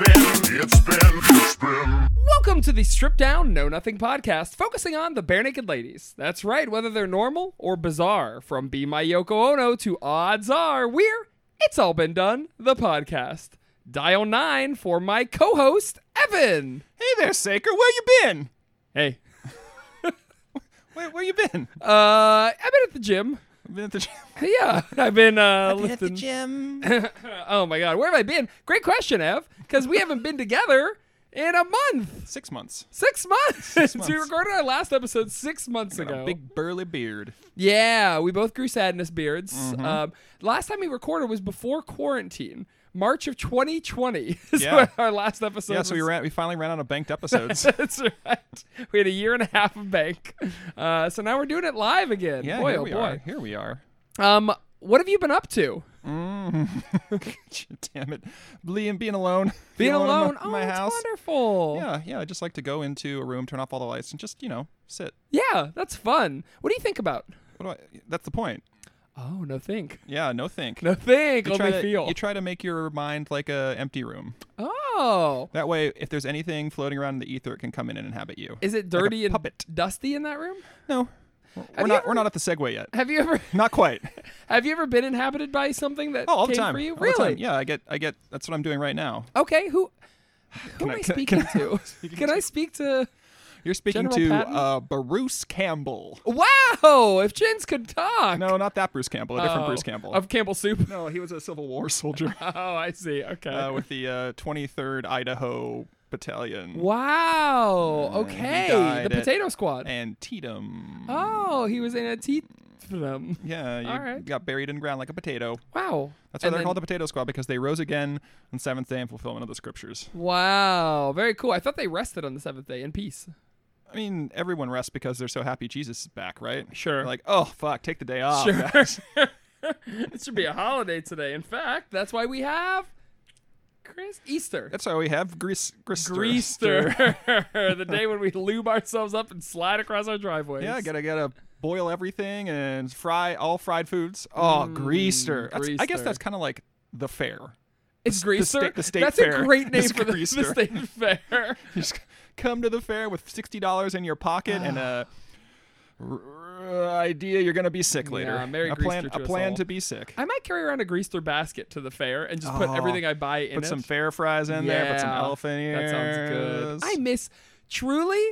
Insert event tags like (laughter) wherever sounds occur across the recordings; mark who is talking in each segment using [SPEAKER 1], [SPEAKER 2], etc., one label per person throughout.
[SPEAKER 1] It's been, it's been.
[SPEAKER 2] Welcome to the Strip Down Know Nothing podcast, focusing on the bare naked ladies. That's right, whether they're normal or bizarre, from Be My Yoko Ono to Odds Are, we're It's All Been Done, the podcast. Dial 9 for my co host, Evan.
[SPEAKER 3] Hey there, Saker. Where you been?
[SPEAKER 2] Hey.
[SPEAKER 3] Where, where you been?
[SPEAKER 2] Uh, (laughs) I've been at the gym.
[SPEAKER 3] I've been at the gym.
[SPEAKER 2] Yeah, I've been, uh, lifting.
[SPEAKER 3] gym.
[SPEAKER 2] Oh my God, where have I been? Great question, Ev, because we haven't been together in a month.
[SPEAKER 3] Six months.
[SPEAKER 2] (laughs) Six months. (laughs) we
[SPEAKER 3] months.
[SPEAKER 2] recorded our last episode six months
[SPEAKER 3] Got
[SPEAKER 2] ago.
[SPEAKER 3] a big burly beard.
[SPEAKER 2] Yeah, we both grew sadness beards.
[SPEAKER 3] Mm-hmm.
[SPEAKER 2] Um, last time we recorded was before quarantine, March of 2020. (laughs) is
[SPEAKER 3] Yeah.
[SPEAKER 2] when our last episode.
[SPEAKER 3] Yeah, so we
[SPEAKER 2] was-
[SPEAKER 3] ran. We finally ran out of
[SPEAKER 2] (laughs)
[SPEAKER 3] banked episodes.
[SPEAKER 2] That's right. We had a year and a half of bank, uh, so now we're doing it live again.
[SPEAKER 3] Yeah,
[SPEAKER 2] boy,
[SPEAKER 3] here
[SPEAKER 2] oh
[SPEAKER 3] we are.
[SPEAKER 2] boy.
[SPEAKER 3] Here we are. (laughs)
[SPEAKER 2] Um, what have you been up to?
[SPEAKER 3] Damn it, being being alone.
[SPEAKER 2] (laughs) Being alone.
[SPEAKER 3] in my,
[SPEAKER 2] oh,
[SPEAKER 3] my
[SPEAKER 2] that's
[SPEAKER 3] house.
[SPEAKER 2] wonderful.
[SPEAKER 3] Yeah, yeah. I just like to go into a room, turn off all the lights, and just you know sit.
[SPEAKER 2] Yeah, that's fun. What do you think about?
[SPEAKER 3] What do I? That's the point.
[SPEAKER 2] Oh, no think. (laughs)
[SPEAKER 3] Yeah, no think.
[SPEAKER 2] No think.
[SPEAKER 3] You try,
[SPEAKER 2] Only
[SPEAKER 3] to,
[SPEAKER 2] feel.
[SPEAKER 3] you try to make your mind like a empty room.
[SPEAKER 2] oh.
[SPEAKER 3] That way, if there's anything floating around in the ether, it can come in and inhabit you.
[SPEAKER 2] Is it dirty and
[SPEAKER 3] puppet.
[SPEAKER 2] dusty in that room?
[SPEAKER 3] No, we're
[SPEAKER 2] you
[SPEAKER 3] we're not.
[SPEAKER 2] ever-
[SPEAKER 3] We're not at the segue yet.
[SPEAKER 2] Have you ever (laughs)
[SPEAKER 3] Not quite.
[SPEAKER 2] have you ever been inhabited by something that
[SPEAKER 3] Oh, all the
[SPEAKER 2] came
[SPEAKER 3] time.
[SPEAKER 2] for you?
[SPEAKER 3] All the
[SPEAKER 2] really?
[SPEAKER 3] time. Yeah, I get. I get. That's what I'm doing right now.
[SPEAKER 2] Okay, who who
[SPEAKER 3] I-
[SPEAKER 2] am I
[SPEAKER 3] can-
[SPEAKER 2] speaking
[SPEAKER 3] can I-
[SPEAKER 2] to?
[SPEAKER 3] (laughs)
[SPEAKER 2] Can I speak to
[SPEAKER 3] You're speaking
[SPEAKER 2] General
[SPEAKER 3] to
[SPEAKER 2] Patton?
[SPEAKER 3] uh, Bruce Campbell.
[SPEAKER 2] Wow, if Jins could talk.
[SPEAKER 3] No, not that Bruce Campbell. A different
[SPEAKER 2] Oh,
[SPEAKER 3] Bruce Campbell.
[SPEAKER 2] Of Campbell Soup. (laughs)
[SPEAKER 3] no, he was a Civil War (laughs) soldier
[SPEAKER 2] Oh, I see. Okay.
[SPEAKER 3] uh, with the uh, 23rd Idaho Battalion.
[SPEAKER 2] wow. Okay.
[SPEAKER 3] Mm, died
[SPEAKER 2] The
[SPEAKER 3] at-
[SPEAKER 2] Potato Squad.
[SPEAKER 3] And E Antietam.
[SPEAKER 2] oh, he was in a teeth them.
[SPEAKER 3] Yeah, you
[SPEAKER 2] all right.
[SPEAKER 3] got buried in ground like a potato.
[SPEAKER 2] Wow.
[SPEAKER 3] That's why
[SPEAKER 2] And
[SPEAKER 3] they're
[SPEAKER 2] then-
[SPEAKER 3] called the Potato Squad because they rose again on seventh day in fulfillment of the scriptures.
[SPEAKER 2] Wow. Very cool. I thought they rested on the seventh day in peace.
[SPEAKER 3] I mean, everyone rests because they're so happy Jesus is back, right?
[SPEAKER 2] Sure.
[SPEAKER 3] They're like, oh fuck, take the day off.
[SPEAKER 2] Sure. (laughs) it should be a holiday today. In fact, that's why we have Chris Easter.
[SPEAKER 3] That's why we have grease, greaster.
[SPEAKER 2] Greaster, (laughs) the day when we lube ourselves up and slide across our driveways.
[SPEAKER 3] (laughs) Yeah, gotta gotta boil everything and fry all fried foods. Oh, greaster. That's- I guess
[SPEAKER 2] Mm, greaster.
[SPEAKER 3] that's kind of like the fair. (laughs)
[SPEAKER 2] it's Greaster.
[SPEAKER 3] sta- the state
[SPEAKER 2] That's a (laughs)
[SPEAKER 3] fair
[SPEAKER 2] great name
[SPEAKER 3] is
[SPEAKER 2] for the, the
[SPEAKER 3] Greaster.
[SPEAKER 2] state fair.
[SPEAKER 3] You just come to the fair with sixty dollars in your pocket and
[SPEAKER 2] (sighs)
[SPEAKER 3] a r- r- idea you're gonna be sick later.
[SPEAKER 2] Yeah, Merry
[SPEAKER 3] a plan,
[SPEAKER 2] Greaster to
[SPEAKER 3] a
[SPEAKER 2] us
[SPEAKER 3] plan
[SPEAKER 2] all.
[SPEAKER 3] to be sick.
[SPEAKER 2] (laughs) I might carry around a Greaster basket to the fair and just put
[SPEAKER 3] Oh,
[SPEAKER 2] everything I buy in
[SPEAKER 3] put
[SPEAKER 2] it.
[SPEAKER 3] some fair fries in there. Put some
[SPEAKER 2] Yeah,
[SPEAKER 3] elephant
[SPEAKER 2] That
[SPEAKER 3] ears.
[SPEAKER 2] sounds good. I miss truly.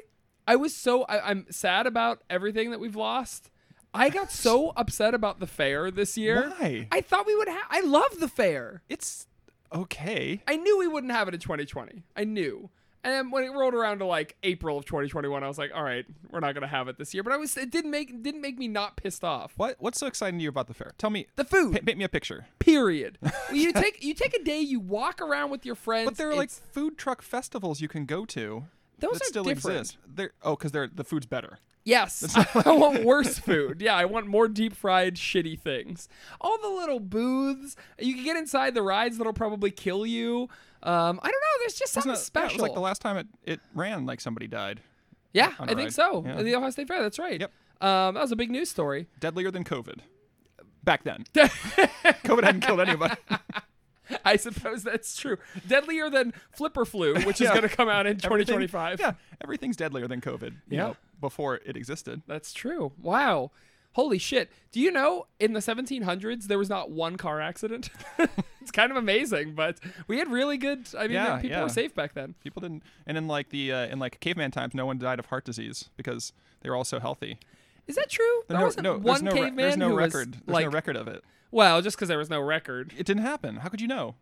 [SPEAKER 2] I was so I, I'm sad about everything that we've lost. I got so upset about the fair this year.
[SPEAKER 3] Why?
[SPEAKER 2] I thought we would have. I love the fair.
[SPEAKER 3] it's okay.
[SPEAKER 2] I knew we wouldn't have it in 2020. I knew. And then when it rolled around to like April of 2021, I was like, all right, we're not gonna have it this year. But I was it didn't make didn't make me not pissed off.
[SPEAKER 3] What What's so exciting to you about the fair? Tell me.
[SPEAKER 2] The food,
[SPEAKER 3] pa- paint me a picture. (laughs)
[SPEAKER 2] period. you take you take a day, you walk around with your friends.
[SPEAKER 3] But there are like
[SPEAKER 2] it's-
[SPEAKER 3] food truck festivals you can go to.
[SPEAKER 2] those
[SPEAKER 3] that
[SPEAKER 2] are
[SPEAKER 3] still
[SPEAKER 2] different.
[SPEAKER 3] exist. They're oh, because they're the food's better. (laughs)
[SPEAKER 2] Yes, (laughs) I want worse food. Yeah, I want more deep fried shitty things. All the little booths you can get inside the rides that'll probably kill you. Um, I don't know. There's just something
[SPEAKER 3] Wasn't it- yeah,
[SPEAKER 2] special.
[SPEAKER 3] it was like the last time it, it ran, like somebody died.
[SPEAKER 2] Yeah,
[SPEAKER 3] on
[SPEAKER 2] I
[SPEAKER 3] a
[SPEAKER 2] think
[SPEAKER 3] ride.
[SPEAKER 2] so.
[SPEAKER 3] Yeah.
[SPEAKER 2] The Ohio State Fair. That's right.
[SPEAKER 3] Yep.
[SPEAKER 2] Um, that was a big news story. (laughs)
[SPEAKER 3] Deadlier than COVID. Back then. COVID hadn't
[SPEAKER 2] (laughs)
[SPEAKER 3] killed anybody. (laughs)
[SPEAKER 2] I suppose that's true. Deadlier than flipper flu, which is
[SPEAKER 3] Yeah.
[SPEAKER 2] going to come out in
[SPEAKER 3] (laughs) Everything-
[SPEAKER 2] 2025.
[SPEAKER 3] Yeah, everything's deadlier than COVID.
[SPEAKER 2] Yeah.
[SPEAKER 3] You know, before it existed.
[SPEAKER 2] That's true. Wow. Holy shit. Do you know in the 1700s there was not one car accident? (laughs) it's kind of amazing, but we had really good I mean
[SPEAKER 3] Yeah,
[SPEAKER 2] people
[SPEAKER 3] yeah.
[SPEAKER 2] were safe back then.
[SPEAKER 3] People didn't, and in like the uh, in like caveman times, no one died of heart disease because they were all so healthy.
[SPEAKER 2] Is that true? There
[SPEAKER 3] no,
[SPEAKER 2] wasn't
[SPEAKER 3] no, there's
[SPEAKER 2] one
[SPEAKER 3] no, re-
[SPEAKER 2] caveman
[SPEAKER 3] there's no
[SPEAKER 2] who
[SPEAKER 3] record.
[SPEAKER 2] was
[SPEAKER 3] there's
[SPEAKER 2] like
[SPEAKER 3] no record of it.
[SPEAKER 2] well, just cuz there was no record.
[SPEAKER 3] It didn't happen. How could you know?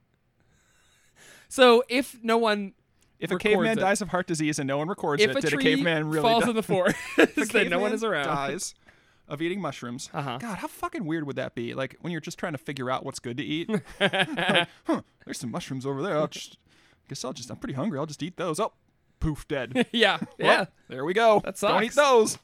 [SPEAKER 2] So if no one
[SPEAKER 3] If
[SPEAKER 2] Records
[SPEAKER 3] a caveman
[SPEAKER 2] it.
[SPEAKER 3] dies of heart disease and no one records
[SPEAKER 2] if
[SPEAKER 3] it,
[SPEAKER 2] a
[SPEAKER 3] did a
[SPEAKER 2] tree
[SPEAKER 3] caveman really
[SPEAKER 2] falls
[SPEAKER 3] die?
[SPEAKER 2] in the
[SPEAKER 3] (laughs)
[SPEAKER 2] forest, (laughs) then no one
[SPEAKER 3] caveman
[SPEAKER 2] is around.
[SPEAKER 3] Dies of eating mushrooms.
[SPEAKER 2] Uh-huh.
[SPEAKER 3] God, how fucking weird would that be? Like when you're just trying to figure out what's good
[SPEAKER 2] (laughs)
[SPEAKER 3] to eat. Like, huh, there's some mushrooms over there. I'll just, guess I'll just. I'm pretty hungry. I'll just eat those. Oh, poof, dead. (laughs) Well,
[SPEAKER 2] (laughs) Yeah. Yeah.
[SPEAKER 3] there we go.
[SPEAKER 2] That
[SPEAKER 3] Don't eat
[SPEAKER 2] sucks.
[SPEAKER 3] those.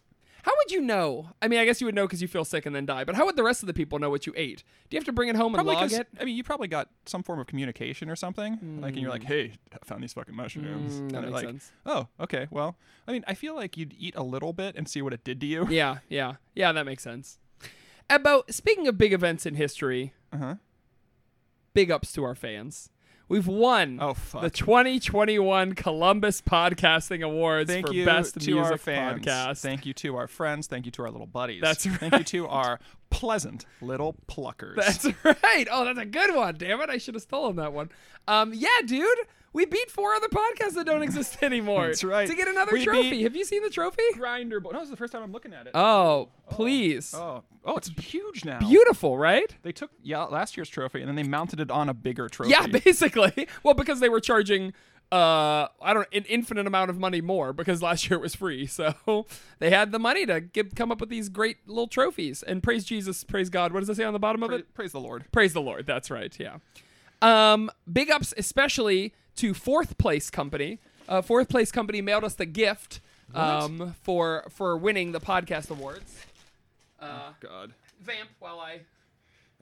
[SPEAKER 2] How would you know? I mean, I guess you would know because you feel sick and then die. But how would the rest of the people know what you ate? Do you have to bring it home and
[SPEAKER 3] Probably
[SPEAKER 2] log
[SPEAKER 3] 'cause-
[SPEAKER 2] it?
[SPEAKER 3] I mean, you probably got some form of communication or something. Like, and you're like, hey, I found these fucking mushrooms.
[SPEAKER 2] Mm, Hmm.
[SPEAKER 3] and
[SPEAKER 2] that
[SPEAKER 3] they're
[SPEAKER 2] makes
[SPEAKER 3] like,
[SPEAKER 2] sense.
[SPEAKER 3] oh, okay. Well, I mean, I feel like you'd eat a little bit and see what it did to you.
[SPEAKER 2] Yeah, yeah, yeah. That makes sense.
[SPEAKER 3] Uh-huh.
[SPEAKER 2] About speaking of big events in history,
[SPEAKER 3] Uh huh.
[SPEAKER 2] big ups to our fans. We've won
[SPEAKER 3] Oh, fuck.
[SPEAKER 2] the 2021 Columbus Podcasting Awards
[SPEAKER 3] Thank
[SPEAKER 2] for
[SPEAKER 3] you
[SPEAKER 2] Best
[SPEAKER 3] to
[SPEAKER 2] Music
[SPEAKER 3] our fans.
[SPEAKER 2] Podcast.
[SPEAKER 3] Thank you to our friends. Thank you to our little buddies.
[SPEAKER 2] That's
[SPEAKER 3] Thank you to our pleasant little pluckers.
[SPEAKER 2] That's (laughs) right. Oh, that's a good one. Damn it. I should have stolen that one. Um, yeah, dude. We beat four other podcasts that don't exist (laughs) anymore.
[SPEAKER 3] That's right.
[SPEAKER 2] To get another
[SPEAKER 3] We
[SPEAKER 2] trophy.
[SPEAKER 3] beat-
[SPEAKER 2] Have you seen the trophy?
[SPEAKER 3] grinder. Bo- no, this is the first time I'm looking at it.
[SPEAKER 2] Oh, please.
[SPEAKER 3] oh, oh, it's huge now.
[SPEAKER 2] Beautiful, right?
[SPEAKER 3] They took yeah last year's trophy and then they mounted it on a bigger trophy.
[SPEAKER 2] Yeah, (laughs) basically. Well, because they were charging uh I don't an infinite amount of money more because last year it was free. (laughs) So they had the money to give, come up with these great little trophies. And praise Jesus, praise God. What does it say on the bottom of
[SPEAKER 3] Pra-
[SPEAKER 2] it?
[SPEAKER 3] praise the Lord.
[SPEAKER 2] Praise the Lord. That's right. Yeah. Um, big ups, especially to fourth place company. Uh, fourth place company mailed us the gift um, for for winning the podcast awards.
[SPEAKER 3] God.
[SPEAKER 2] Vamp while I.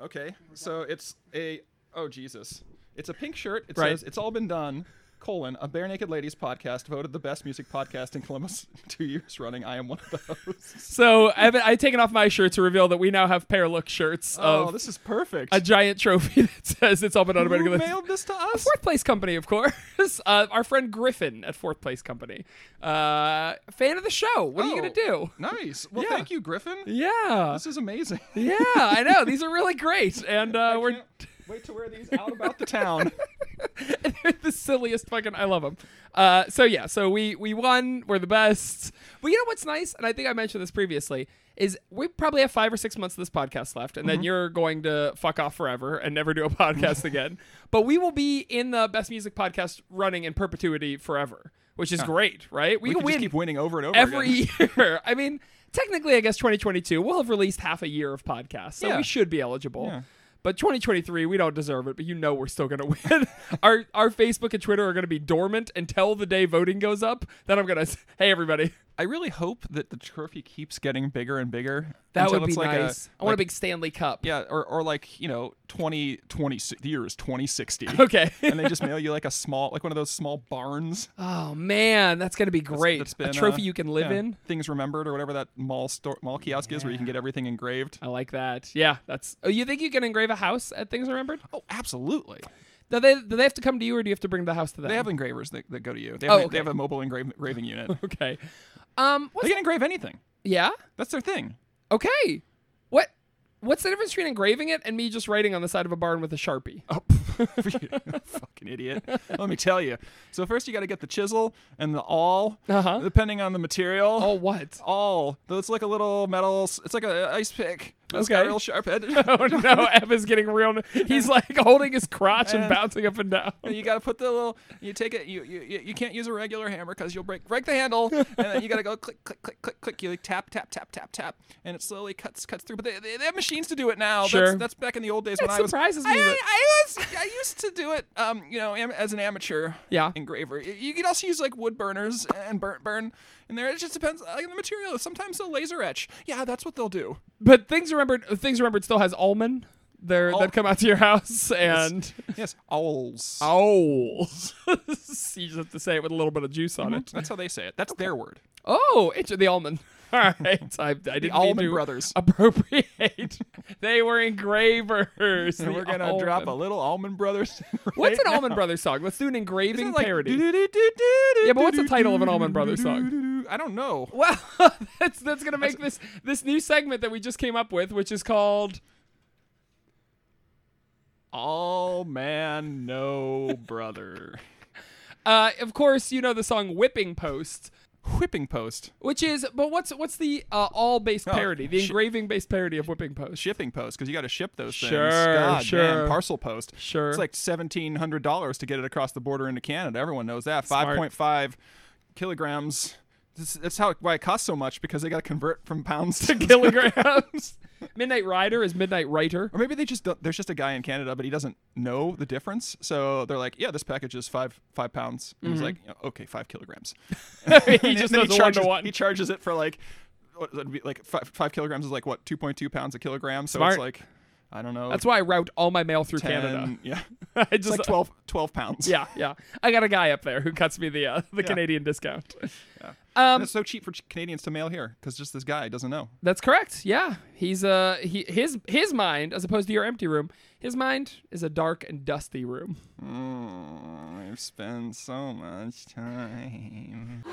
[SPEAKER 3] Okay, so it's a oh Jesus, it's a pink shirt. It
[SPEAKER 2] Right.
[SPEAKER 3] says it's all been done. Colon, a bare naked ladies podcast voted the best music podcast in Columbus (laughs) two years running. I am one of those.
[SPEAKER 2] So I've, I've taken off my shirt to reveal that we now have pair look shirts
[SPEAKER 3] Oh,
[SPEAKER 2] of
[SPEAKER 3] this is perfect.
[SPEAKER 2] a giant trophy (laughs) that says it's all been
[SPEAKER 3] Who
[SPEAKER 2] automatically listed.
[SPEAKER 3] mailed this to us?
[SPEAKER 2] Fourth place company, of course. (laughs) Uh, our friend Griffin at Fourth Place Company. Uh, fan of the show. What are you gonna do?
[SPEAKER 3] Oh, Nice. Well,
[SPEAKER 2] Yeah.
[SPEAKER 3] thank you, Griffin.
[SPEAKER 2] (laughs) Yeah,
[SPEAKER 3] This is amazing.
[SPEAKER 2] yeah. I know these are really great, and uh, we're
[SPEAKER 3] Can't wait to wear these out about
[SPEAKER 2] (laughs)
[SPEAKER 3] the town.
[SPEAKER 2] they're (laughs) the silliest fucking. I love them. Uh, so yeah, so we we won. We're the best. But you know what's nice, and I think I mentioned this previously, is we probably have five or six months of this podcast left, and then you're going to fuck off forever and never do a (laughs) podcast again. But we will be in the best music podcast running in perpetuity forever, which is great, right? We,
[SPEAKER 3] We
[SPEAKER 2] can
[SPEAKER 3] could
[SPEAKER 2] win
[SPEAKER 3] just keep winning over and over
[SPEAKER 2] every
[SPEAKER 3] again.
[SPEAKER 2] (laughs) year. I mean, technically, I guess 2022 we'll have released half a year of podcasts, so
[SPEAKER 3] Yeah.
[SPEAKER 2] we should be eligible.
[SPEAKER 3] Yeah.
[SPEAKER 2] But 2023, we don't deserve it. But you know, we're still gonna win. (laughs) our our Facebook and Twitter are gonna be dormant until the day voting goes up. Then I'm gonna say, hey
[SPEAKER 3] (laughs)
[SPEAKER 2] everybody,
[SPEAKER 3] I really hope that the trophy keeps getting bigger and bigger.
[SPEAKER 2] that
[SPEAKER 3] until
[SPEAKER 2] would be
[SPEAKER 3] it's like
[SPEAKER 2] nice.
[SPEAKER 3] A,
[SPEAKER 2] I want
[SPEAKER 3] like-
[SPEAKER 2] a big Stanley Cup.
[SPEAKER 3] Yeah, or, or like, you know, 20, 20, the year is 2060.
[SPEAKER 2] (laughs) (laughs) Okay.
[SPEAKER 3] and they just mail you like a small, like one of those small
[SPEAKER 2] (laughs)
[SPEAKER 3] barns.
[SPEAKER 2] oh man, that's gonna be great.
[SPEAKER 3] that's been,
[SPEAKER 2] a trophy
[SPEAKER 3] uh,
[SPEAKER 2] you can live
[SPEAKER 3] yeah,
[SPEAKER 2] in.
[SPEAKER 3] Things remembered or whatever that mall store, mall kiosk is where you can get everything engraved.
[SPEAKER 2] I like that. Yeah, that's. Oh, you think you can engrave a house at Things Remembered?
[SPEAKER 3] Oh, absolutely.
[SPEAKER 2] Do they do they have to come to you, or do you have to bring the house to them?
[SPEAKER 3] They have engravers that, that go to you. They have,
[SPEAKER 2] Oh,
[SPEAKER 3] a-
[SPEAKER 2] okay.
[SPEAKER 3] they have a mobile engra-
[SPEAKER 2] (laughs)
[SPEAKER 3] engraving unit.
[SPEAKER 2] Okay. Um. What's
[SPEAKER 3] they can engrave anything.
[SPEAKER 2] Yeah.
[SPEAKER 3] That's their thing.
[SPEAKER 2] Okay. What? What's the difference between engraving it and me just writing on the side of a barn with a
[SPEAKER 3] (laughs)
[SPEAKER 2] sharpie?
[SPEAKER 3] Oh, fucking idiot. Let me tell you. So first you got to get the chisel and the awl,
[SPEAKER 2] Uh-huh.
[SPEAKER 3] depending on the material.
[SPEAKER 2] Oh, what?
[SPEAKER 3] Awl. Though It's like a little metal. s- It's like a ice pick. It's got a
[SPEAKER 2] Okay.
[SPEAKER 3] real sharp edge.
[SPEAKER 2] (laughs)
[SPEAKER 3] (laughs)
[SPEAKER 2] Oh no, Ev is getting real. He's like (laughs) holding his crotch and
[SPEAKER 3] And-
[SPEAKER 2] bouncing up and
[SPEAKER 3] (laughs)
[SPEAKER 2] down.
[SPEAKER 3] you gotta put the little. You take it. You you, you- you can't use a regular hammer because you'll break break
[SPEAKER 2] (laughs)
[SPEAKER 3] the handle. and then you gotta go click click click click click. You like tap tap tap tap tap, and it slowly cuts cuts through. But they, they, they have machines to do it now.
[SPEAKER 2] Sure.
[SPEAKER 3] That's, that's back in the old days
[SPEAKER 2] That
[SPEAKER 3] when I was.
[SPEAKER 2] surprises me
[SPEAKER 3] I,
[SPEAKER 2] that-
[SPEAKER 3] I, I was I used to do it. Um, you know, am, as an amateur.
[SPEAKER 2] Yeah.
[SPEAKER 3] Engraver. You- You can also use like wood burners and burn burn in there. It just depends like, on the material. Sometimes they'll laser etch. Yeah, that's what they'll do.
[SPEAKER 2] But things remembered. Things remembered still has almond. There
[SPEAKER 3] Al-
[SPEAKER 2] that come out to your house and
[SPEAKER 3] Oh. (laughs) Yes, owls.
[SPEAKER 2] owls. (laughs) you just have to say it with a little bit of juice on it.
[SPEAKER 3] That's how they say it. That's their word.
[SPEAKER 2] Oh, it's the
[SPEAKER 3] (laughs)
[SPEAKER 2] almond. All right, (laughs) I, I didn't mean
[SPEAKER 3] Allman
[SPEAKER 2] to
[SPEAKER 3] Brothers.
[SPEAKER 2] appropriate. (laughs) they were engravers.
[SPEAKER 3] And
[SPEAKER 2] the
[SPEAKER 3] (laughs) we're gonna drop
[SPEAKER 2] almond.
[SPEAKER 3] a little Almond Brothers. (laughs)
[SPEAKER 2] What's an Almond Brothers song? Let's do an engraving parody. (laughs)
[SPEAKER 3] Yeah,
[SPEAKER 2] but what's the title of an Allman Brothers
[SPEAKER 3] song? I don't know.
[SPEAKER 2] Wow, (laughs) that's that's gonna make this this new segment that we just came up with, which is called
[SPEAKER 3] All man, no (laughs) brother.
[SPEAKER 2] uh of course you know the song Whipping Post,
[SPEAKER 3] Whipping post,
[SPEAKER 2] which is but what's what's the uh, all based
[SPEAKER 3] Oh,
[SPEAKER 2] parody, the
[SPEAKER 3] shi-
[SPEAKER 2] engraving based parody of Whipping Post.
[SPEAKER 3] shipping post, because you got to ship those things.
[SPEAKER 2] Sure,
[SPEAKER 3] God,
[SPEAKER 2] sure.
[SPEAKER 3] Man, parcel post.
[SPEAKER 2] Sure.
[SPEAKER 3] It's like seventeen hundred dollars to get it across the border into Canada. Everyone knows that. Five point five kilograms. This, that's how why it costs so much because they got to convert from pounds
[SPEAKER 2] (laughs)
[SPEAKER 3] to
[SPEAKER 2] (laughs) Kilograms. Midnight Rider is Midnight Writer.
[SPEAKER 3] Or maybe they just don't, there's just a guy in Canada, but he doesn't know the difference. So they're like, yeah, this package is five five pounds. And he's like, "Oh, okay,
[SPEAKER 2] (laughs)
[SPEAKER 3] five kilograms.
[SPEAKER 2] Mm-hmm. he
[SPEAKER 3] And
[SPEAKER 2] just
[SPEAKER 3] then
[SPEAKER 2] knows a one
[SPEAKER 3] charges,
[SPEAKER 2] to one.
[SPEAKER 3] He charges it for like, what, that'd be like five, five kilograms is like what two point two pounds a kilogram. So
[SPEAKER 2] Smart.
[SPEAKER 3] it's like, I I don't know.
[SPEAKER 2] That's why I route all my mail through
[SPEAKER 3] 10
[SPEAKER 2] Canada. (laughs)
[SPEAKER 3] (laughs) Yeah.
[SPEAKER 2] I
[SPEAKER 3] It's
[SPEAKER 2] just
[SPEAKER 3] like 12, 12 pounds.
[SPEAKER 2] yeah, yeah. I got a guy up there who cuts me the uh, the
[SPEAKER 3] Yeah.
[SPEAKER 2] Canadian discount.
[SPEAKER 3] And it's so cheap for ch- Canadians to mail here because just this guy doesn't know.
[SPEAKER 2] That's correct. Yeah, he's uh he his his mind as opposed to your empty room. His mind is a dark and dusty room. (laughs)
[SPEAKER 3] Mm, I've spent so much time.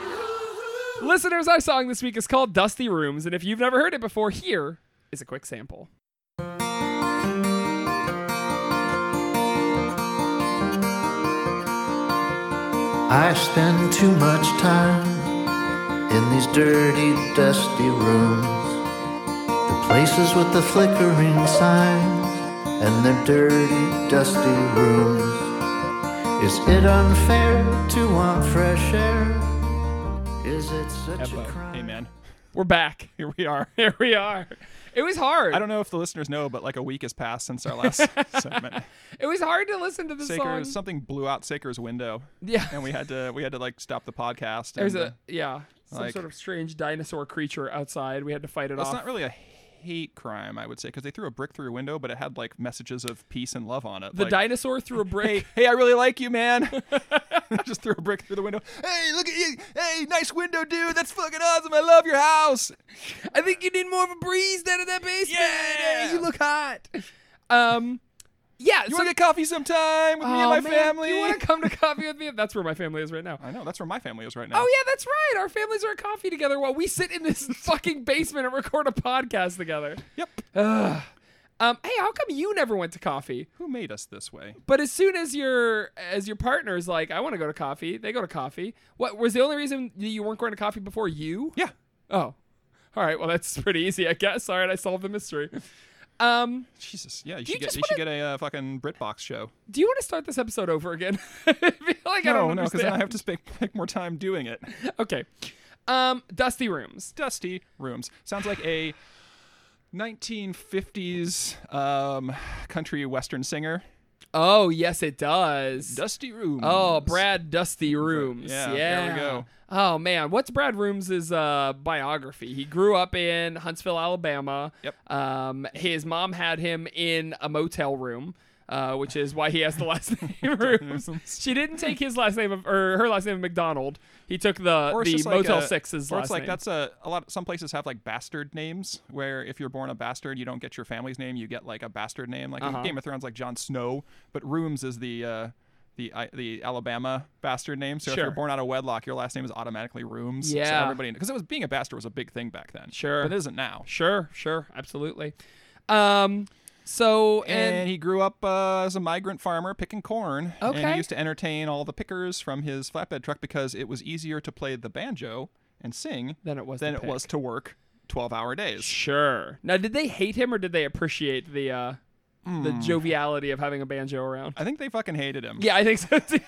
[SPEAKER 2] Listeners, our song this week is called Dusty Rooms, and if you've never heard it before, here is a quick sample.
[SPEAKER 4] I spend too much time in these dirty, dusty rooms. The places with the flickering signs and their dirty, dusty rooms. Is it unfair to want fresh air? Is it such a crime?
[SPEAKER 3] Amen.
[SPEAKER 2] We're back. (laughs)
[SPEAKER 3] Here we are.
[SPEAKER 2] Here we are. It was hard.
[SPEAKER 3] I don't know if the listeners know, but like a week has passed since
[SPEAKER 2] (laughs)
[SPEAKER 3] our last segment.
[SPEAKER 2] It was hard to listen to the
[SPEAKER 3] Saker,
[SPEAKER 2] song.
[SPEAKER 3] something blew out Saker's window,
[SPEAKER 2] yeah.
[SPEAKER 3] and we had to we had to like stop the podcast.
[SPEAKER 2] There's
[SPEAKER 3] and, uh,
[SPEAKER 2] a yeah, some
[SPEAKER 3] like-
[SPEAKER 2] sort of strange dinosaur creature outside. We had to fight it
[SPEAKER 3] Well,
[SPEAKER 2] off.
[SPEAKER 3] it's not really a hate crime, I would say, because they threw a brick through a window, but it had like messages of peace and love on it.
[SPEAKER 2] the
[SPEAKER 3] like,
[SPEAKER 2] dinosaur threw a brick.
[SPEAKER 3] Hey, I really like you, man. (laughs) Just threw a brick through the window. Hey, look at you. Hey, nice window, dude. That's fucking awesome. I love your house.
[SPEAKER 2] (laughs) I think you need more of a breeze down in that basement.
[SPEAKER 3] Yeah.
[SPEAKER 2] you look hot. Um, yeah.
[SPEAKER 3] You
[SPEAKER 2] so
[SPEAKER 3] want to get coffee sometime with me and
[SPEAKER 2] Oh,
[SPEAKER 3] my
[SPEAKER 2] man,
[SPEAKER 3] family?
[SPEAKER 2] You
[SPEAKER 3] (laughs)
[SPEAKER 2] want to come to coffee with me? That's where my family is right now.
[SPEAKER 3] I know. That's where my family is right now.
[SPEAKER 2] Oh yeah, that's right. Our families are at coffee together while we sit in
[SPEAKER 3] (laughs)
[SPEAKER 2] this fucking basement and record a podcast together.
[SPEAKER 3] Yep.
[SPEAKER 2] Ugh. Um, hey, how come you never went to coffee?
[SPEAKER 3] Who made us this way?
[SPEAKER 2] But as soon as your as your partner's like, I want to go to coffee, they go to coffee. What was the only reason that you weren't going to coffee before you?
[SPEAKER 3] Yeah.
[SPEAKER 2] Oh. All right. Well, that's pretty easy, I guess. All right, I solved the mystery. Um,
[SPEAKER 3] Jesus. Yeah. You,
[SPEAKER 2] you
[SPEAKER 3] should get
[SPEAKER 2] just
[SPEAKER 3] you should get a uh, fucking Britbox show.
[SPEAKER 2] do you want to start this episode over again? (laughs) I feel like I
[SPEAKER 3] no,
[SPEAKER 2] don't
[SPEAKER 3] no, because then I
[SPEAKER 2] understand.
[SPEAKER 3] have to spend (laughs) like more time doing it.
[SPEAKER 2] Okay. Um, dusty rooms.
[SPEAKER 3] Dusty rooms sounds like a 1950s um, country western singer.
[SPEAKER 2] Oh, yes, it does.
[SPEAKER 3] Dusty rooms.
[SPEAKER 2] Oh, Brad Dusty Rooms.
[SPEAKER 3] Yeah,
[SPEAKER 2] Yeah,
[SPEAKER 3] there we go.
[SPEAKER 2] Oh man, what's Brad Rooms' uh, biography? He grew up in Huntsville, Alabama.
[SPEAKER 3] Yep.
[SPEAKER 2] Um, his mom had him in a motel room, uh, which is why he has the last (laughs)
[SPEAKER 3] (laughs)
[SPEAKER 2] name Rooms. she didn't take his last name of, or her last name of McDonald. He took the
[SPEAKER 3] Or it's
[SPEAKER 2] the
[SPEAKER 3] just like
[SPEAKER 2] Motel
[SPEAKER 3] a-
[SPEAKER 2] Six's
[SPEAKER 3] or
[SPEAKER 2] last
[SPEAKER 3] it's like
[SPEAKER 2] name.
[SPEAKER 3] that's a, a lot. Some places have like bastard names where if you're born a bastard, you don't get your family's name. You get like a bastard name, like in
[SPEAKER 2] Uh-huh.
[SPEAKER 3] Game of Thrones, like Jon Snow. But Rooms is the uh, the I the Alabama bastard name. So if
[SPEAKER 2] Sure.
[SPEAKER 3] you're born out of wedlock, your last name is automatically Rooms. so
[SPEAKER 2] Yeah.
[SPEAKER 3] everybody because it was being a bastard was a big thing back then.
[SPEAKER 2] Sure.
[SPEAKER 3] but it isn't now.
[SPEAKER 2] sure, sure, absolutely. Um, so
[SPEAKER 3] And,
[SPEAKER 2] and,
[SPEAKER 3] he grew up uh, as a migrant farmer picking corn. And
[SPEAKER 2] Okay.
[SPEAKER 3] he used to entertain all the pickers from his flatbed truck because it was easier to play the banjo and sing
[SPEAKER 2] Than it was to
[SPEAKER 3] than it
[SPEAKER 2] pick.
[SPEAKER 3] was to work 12 hour days.
[SPEAKER 2] sure. Now, did they hate him or did they appreciate the uh, the joviality of having a banjo around? (laughs)
[SPEAKER 3] I think they fucking hated him.
[SPEAKER 2] Yeah, I think so too.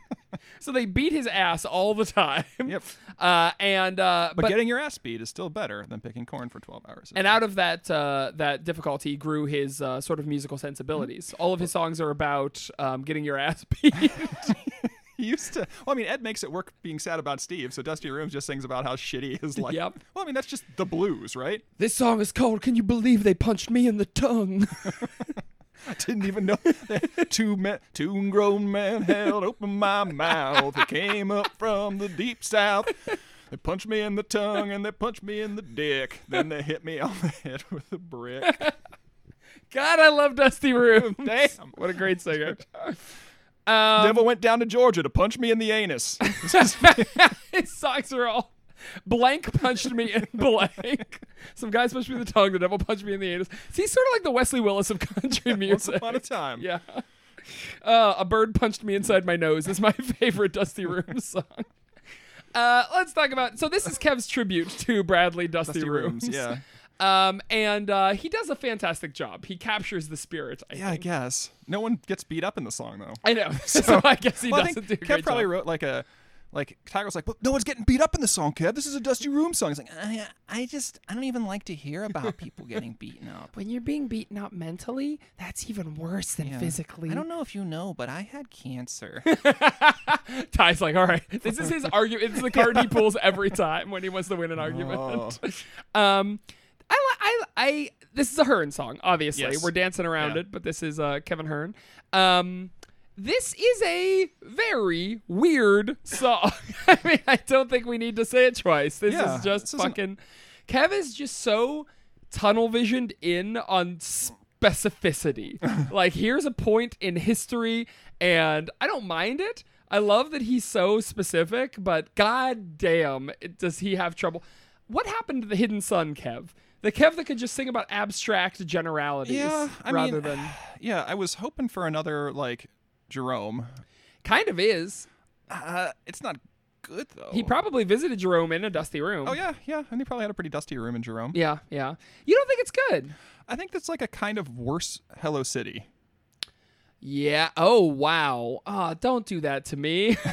[SPEAKER 2] (laughs) so they beat his ass all the time.
[SPEAKER 3] Yep.
[SPEAKER 2] Uh, and uh,
[SPEAKER 3] But,
[SPEAKER 2] but,
[SPEAKER 3] getting your ass beat is still better than picking corn for 12 hours.
[SPEAKER 2] and out of that uh, that difficulty grew his uh, sort of musical sensibilities. All of his songs are about um, getting your ass (laughs) beat.
[SPEAKER 3] (laughs) he used to. Well, I mean, Ed makes it work being sad about Steve, so Dusty Rooms just sings about how shitty his life.
[SPEAKER 2] Yep.
[SPEAKER 3] Well, I mean, that's just the blues, right?
[SPEAKER 2] this song is called "Can You Believe They Punched Me in the Tongue."
[SPEAKER 3] I didn't even know that two men, two grown men held open my mouth. They came up from the deep south. They punched me in the tongue and they punched me in the dick. Then they hit me on the head with
[SPEAKER 2] (laughs)
[SPEAKER 3] a brick.
[SPEAKER 2] God, I love Dusty (laughs) Rooms.
[SPEAKER 3] Damn.
[SPEAKER 2] what a great singer. Um,
[SPEAKER 3] Devil went down to Georgia to punch me in
[SPEAKER 2] (laughs)
[SPEAKER 3] the anus.
[SPEAKER 2] his socks are all blank punched me in blank. (laughs) Some guys punched me in the tongue, the devil punched me in the anus. See, he's sort of like the Wesley Willis of country
[SPEAKER 3] Once
[SPEAKER 2] music.
[SPEAKER 3] upon a time.
[SPEAKER 2] (laughs) yeah. Uh, a bird punched me inside my nose is my (laughs) favorite Dusty Rooms (laughs) song. Uh, let's talk about. So this is Kev's tribute to Bradley Dusty,
[SPEAKER 3] Dusty Rooms,
[SPEAKER 2] Rooms. (laughs)
[SPEAKER 3] yeah.
[SPEAKER 2] Um, and uh, he does a fantastic job. He captures the spirit. I
[SPEAKER 3] Yeah, I
[SPEAKER 2] think.
[SPEAKER 3] guess. No one gets beat up in the song though.
[SPEAKER 2] I know. (laughs) So, I guess he
[SPEAKER 3] Well, I
[SPEAKER 2] doesn't
[SPEAKER 3] think
[SPEAKER 2] do a
[SPEAKER 3] Kev
[SPEAKER 2] great
[SPEAKER 3] probably
[SPEAKER 2] job.
[SPEAKER 3] wrote like a like Tiger was like, "Well, no one's getting beat up in the song, Kev. This is a Dusty Room song. He's like, I, I just I don't even like to hear about
[SPEAKER 2] (laughs)
[SPEAKER 3] people getting beaten up.
[SPEAKER 2] when you're being beaten up mentally, that's even worse than physically.
[SPEAKER 3] know if you know, but I
[SPEAKER 2] (laughs)
[SPEAKER 3] had cancer.
[SPEAKER 2] Ty's like, all right, this is
[SPEAKER 3] (laughs) Oh.
[SPEAKER 2] his argument. It's the card he pulls every time when he wants to win an argument. (laughs) Um, I, li- I, I, this is a Hearn song, obviously.
[SPEAKER 3] Yes.
[SPEAKER 2] We're dancing around
[SPEAKER 3] Yeah.
[SPEAKER 2] it, but this is uh, Kevin Hearn. Um, this is a very weird song. (laughs) I mean, I don't think we need to say it twice. This
[SPEAKER 3] Yeah,
[SPEAKER 2] is just
[SPEAKER 3] this isn't-
[SPEAKER 2] fucking. Kev is just so tunnel visioned in on
[SPEAKER 3] (laughs)
[SPEAKER 2] specificity. like, here's a point in history, and I don't mind it. I love that he's so specific, but god damn, it- does he have trouble. What happened to the Hidden Sun, Kev? The Kev that could just sing about abstract generalities
[SPEAKER 3] Yeah, I
[SPEAKER 2] rather
[SPEAKER 3] mean, (sighs)
[SPEAKER 2] than.
[SPEAKER 3] yeah, I was hoping for another like Jerome.
[SPEAKER 2] Kind of is.
[SPEAKER 3] Uh, it's not good though.
[SPEAKER 2] He probably visited Jerome in a dusty room.
[SPEAKER 3] Oh yeah, yeah, and he probably had a pretty dusty room in Jerome.
[SPEAKER 2] Yeah, yeah. You don't think it's good?
[SPEAKER 3] I think that's like a kind of worse Hello City.
[SPEAKER 2] Yeah. Oh, wow. Ah, don't do that to me. (laughs)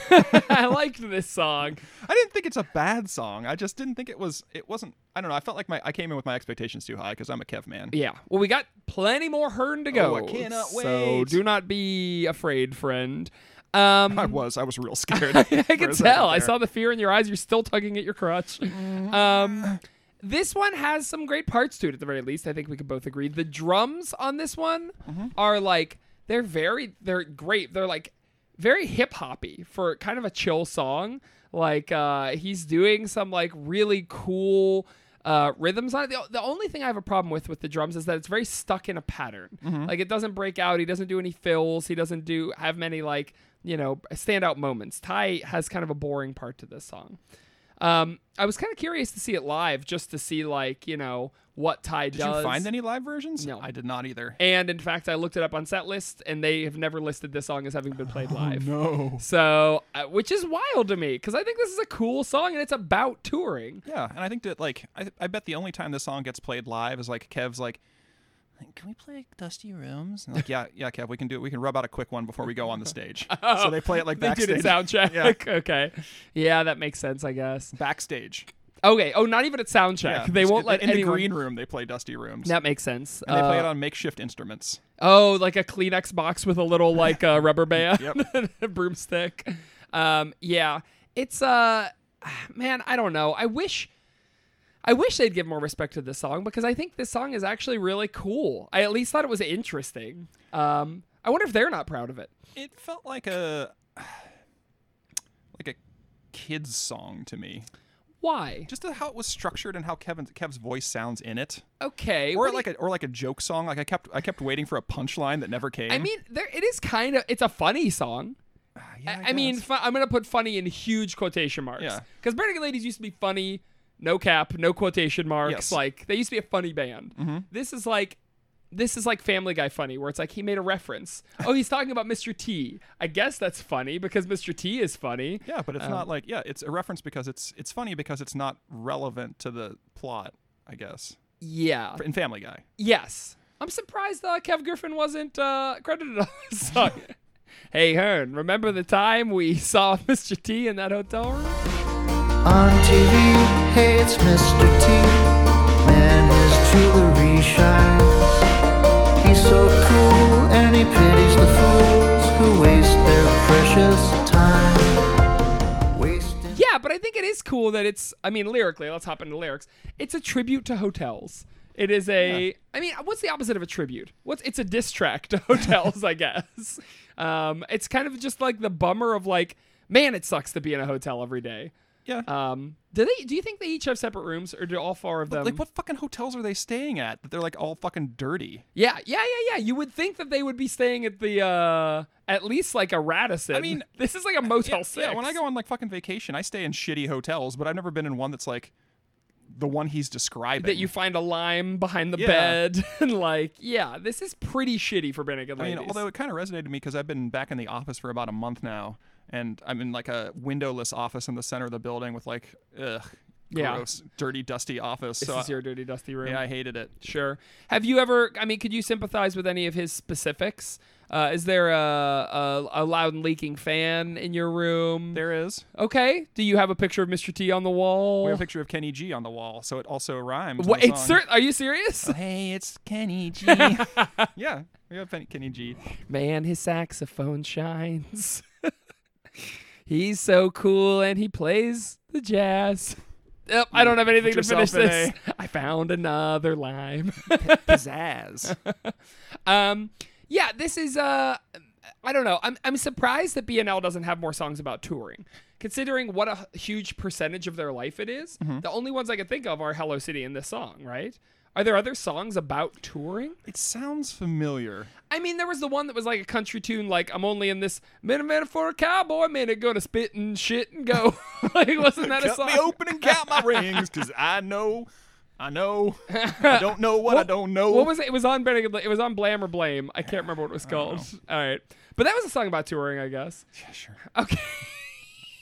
[SPEAKER 2] I liked this song.
[SPEAKER 3] I didn't think it's a bad song. I just didn't think it was. It wasn't. I don't know. I felt like my I came in with my expectations too high because I'm a Kev man.
[SPEAKER 2] Yeah. Well, we got plenty more Hearn to go.
[SPEAKER 3] Oh, I cannot
[SPEAKER 2] So
[SPEAKER 3] wait.
[SPEAKER 2] do not be afraid, friend. Um,
[SPEAKER 3] (laughs) I was. I
[SPEAKER 2] (laughs)
[SPEAKER 3] was real scared.
[SPEAKER 2] I could tell. I saw the fear in your eyes. You're still tugging at your crotch. Um, this one has some great parts to it, at the very least. I think we can both agree. The drums on this one are like they're very they're great. They're like very hip hoppy for kind of a chill song. Like uh, he's doing some like really cool. Uh, rhythms on it. The, the only thing I have a problem with with the drums is that it's very stuck in a pattern. Like it doesn't break out. He doesn't do any fills. He doesn't do have many like you know standout moments. Ty has kind of a boring part to this song. Um, I was kind of curious to see it live, just to see like you know what Ty
[SPEAKER 3] Did
[SPEAKER 2] does.
[SPEAKER 3] you find any live versions?
[SPEAKER 2] No.
[SPEAKER 3] I did not either.
[SPEAKER 2] And in fact, I looked it up on Setlist, and they have never listed this song as having been played live.
[SPEAKER 3] Oh, No.
[SPEAKER 2] So, uh, which is wild to me, because I think this is a cool song, and it's about touring.
[SPEAKER 3] Yeah, and I think that like I, I bet the only time this song gets played live is like Kev's like, can we play Dusty Rooms? And like yeah, yeah, Kev, we can do it. We can rub out a quick one before we go on the (laughs) stage. so Oh. they play it like
[SPEAKER 2] They
[SPEAKER 3] backstage.
[SPEAKER 2] did a sound check.
[SPEAKER 3] Yeah.
[SPEAKER 2] (laughs) okay. Yeah, that makes sense, I guess.
[SPEAKER 3] (laughs) Backstage.
[SPEAKER 2] Okay. Oh, not even at sound
[SPEAKER 3] Yeah,
[SPEAKER 2] check. they
[SPEAKER 3] just
[SPEAKER 2] won't let
[SPEAKER 3] in
[SPEAKER 2] anyone.
[SPEAKER 3] the green room. They play Dusty Rooms.
[SPEAKER 2] That makes sense.
[SPEAKER 3] And they play
[SPEAKER 2] Uh,
[SPEAKER 3] it on makeshift instruments.
[SPEAKER 2] Oh, like a Kleenex box with a
[SPEAKER 3] (laughs)
[SPEAKER 2] little like uh, rubber band
[SPEAKER 3] Yep.
[SPEAKER 2] (laughs) and a broomstick. Um, yeah, it's uh, man, I don't know. I wish, I wish they'd give more respect to this song because I think this song is actually really cool. I at least thought it was interesting. Um, I wonder if they're not proud of it.
[SPEAKER 3] It felt like a (sighs) like a kids song to me.
[SPEAKER 2] Why?
[SPEAKER 3] Just how it was structured and how Kevin's Kev's voice sounds in it.
[SPEAKER 2] Okay,
[SPEAKER 3] Or
[SPEAKER 2] what do
[SPEAKER 3] like a or like a joke song. Like I kept I kept waiting for a punchline that never came.
[SPEAKER 2] you- I mean, there it is kind of. It's a funny song.
[SPEAKER 3] Ah, Yeah,
[SPEAKER 2] I, I mean,
[SPEAKER 3] guess.
[SPEAKER 2] fu- I'm gonna put funny in huge quotation marks.
[SPEAKER 3] Yeah.
[SPEAKER 2] Because Burning Ladies used to be funny, no cap, no quotation marks.
[SPEAKER 3] Yes. Mm-hmm.
[SPEAKER 2] Like they used to be a funny band. This is like, this is like Family Guy funny, where it's like he made a reference. Oh, he's talking about Mr. T. I guess that's funny because Mr. T is funny.
[SPEAKER 3] Yeah, but it's not like yeah, it's a reference because it's it's funny because it's not relevant to the plot, I guess.
[SPEAKER 2] Yeah.
[SPEAKER 3] In Family Guy.
[SPEAKER 2] Yes. I'm surprised uh, Kev Griffin wasn't uh, credited on this (laughs)
[SPEAKER 3] (laughs)
[SPEAKER 2] song. hey Hearn, remember the time we saw (laughs) Mr. T in that hotel room?
[SPEAKER 4] On TV, hey, it's Mr. T. Man, his jewelry shines. He's so cool, and he pities the fools who waste their precious time. Wasting.
[SPEAKER 2] Yeah, but I think it is cool that it's. I mean, lyrically, let's hop into lyrics. It's a tribute to hotels. It is a. I mean, what's the opposite of a tribute? What's it's a diss track to (laughs) hotels, I guess. Um, it's kind of just like the bummer of like, man, it sucks to be in a hotel every day.
[SPEAKER 3] Yeah.
[SPEAKER 2] Um, do they? Do you think they each have separate rooms, or do all four of them?
[SPEAKER 3] like what fucking hotels are they staying at that they're like all fucking dirty?
[SPEAKER 2] Yeah, yeah, yeah, yeah. You would think that they would be staying at the uh, at least like a Radisson. I
[SPEAKER 3] mean,
[SPEAKER 2] (laughs) this is like a Motel Six.
[SPEAKER 3] Yeah, when I go on like fucking vacation, I stay in shitty hotels, but I've never been in one that's like the one he's describing.
[SPEAKER 2] that you find a lime behind the
[SPEAKER 3] Yeah.
[SPEAKER 2] bed (laughs) and like yeah this is pretty shitty for Benedict
[SPEAKER 3] I
[SPEAKER 2] ladies.
[SPEAKER 3] mean, although it kind of resonated with me because I've been back in the office for about a month now, and I'm in like a windowless office in the center of the building with like, ugh,
[SPEAKER 2] Yeah.
[SPEAKER 3] gross, dirty, dusty office.
[SPEAKER 2] this
[SPEAKER 3] so
[SPEAKER 2] is your dirty dusty room
[SPEAKER 3] yeah, I hated it.
[SPEAKER 2] sure have you ever i mean could you sympathize with any of his specifics uh, is there a, a, a loud and leaking fan in your room
[SPEAKER 3] There is.
[SPEAKER 2] okay do you have a picture of mr t on the wall
[SPEAKER 3] We have a picture of Kenny G on the wall, so it also rhymes.
[SPEAKER 2] Wha-
[SPEAKER 3] in the
[SPEAKER 2] it's
[SPEAKER 3] song. Uh, "Oh,
[SPEAKER 2] cer- are you serious
[SPEAKER 3] Hey, it's Kenny (laughs) G. yeah, we have Pen- Kenny G.
[SPEAKER 2] man his saxophone (laughs) shines he's so cool and he plays the jazz Yep, I don't have anything to
[SPEAKER 3] Put
[SPEAKER 2] finish
[SPEAKER 3] yourself
[SPEAKER 2] this.
[SPEAKER 3] in
[SPEAKER 2] (laughs) I found another lime. (laughs)
[SPEAKER 3] (laughs) Pizzazz.
[SPEAKER 2] um, yeah, this is. Uh, I don't know. I'm I'm surprised that BNL doesn't have more songs about touring, considering what a h- huge percentage of their life it is.
[SPEAKER 3] Mm-hmm.
[SPEAKER 2] The only ones I can think of are "Hello City" and this song, right? Are there other songs about touring?
[SPEAKER 3] it sounds familiar.
[SPEAKER 2] I mean, there was the one that was like a country tune, like "I'm only in this minute, minute for a cowboy, minute gonna spit and shit and go." (laughs) like, wasn't that a
[SPEAKER 3] Cut
[SPEAKER 2] song?
[SPEAKER 3] me open and count my rings, (laughs) cause I know, I (laughs) know, I don't know what, I don't know.
[SPEAKER 2] What was it? It was on Benedict. It was on Blam or Blame. I can't remember what it was called. (laughs) All right, but that was a song about touring, I guess.
[SPEAKER 3] Yeah, sure.
[SPEAKER 2] Okay, (laughs)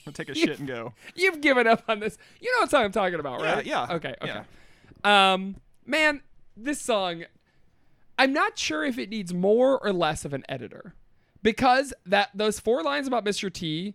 [SPEAKER 3] I'll take a shit and go.
[SPEAKER 2] you've given up on this. You know what song I'm talking about,
[SPEAKER 3] (laughs) Yeah,
[SPEAKER 2] right?
[SPEAKER 3] yeah,
[SPEAKER 2] Okay. Okay.
[SPEAKER 3] yeah.
[SPEAKER 2] Um, man, this song. I'm not sure if it needs more or less of an editor, because that those four lines about Mr. T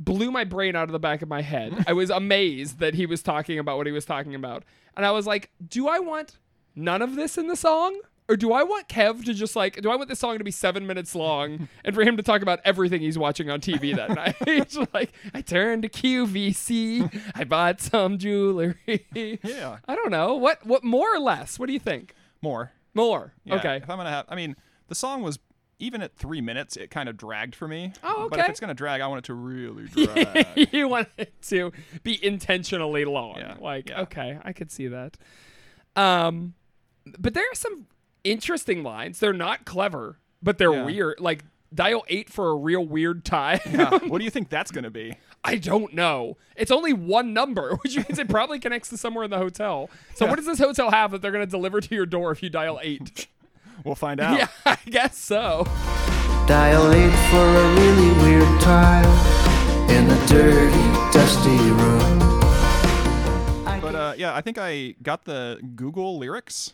[SPEAKER 2] blew my brain out of the back of my
[SPEAKER 3] (laughs)
[SPEAKER 2] head. I was amazed that he was talking about what he was talking about. And I was like, do I want none of this in the song? Or do I want Kev to just like, do I want this song to be seven minutes
[SPEAKER 3] (laughs)
[SPEAKER 2] long and for him to talk about everything he's watching on TV that night? (laughs) It's like, I turned to
[SPEAKER 3] (laughs)
[SPEAKER 2] QVC, I bought some jewelry.
[SPEAKER 3] Yeah.
[SPEAKER 2] I don't know. What, what more or less? What do you think?
[SPEAKER 3] More.
[SPEAKER 2] More.
[SPEAKER 3] Yeah,
[SPEAKER 2] Okay.
[SPEAKER 3] If I'm gonna have, I mean, the song was even at three minutes, it kind of dragged for me.
[SPEAKER 2] Oh,
[SPEAKER 3] But if
[SPEAKER 2] okay.
[SPEAKER 3] it's gonna drag, I want it
[SPEAKER 2] (laughs)
[SPEAKER 3] to really drag.
[SPEAKER 2] you want it to be intentionally long.
[SPEAKER 3] Yeah,
[SPEAKER 2] Like,
[SPEAKER 3] yeah.
[SPEAKER 2] okay, I could see that. Um, but there are some interesting lines. They're not clever, but they're
[SPEAKER 3] Yeah.
[SPEAKER 2] weird. Like, dial eight for a real weird time.
[SPEAKER 3] Yeah, what do you think that's gonna be?
[SPEAKER 2] (laughs) I don't know. It's only one number, (laughs) which means it probably connects to somewhere in the hotel. So, what does this hotel have that they're going to deliver to your door if you dial
[SPEAKER 3] (laughs)
[SPEAKER 2] eight? (laughs)
[SPEAKER 3] We'll find out.
[SPEAKER 2] yeah, I guess so.
[SPEAKER 4] dilate for a really weird time in a dirty, dusty room.
[SPEAKER 3] But uh, yeah, I think I got the Google lyrics,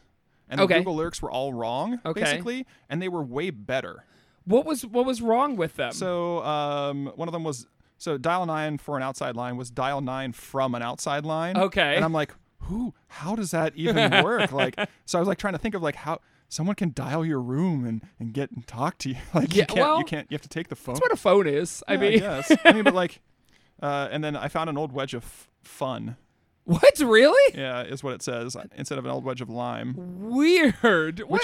[SPEAKER 3] and
[SPEAKER 2] Okay.
[SPEAKER 3] the Google lyrics were all wrong,
[SPEAKER 2] Okay.
[SPEAKER 3] basically, and they were way better.
[SPEAKER 2] What was what was wrong with them?
[SPEAKER 3] So um, one of them was so dial nine for an outside line was dial nine from an outside line.
[SPEAKER 2] Okay.
[SPEAKER 3] and I'm like, who? How does that
[SPEAKER 2] (laughs)
[SPEAKER 3] even work? like, so I was like trying to think of like how someone can dial your room and and get and talk to you. (laughs) Like,
[SPEAKER 2] Yeah,
[SPEAKER 3] you can't,
[SPEAKER 2] well,
[SPEAKER 3] you can't, you have to take the phone.
[SPEAKER 2] That's what a phone is. I
[SPEAKER 3] Yeah,
[SPEAKER 2] mean,
[SPEAKER 3] guess. I mean, but like, (laughs) uh, and then I found an old wedge of f- fun.
[SPEAKER 2] (laughs) what really?
[SPEAKER 3] Yeah, is what it says uh, instead of an old wedge of lime.
[SPEAKER 2] Weird. What?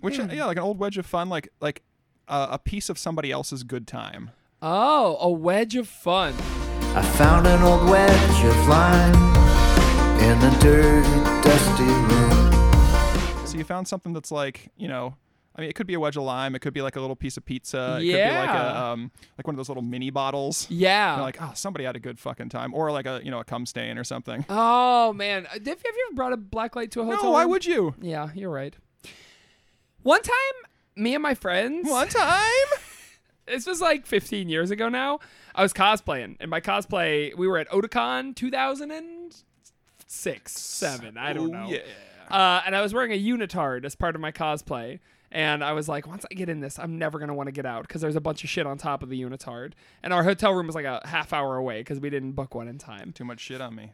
[SPEAKER 3] Which
[SPEAKER 2] Hmm.
[SPEAKER 3] yeah, like an old wedge of fun, like like uh, a piece of somebody else's good time.
[SPEAKER 2] Oh, a wedge of fun.
[SPEAKER 4] I found an old wedge of lime in a dirty, dusty room.
[SPEAKER 3] So you found something that's like you know, I mean, it could be a wedge of lime, it could be like a little piece of pizza, it could be like a
[SPEAKER 2] Yeah.
[SPEAKER 3] um like one of those little mini bottles.
[SPEAKER 2] Yeah.
[SPEAKER 3] You're like oh, somebody had a good fucking time, or like a you know a cum stain or something.
[SPEAKER 2] oh man, Uh, have you, have you ever brought a black light to a hotel?
[SPEAKER 3] No, why
[SPEAKER 2] room?
[SPEAKER 3] would you?
[SPEAKER 2] Yeah, you're right. One time, me and my friends.
[SPEAKER 3] One time.
[SPEAKER 2] This was like 15 years ago now. I was cosplaying, and my cosplay, we were at Otakon 2006, seven. I don't know.
[SPEAKER 3] Oh, yeah.
[SPEAKER 2] Uh, and I was wearing a unitard as part of my cosplay. And I was like, once I get in this, I'm never gonna want to get out because there's a bunch of shit on top of the unitard. And our hotel room was like a half hour away because we didn't book one in time.
[SPEAKER 3] Too much shit on me.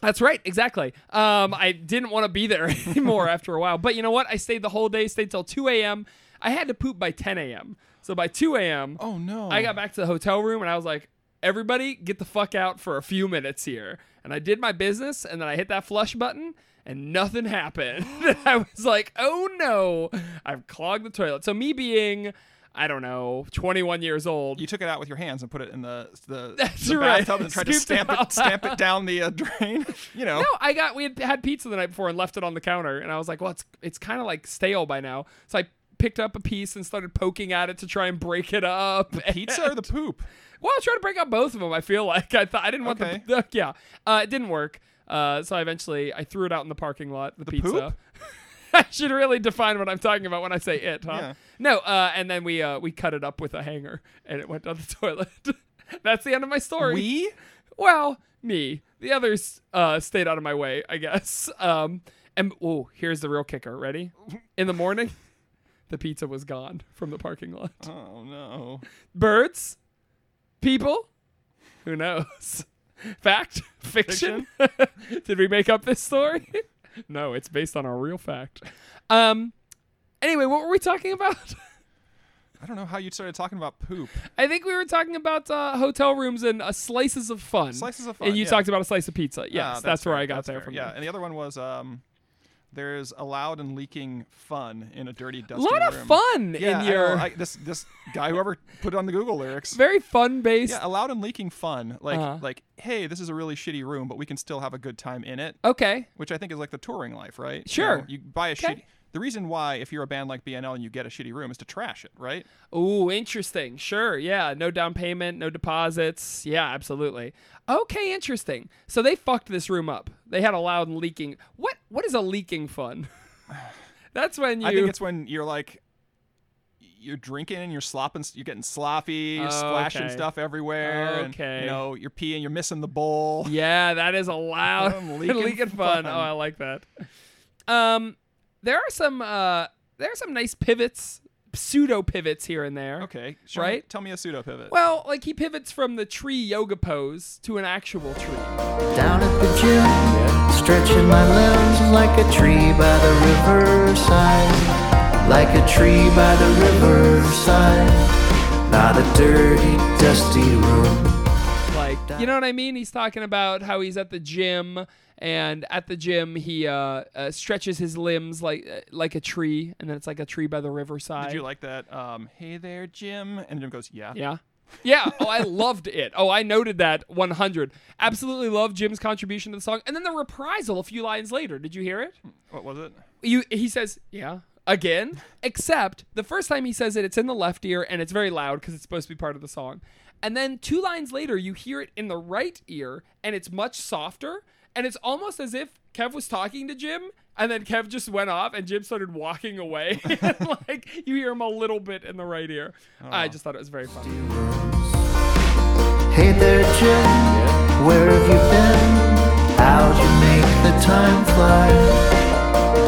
[SPEAKER 2] That's right, exactly. Um, I didn't want to be there (laughs) anymore after a while. But you know what? I stayed the whole day, stayed till 2 a.m. I had to poop by 10 a.m. So by 2 a.m.,
[SPEAKER 3] Oh no.
[SPEAKER 2] I got back to the hotel room and I was like, everybody get the fuck out for a few minutes here. And I did my business and then I hit that flush button and nothing (laughs) happened. I was like, oh no, I've clogged the toilet. So, me being, I don't know, 21 years old.
[SPEAKER 3] You took it out with your hands and put it in the the,
[SPEAKER 2] (laughs) That's
[SPEAKER 3] the
[SPEAKER 2] right.
[SPEAKER 3] bathtub and tried
[SPEAKER 2] Scooped it
[SPEAKER 3] to stamp
[SPEAKER 2] out.
[SPEAKER 3] it, stamp it down the uh, drain. (laughs) You know.
[SPEAKER 2] no, I got we had had pizza the night before and left it on the counter, and I was like, well, it's it's kind of like stale by now. So I picked up a piece and started poking at it to try and break it up.
[SPEAKER 3] Pizza or the poop?
[SPEAKER 2] (laughs) Well, I was trying to break up both of them. I feel like I thought I didn't want
[SPEAKER 3] Okay.
[SPEAKER 2] the, the (laughs) yeah. Uh, it didn't work. Uh, so I eventually I threw it out in the parking lot. The, pizza.
[SPEAKER 3] poop?
[SPEAKER 2] (laughs) I should really define what I'm talking about when I say it, huh?
[SPEAKER 3] Yeah.
[SPEAKER 2] No. Uh, and then we uh, we cut it up with a hanger, and it went down the (laughs) toilet. That's the end of my story.
[SPEAKER 3] We?
[SPEAKER 2] Well, me. The others uh, stayed out of my way, I guess. (laughs) Um, and oh, here's the real kicker. Ready? In the morning, (laughs) the pizza was gone from the parking lot
[SPEAKER 3] Oh no.
[SPEAKER 2] birds, people, who knows? (laughs) Fact, fiction. (laughs) Did we make up this story? (laughs) no, it's based on a real fact. Um. Anyway, what were we talking about? (laughs)
[SPEAKER 3] I don't know how you started talking about poop.
[SPEAKER 2] I think we were talking about uh, hotel rooms and uh, slices of fun.
[SPEAKER 3] Slices of fun,
[SPEAKER 2] And you
[SPEAKER 3] yeah.
[SPEAKER 2] talked about a slice of pizza. Yes,
[SPEAKER 3] Ah,
[SPEAKER 2] that's, where
[SPEAKER 3] fair,
[SPEAKER 2] I got
[SPEAKER 3] that's
[SPEAKER 2] there
[SPEAKER 3] fair.
[SPEAKER 2] from.
[SPEAKER 3] Yeah, and the other one was um, there's allowed and leaking fun in a dirty,
[SPEAKER 2] a
[SPEAKER 3] dusty
[SPEAKER 2] lot of
[SPEAKER 3] room.
[SPEAKER 2] fun
[SPEAKER 3] Yeah, I
[SPEAKER 2] in
[SPEAKER 3] know,
[SPEAKER 2] your
[SPEAKER 3] I- this this
[SPEAKER 2] (laughs)
[SPEAKER 3] guy whoever put it on the Google lyrics.
[SPEAKER 2] very fun based.
[SPEAKER 3] Yeah, um allowed and leaking fun. Like
[SPEAKER 2] Uh-huh.
[SPEAKER 3] like hey, this is a really shitty room, but we can still have a good time in it.
[SPEAKER 2] okay,
[SPEAKER 3] Which I think is like the touring life, right? You know,
[SPEAKER 2] Sure.
[SPEAKER 3] You, buy a shitty.
[SPEAKER 2] Okay.
[SPEAKER 3] The reason why, if you're a band like BNL and you get a shitty room, is to trash it, right?
[SPEAKER 2] Ooh, interesting. Sure. Yeah. No down payment, no deposits. Yeah, absolutely. Okay, interesting. So they fucked this room up. They had a loud and leaking. What what is a leaking fun? (laughs) That's when you
[SPEAKER 3] I think it's when you're like, you're drinking and you're slopping, you're getting sloppy, you're splashing
[SPEAKER 2] Oh, Okay.
[SPEAKER 3] stuff everywhere. And,
[SPEAKER 2] Okay.
[SPEAKER 3] you know, you're peeing, you're missing the bowl.
[SPEAKER 2] Yeah, that is a loud (laughs)
[SPEAKER 3] Um,
[SPEAKER 2] leaking,
[SPEAKER 3] (laughs) leaking
[SPEAKER 2] fun.
[SPEAKER 3] fun.
[SPEAKER 2] Oh, I like that. Um there are some uh there are some nice pivots, pseudo pivots here and there.
[SPEAKER 3] Okay. Sean,
[SPEAKER 2] Right?
[SPEAKER 3] Tell me a pseudo pivot.
[SPEAKER 2] Well, like he pivots from the tree yoga pose to an actual tree.
[SPEAKER 4] Down at the gym, stretching my limbs like a tree by the riverside. Like a tree by the riverside. Not a dirty, dusty room.
[SPEAKER 2] Like, you know what I mean? He's talking about how he's at the gym and at the gym he uh, uh stretches his limbs like uh, like a tree and then it's like a tree by the riverside.
[SPEAKER 3] Did you like that? Um, hey there, Jim. And Jim goes, yeah.
[SPEAKER 2] Yeah. Yeah. Oh, I loved it. Oh, I noted that 100. Absolutely loved Jim's contribution to the song. And then the reprisal a few lines later. Did you hear it?
[SPEAKER 3] What was it?
[SPEAKER 2] You he says, "Yeah." Again, except the first time he says it, it's in the left ear and it's very loud because it's supposed to be part of the song. And then two lines later, you hear it in the right ear and it's much softer. And it's almost as if Kev was talking to Jim and then Kev just went off and Jim started walking away. (laughs) like you hear him a little bit in the right ear. I just thought it was very funny.
[SPEAKER 4] Hey there, Jim. Where have you been? How'd you make the time fly?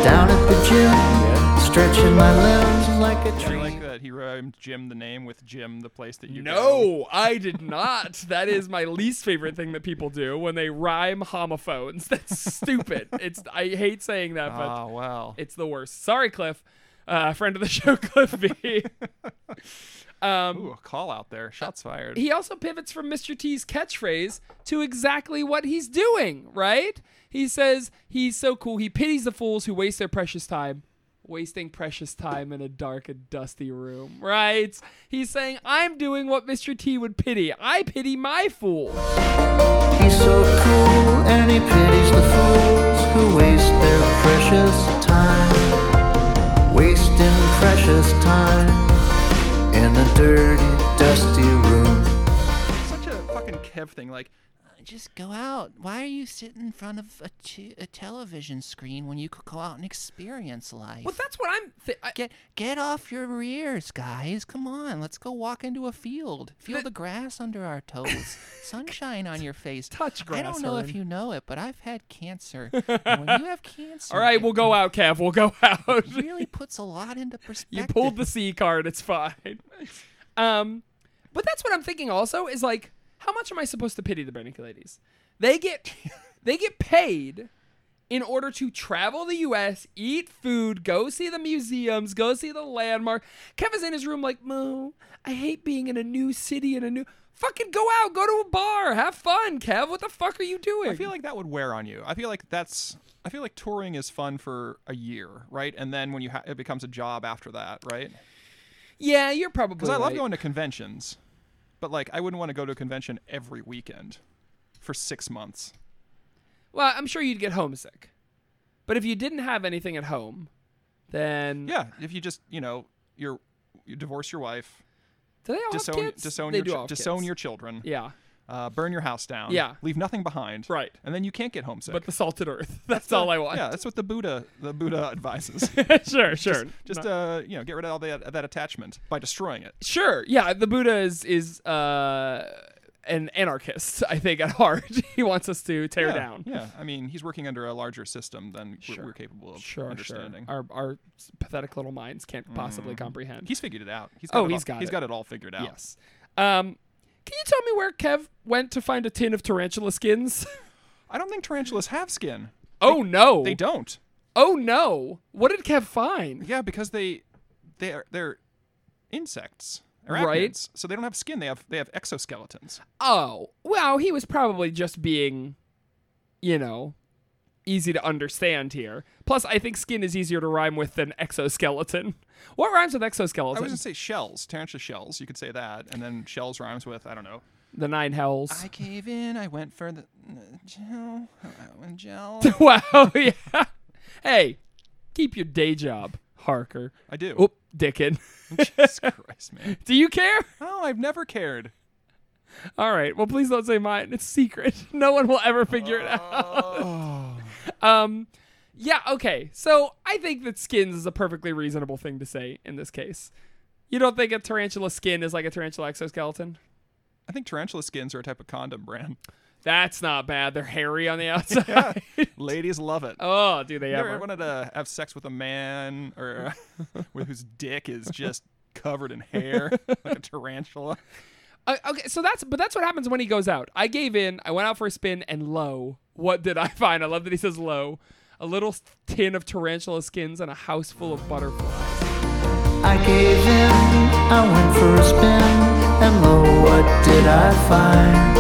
[SPEAKER 4] Down at the gym, stretching my limbs like a
[SPEAKER 3] Did you
[SPEAKER 4] tree.
[SPEAKER 3] like that he rhymed Jim the name with Jim the place that you go?
[SPEAKER 2] No, I did not. That is my least favorite thing that people do when they rhyme homophones. That's stupid. It's I hate saying that, but
[SPEAKER 3] Ah, wow.
[SPEAKER 2] it's the worst. Sorry, Cliff. Uh, friend of the (laughs) show, Cliff B.
[SPEAKER 3] Ooh, a call out there. Shots fired.
[SPEAKER 2] he also pivots from Mr. T's catchphrase to exactly what he's doing, right? He says he's so cool. He pities the fools who waste their precious time, wasting precious time in a dark and dusty room, right? He's saying, I'm doing what Mr. T would pity. I pity my fool.
[SPEAKER 4] He's so cool and he pities the fools who waste their precious time. Wasting precious time in a dirty, dusty room.
[SPEAKER 3] such a fucking Kev thing. Like,
[SPEAKER 5] Just go out. Why are you sitting in front of a, t- a television screen when you could go out and experience life?
[SPEAKER 2] Well, that's what I'm. Th- I,
[SPEAKER 5] Get get off your rears, guys. Come on, let's go walk into a field. Feel
[SPEAKER 2] But-
[SPEAKER 5] the grass under our toes, sunshine on your face.
[SPEAKER 2] Touch
[SPEAKER 5] I
[SPEAKER 2] grass,
[SPEAKER 5] don't know
[SPEAKER 2] Hearn.
[SPEAKER 5] if you know it, but I've
[SPEAKER 2] (laughs)
[SPEAKER 5] had cancer. and when you have cancer,
[SPEAKER 2] all right,
[SPEAKER 5] it
[SPEAKER 2] we'll go out, Kev. We'll go (laughs) out.
[SPEAKER 5] really puts a lot into
[SPEAKER 2] (laughs)
[SPEAKER 5] perspective.
[SPEAKER 2] you pulled the C card. It's
[SPEAKER 3] (laughs)
[SPEAKER 2] fine. Um, but that's what I'm thinking. Also, is like, how much am I supposed to pity the Bernicke ladies? They
[SPEAKER 3] (laughs)
[SPEAKER 2] get, they get paid in order to travel the U.S., eat food, go see the museums, go see the landmark. Kevin's in his room like, Mo, I hate being in a new city in a new. Fucking go out, go to a bar, have fun, Kev. What the fuck are you doing?
[SPEAKER 3] I feel like that would wear on you. I feel like that's. I feel like touring is fun for a year, right? And then when you ha- it becomes a job after that, right?
[SPEAKER 2] yeah, you're probably.
[SPEAKER 3] Because I love
[SPEAKER 2] right.
[SPEAKER 3] going to conventions, but like I wouldn't want to go to a convention every weekend for six months.
[SPEAKER 2] Well, I'm sure you'd get homesick. But if you didn't have anything at home, then
[SPEAKER 3] Yeah, if you just you know you're you divorce your wife,
[SPEAKER 2] do they all
[SPEAKER 3] disown
[SPEAKER 2] have kids?
[SPEAKER 3] disown
[SPEAKER 2] they
[SPEAKER 3] your
[SPEAKER 2] do
[SPEAKER 3] chi-
[SPEAKER 2] all have
[SPEAKER 3] disown
[SPEAKER 2] kids.
[SPEAKER 3] your children,
[SPEAKER 2] yeah,
[SPEAKER 3] uh, burn your house down,
[SPEAKER 2] Yeah.
[SPEAKER 3] leave nothing behind,
[SPEAKER 2] Right.
[SPEAKER 3] and then you can't get homesick.
[SPEAKER 2] but the salted earth. (laughs) That's all I want.
[SPEAKER 3] yeah, that's what the Buddha the Buddha advises.
[SPEAKER 2] sure, (laughs) sure,
[SPEAKER 3] just
[SPEAKER 2] Not-
[SPEAKER 3] uh you know get rid of all that that attachment by destroying it.
[SPEAKER 2] sure. Yeah, the Buddha is is uh an anarchist. (laughs) I think at heart, he wants us to tear
[SPEAKER 3] yeah,
[SPEAKER 2] down.
[SPEAKER 3] Yeah, I mean, he's working under a larger system than we're-
[SPEAKER 2] Sure.
[SPEAKER 3] we're, capable of
[SPEAKER 2] Sure, sure.
[SPEAKER 3] understanding. Mm.
[SPEAKER 2] Our our pathetic little minds can't possibly comprehend.
[SPEAKER 3] He's figured it out. He's
[SPEAKER 2] Oh,
[SPEAKER 3] got it
[SPEAKER 2] he's
[SPEAKER 3] all,
[SPEAKER 2] got
[SPEAKER 3] He's
[SPEAKER 2] it.
[SPEAKER 3] got it all figured out.
[SPEAKER 2] yes. Um, can you tell me where Kev went to find a tin of tarantula skins? (laughs)
[SPEAKER 3] I don't think tarantulas have skin.
[SPEAKER 2] oh no!
[SPEAKER 3] They don't.
[SPEAKER 2] Oh no! What did Kev find?
[SPEAKER 3] Yeah, because they they are they're insects, arachnids.
[SPEAKER 2] Right.
[SPEAKER 3] So they don't have skin. They have they have exoskeletons.
[SPEAKER 2] Oh, well, he was probably just being, you know, easy to understand here. Plus, I think skin is easier to rhyme with than exoskeleton. (laughs) What rhymes with
[SPEAKER 3] I
[SPEAKER 2] exoskeleton?
[SPEAKER 3] was gonna say shells, tarantula shells. You could say that, and then shells rhymes with I don't know.
[SPEAKER 2] the nine hells. (laughs)
[SPEAKER 3] I cave in. I went for the uh, gel. I
[SPEAKER 2] (laughs)
[SPEAKER 3] went gel.
[SPEAKER 2] wow, yeah. Hey, keep your day job, Harker.
[SPEAKER 3] I do.
[SPEAKER 2] Oop, Dickin.
[SPEAKER 3] (laughs) Jesus Christ, man.
[SPEAKER 2] (laughs) Do you care?
[SPEAKER 3] Oh, I've never cared.
[SPEAKER 2] All right. Well, please don't say mine. It's secret. (laughs) No one will ever figure it out. um, yeah. Okay. So I think that skins is a perfectly reasonable thing to say in this case. You don't think a tarantula skin is like a tarantula exoskeleton?
[SPEAKER 3] I think tarantula skins are a type of condom brand.
[SPEAKER 2] That's not bad. They're hairy on the outside.
[SPEAKER 3] Ladies love it.
[SPEAKER 2] oh, do they
[SPEAKER 3] You ever
[SPEAKER 2] ever?
[SPEAKER 3] wanted to have sex with a man or uh, (laughs) with whose dick is just covered in (laughs) hair like a tarantula?
[SPEAKER 2] Uh, okay. So that's but that's what happens when he goes out. I gave in. I went out for a spin, and lo, what did I (laughs) find? I love that he says lo. A little tin of tarantula skins and a house full of butterflies.
[SPEAKER 4] I gave in, I went for a spin, and lo, what did I find?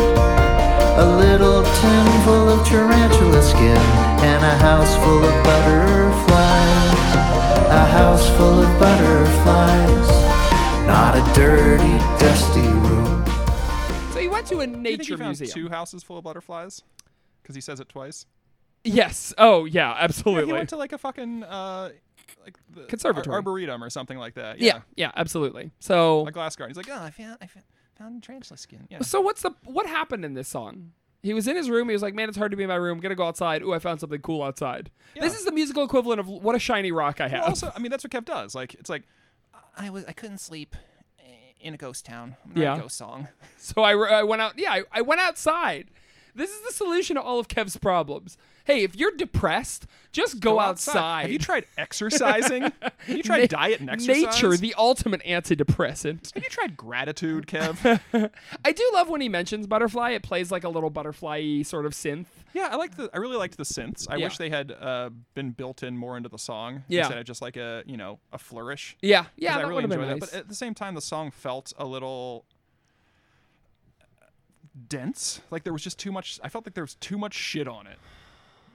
[SPEAKER 4] A little tin full of tarantula skin, and a house full of butterflies. A house full of butterflies, not a dirty, dusty room.
[SPEAKER 2] So he went to a
[SPEAKER 3] Do you think
[SPEAKER 2] nature
[SPEAKER 3] he found
[SPEAKER 2] museum.
[SPEAKER 3] two houses full of butterflies? Because he says it twice.
[SPEAKER 2] Yes. Oh, yeah,
[SPEAKER 3] Yeah,
[SPEAKER 2] absolutely.
[SPEAKER 3] he went to like a fucking uh, like the ar-
[SPEAKER 2] Conservatory.
[SPEAKER 3] arboretum or something like that.
[SPEAKER 2] yeah. yeah, absolutely. So,
[SPEAKER 3] a glass garden. He's like, oh, I found I found, found tarantula skin. Yeah.
[SPEAKER 2] so what's the what happened in this song? He was in his room. He was like, "Man, it's hard to be in my room. gonna go outside. Ooh, I found something cool outside." This
[SPEAKER 3] Yeah.
[SPEAKER 2] is the musical equivalent of "What a shiny rock I have."
[SPEAKER 3] Well, also, I mean, that's what Kev does. Like, it's like
[SPEAKER 5] I was I couldn't sleep eh, in a ghost town. I'm not
[SPEAKER 2] Yeah.
[SPEAKER 5] a ghost song.
[SPEAKER 2] so I, I went out. Yeah, I, I went outside. This is the solution to all of Kev's problems. Hey, if you're depressed, just go,
[SPEAKER 3] go
[SPEAKER 2] outside.
[SPEAKER 3] Have you tried
[SPEAKER 2] (laughs)
[SPEAKER 3] exercising? Have you tried
[SPEAKER 2] Na-
[SPEAKER 3] diet and exercise?
[SPEAKER 2] Nature, the ultimate antidepressant.
[SPEAKER 3] Have you tried gratitude, Kev?
[SPEAKER 2] I do love when he mentions butterfly. It plays like a little butterfly sort of synth.
[SPEAKER 3] yeah, I like the. I really liked the synths. I
[SPEAKER 2] Yeah.
[SPEAKER 3] wish they had uh, been built in more into the song
[SPEAKER 2] Yeah.
[SPEAKER 3] instead of just like a you know a flourish.
[SPEAKER 2] Yeah, yeah,
[SPEAKER 3] 'Cause
[SPEAKER 2] that
[SPEAKER 3] I really
[SPEAKER 2] would've
[SPEAKER 3] enjoy
[SPEAKER 2] been
[SPEAKER 3] that.
[SPEAKER 2] nice.
[SPEAKER 3] But at the same time, the song felt a little dense. Like there was just too much. I felt like there was too much shit on it.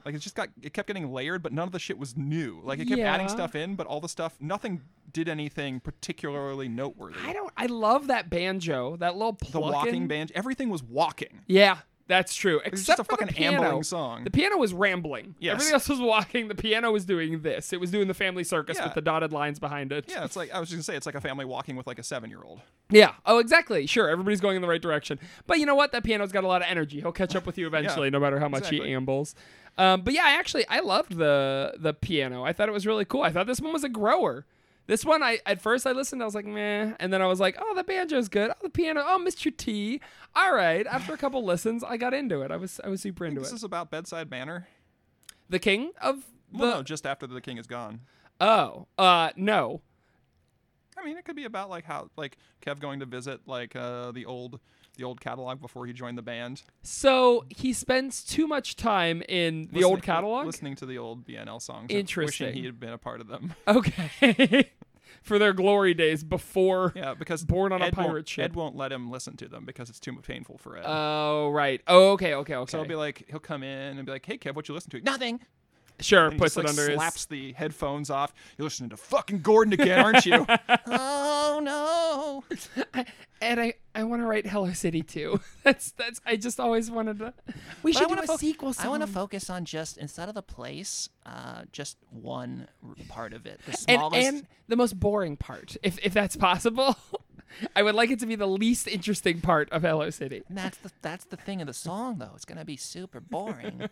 [SPEAKER 3] Like it just got. It kept getting layered, but none of the shit was new. Like it kept adding
[SPEAKER 2] Yeah.
[SPEAKER 3] stuff in, but all the stuff, nothing did anything particularly noteworthy.
[SPEAKER 2] I don't. I love that banjo. That little
[SPEAKER 3] the
[SPEAKER 2] plucking.
[SPEAKER 3] walking band, everything was walking.
[SPEAKER 2] (laughs) Yeah, that's true.
[SPEAKER 3] was
[SPEAKER 2] Except
[SPEAKER 3] just a
[SPEAKER 2] for the
[SPEAKER 3] fucking
[SPEAKER 2] piano.
[SPEAKER 3] ambling song.
[SPEAKER 2] The piano was rambling.
[SPEAKER 3] Yes.
[SPEAKER 2] Everything else was walking. The piano was doing this. It was doing the family circus
[SPEAKER 3] Yeah.
[SPEAKER 2] with the dotted lines behind it.
[SPEAKER 3] Yeah, it's like I was just gonna say, it's like a family walking with like a seven-year-old.
[SPEAKER 2] Yeah. Oh, exactly. Sure. Everybody's going in the right direction. But you know what? That piano's got a lot of energy. He'll catch up with
[SPEAKER 3] (laughs)
[SPEAKER 2] you eventually, no matter how much he
[SPEAKER 3] exactly.
[SPEAKER 2] ambles. Um, but yeah, I actually I loved the the piano. I thought it was really cool. I thought this one was a grower. This one, I at first I listened, I was like, meh, and then I was like, oh, the banjo's good. Oh, the piano. Oh, Mr. T. All right. After a couple listens, I got into it. I was I was super into
[SPEAKER 3] This
[SPEAKER 2] it.
[SPEAKER 3] is about bedside manner.
[SPEAKER 2] the king of the
[SPEAKER 3] Well, no, just after the king is gone.
[SPEAKER 2] oh uh no
[SPEAKER 3] I mean, it could be about like how like Kev going to visit like uh, the old the old catalog before he joined the band.
[SPEAKER 2] so he spends too much time in the old
[SPEAKER 3] Listening-
[SPEAKER 2] catalog
[SPEAKER 3] listening to the old BNL songs. and
[SPEAKER 2] Interesting.
[SPEAKER 3] Wishing he had been a part of them. (laughs)
[SPEAKER 2] Okay. (laughs) For their glory days before.
[SPEAKER 3] yeah, because
[SPEAKER 2] Born on a
[SPEAKER 3] Ed won't-
[SPEAKER 2] pirate ship.
[SPEAKER 3] Ed won't let him listen to them because it's too painful for Ed.
[SPEAKER 2] Oh, right. Oh, okay, okay, okay.
[SPEAKER 3] so he'll be like, he'll come in and be like, "Hey, Kev, what you listen to?" Nothing.
[SPEAKER 2] sure,
[SPEAKER 3] And he
[SPEAKER 2] puts
[SPEAKER 3] just,
[SPEAKER 2] it
[SPEAKER 3] like,
[SPEAKER 2] under his.
[SPEAKER 3] slaps the headphones off. You're listening to fucking Gordon again,
[SPEAKER 2] (laughs)
[SPEAKER 3] aren't you?
[SPEAKER 5] Oh no!
[SPEAKER 2] And I, I want to write Hello City too. (laughs) that's that's. I just always wanted to. We
[SPEAKER 5] But
[SPEAKER 2] should do
[SPEAKER 5] wanna
[SPEAKER 2] a
[SPEAKER 5] fo-
[SPEAKER 2] sequel.
[SPEAKER 5] I want to
[SPEAKER 2] song.
[SPEAKER 5] focus on just instead of the place, uh, just one r- part of it. The
[SPEAKER 2] and,
[SPEAKER 5] smallest.
[SPEAKER 2] and the most boring part, if if that's possible. (laughs) I would like it to be the least interesting part of Hello City.
[SPEAKER 5] and that's the that's the thing of the song though. It's gonna be
[SPEAKER 2] (laughs)
[SPEAKER 5] super boring.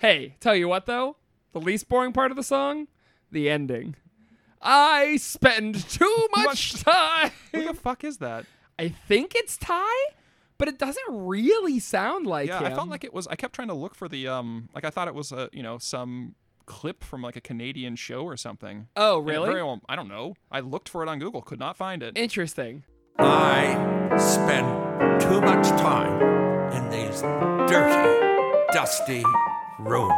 [SPEAKER 2] Hey, tell you what though, the least boring part of the song, the ending. I spend too much
[SPEAKER 3] Much-
[SPEAKER 2] time.
[SPEAKER 3] Who the fuck is that?
[SPEAKER 2] I think it's Ty, but it doesn't really sound like
[SPEAKER 3] Yeah,
[SPEAKER 2] him.
[SPEAKER 3] I felt like it was. I kept trying to look for the um, like I thought it was a you know some clip from like a Canadian show or something.
[SPEAKER 2] Oh,
[SPEAKER 3] And it
[SPEAKER 2] really?
[SPEAKER 3] very well- I don't know. I looked for it on Google, could not find it.
[SPEAKER 2] Interesting.
[SPEAKER 6] I spend too much time in these dirty, dusty rooms.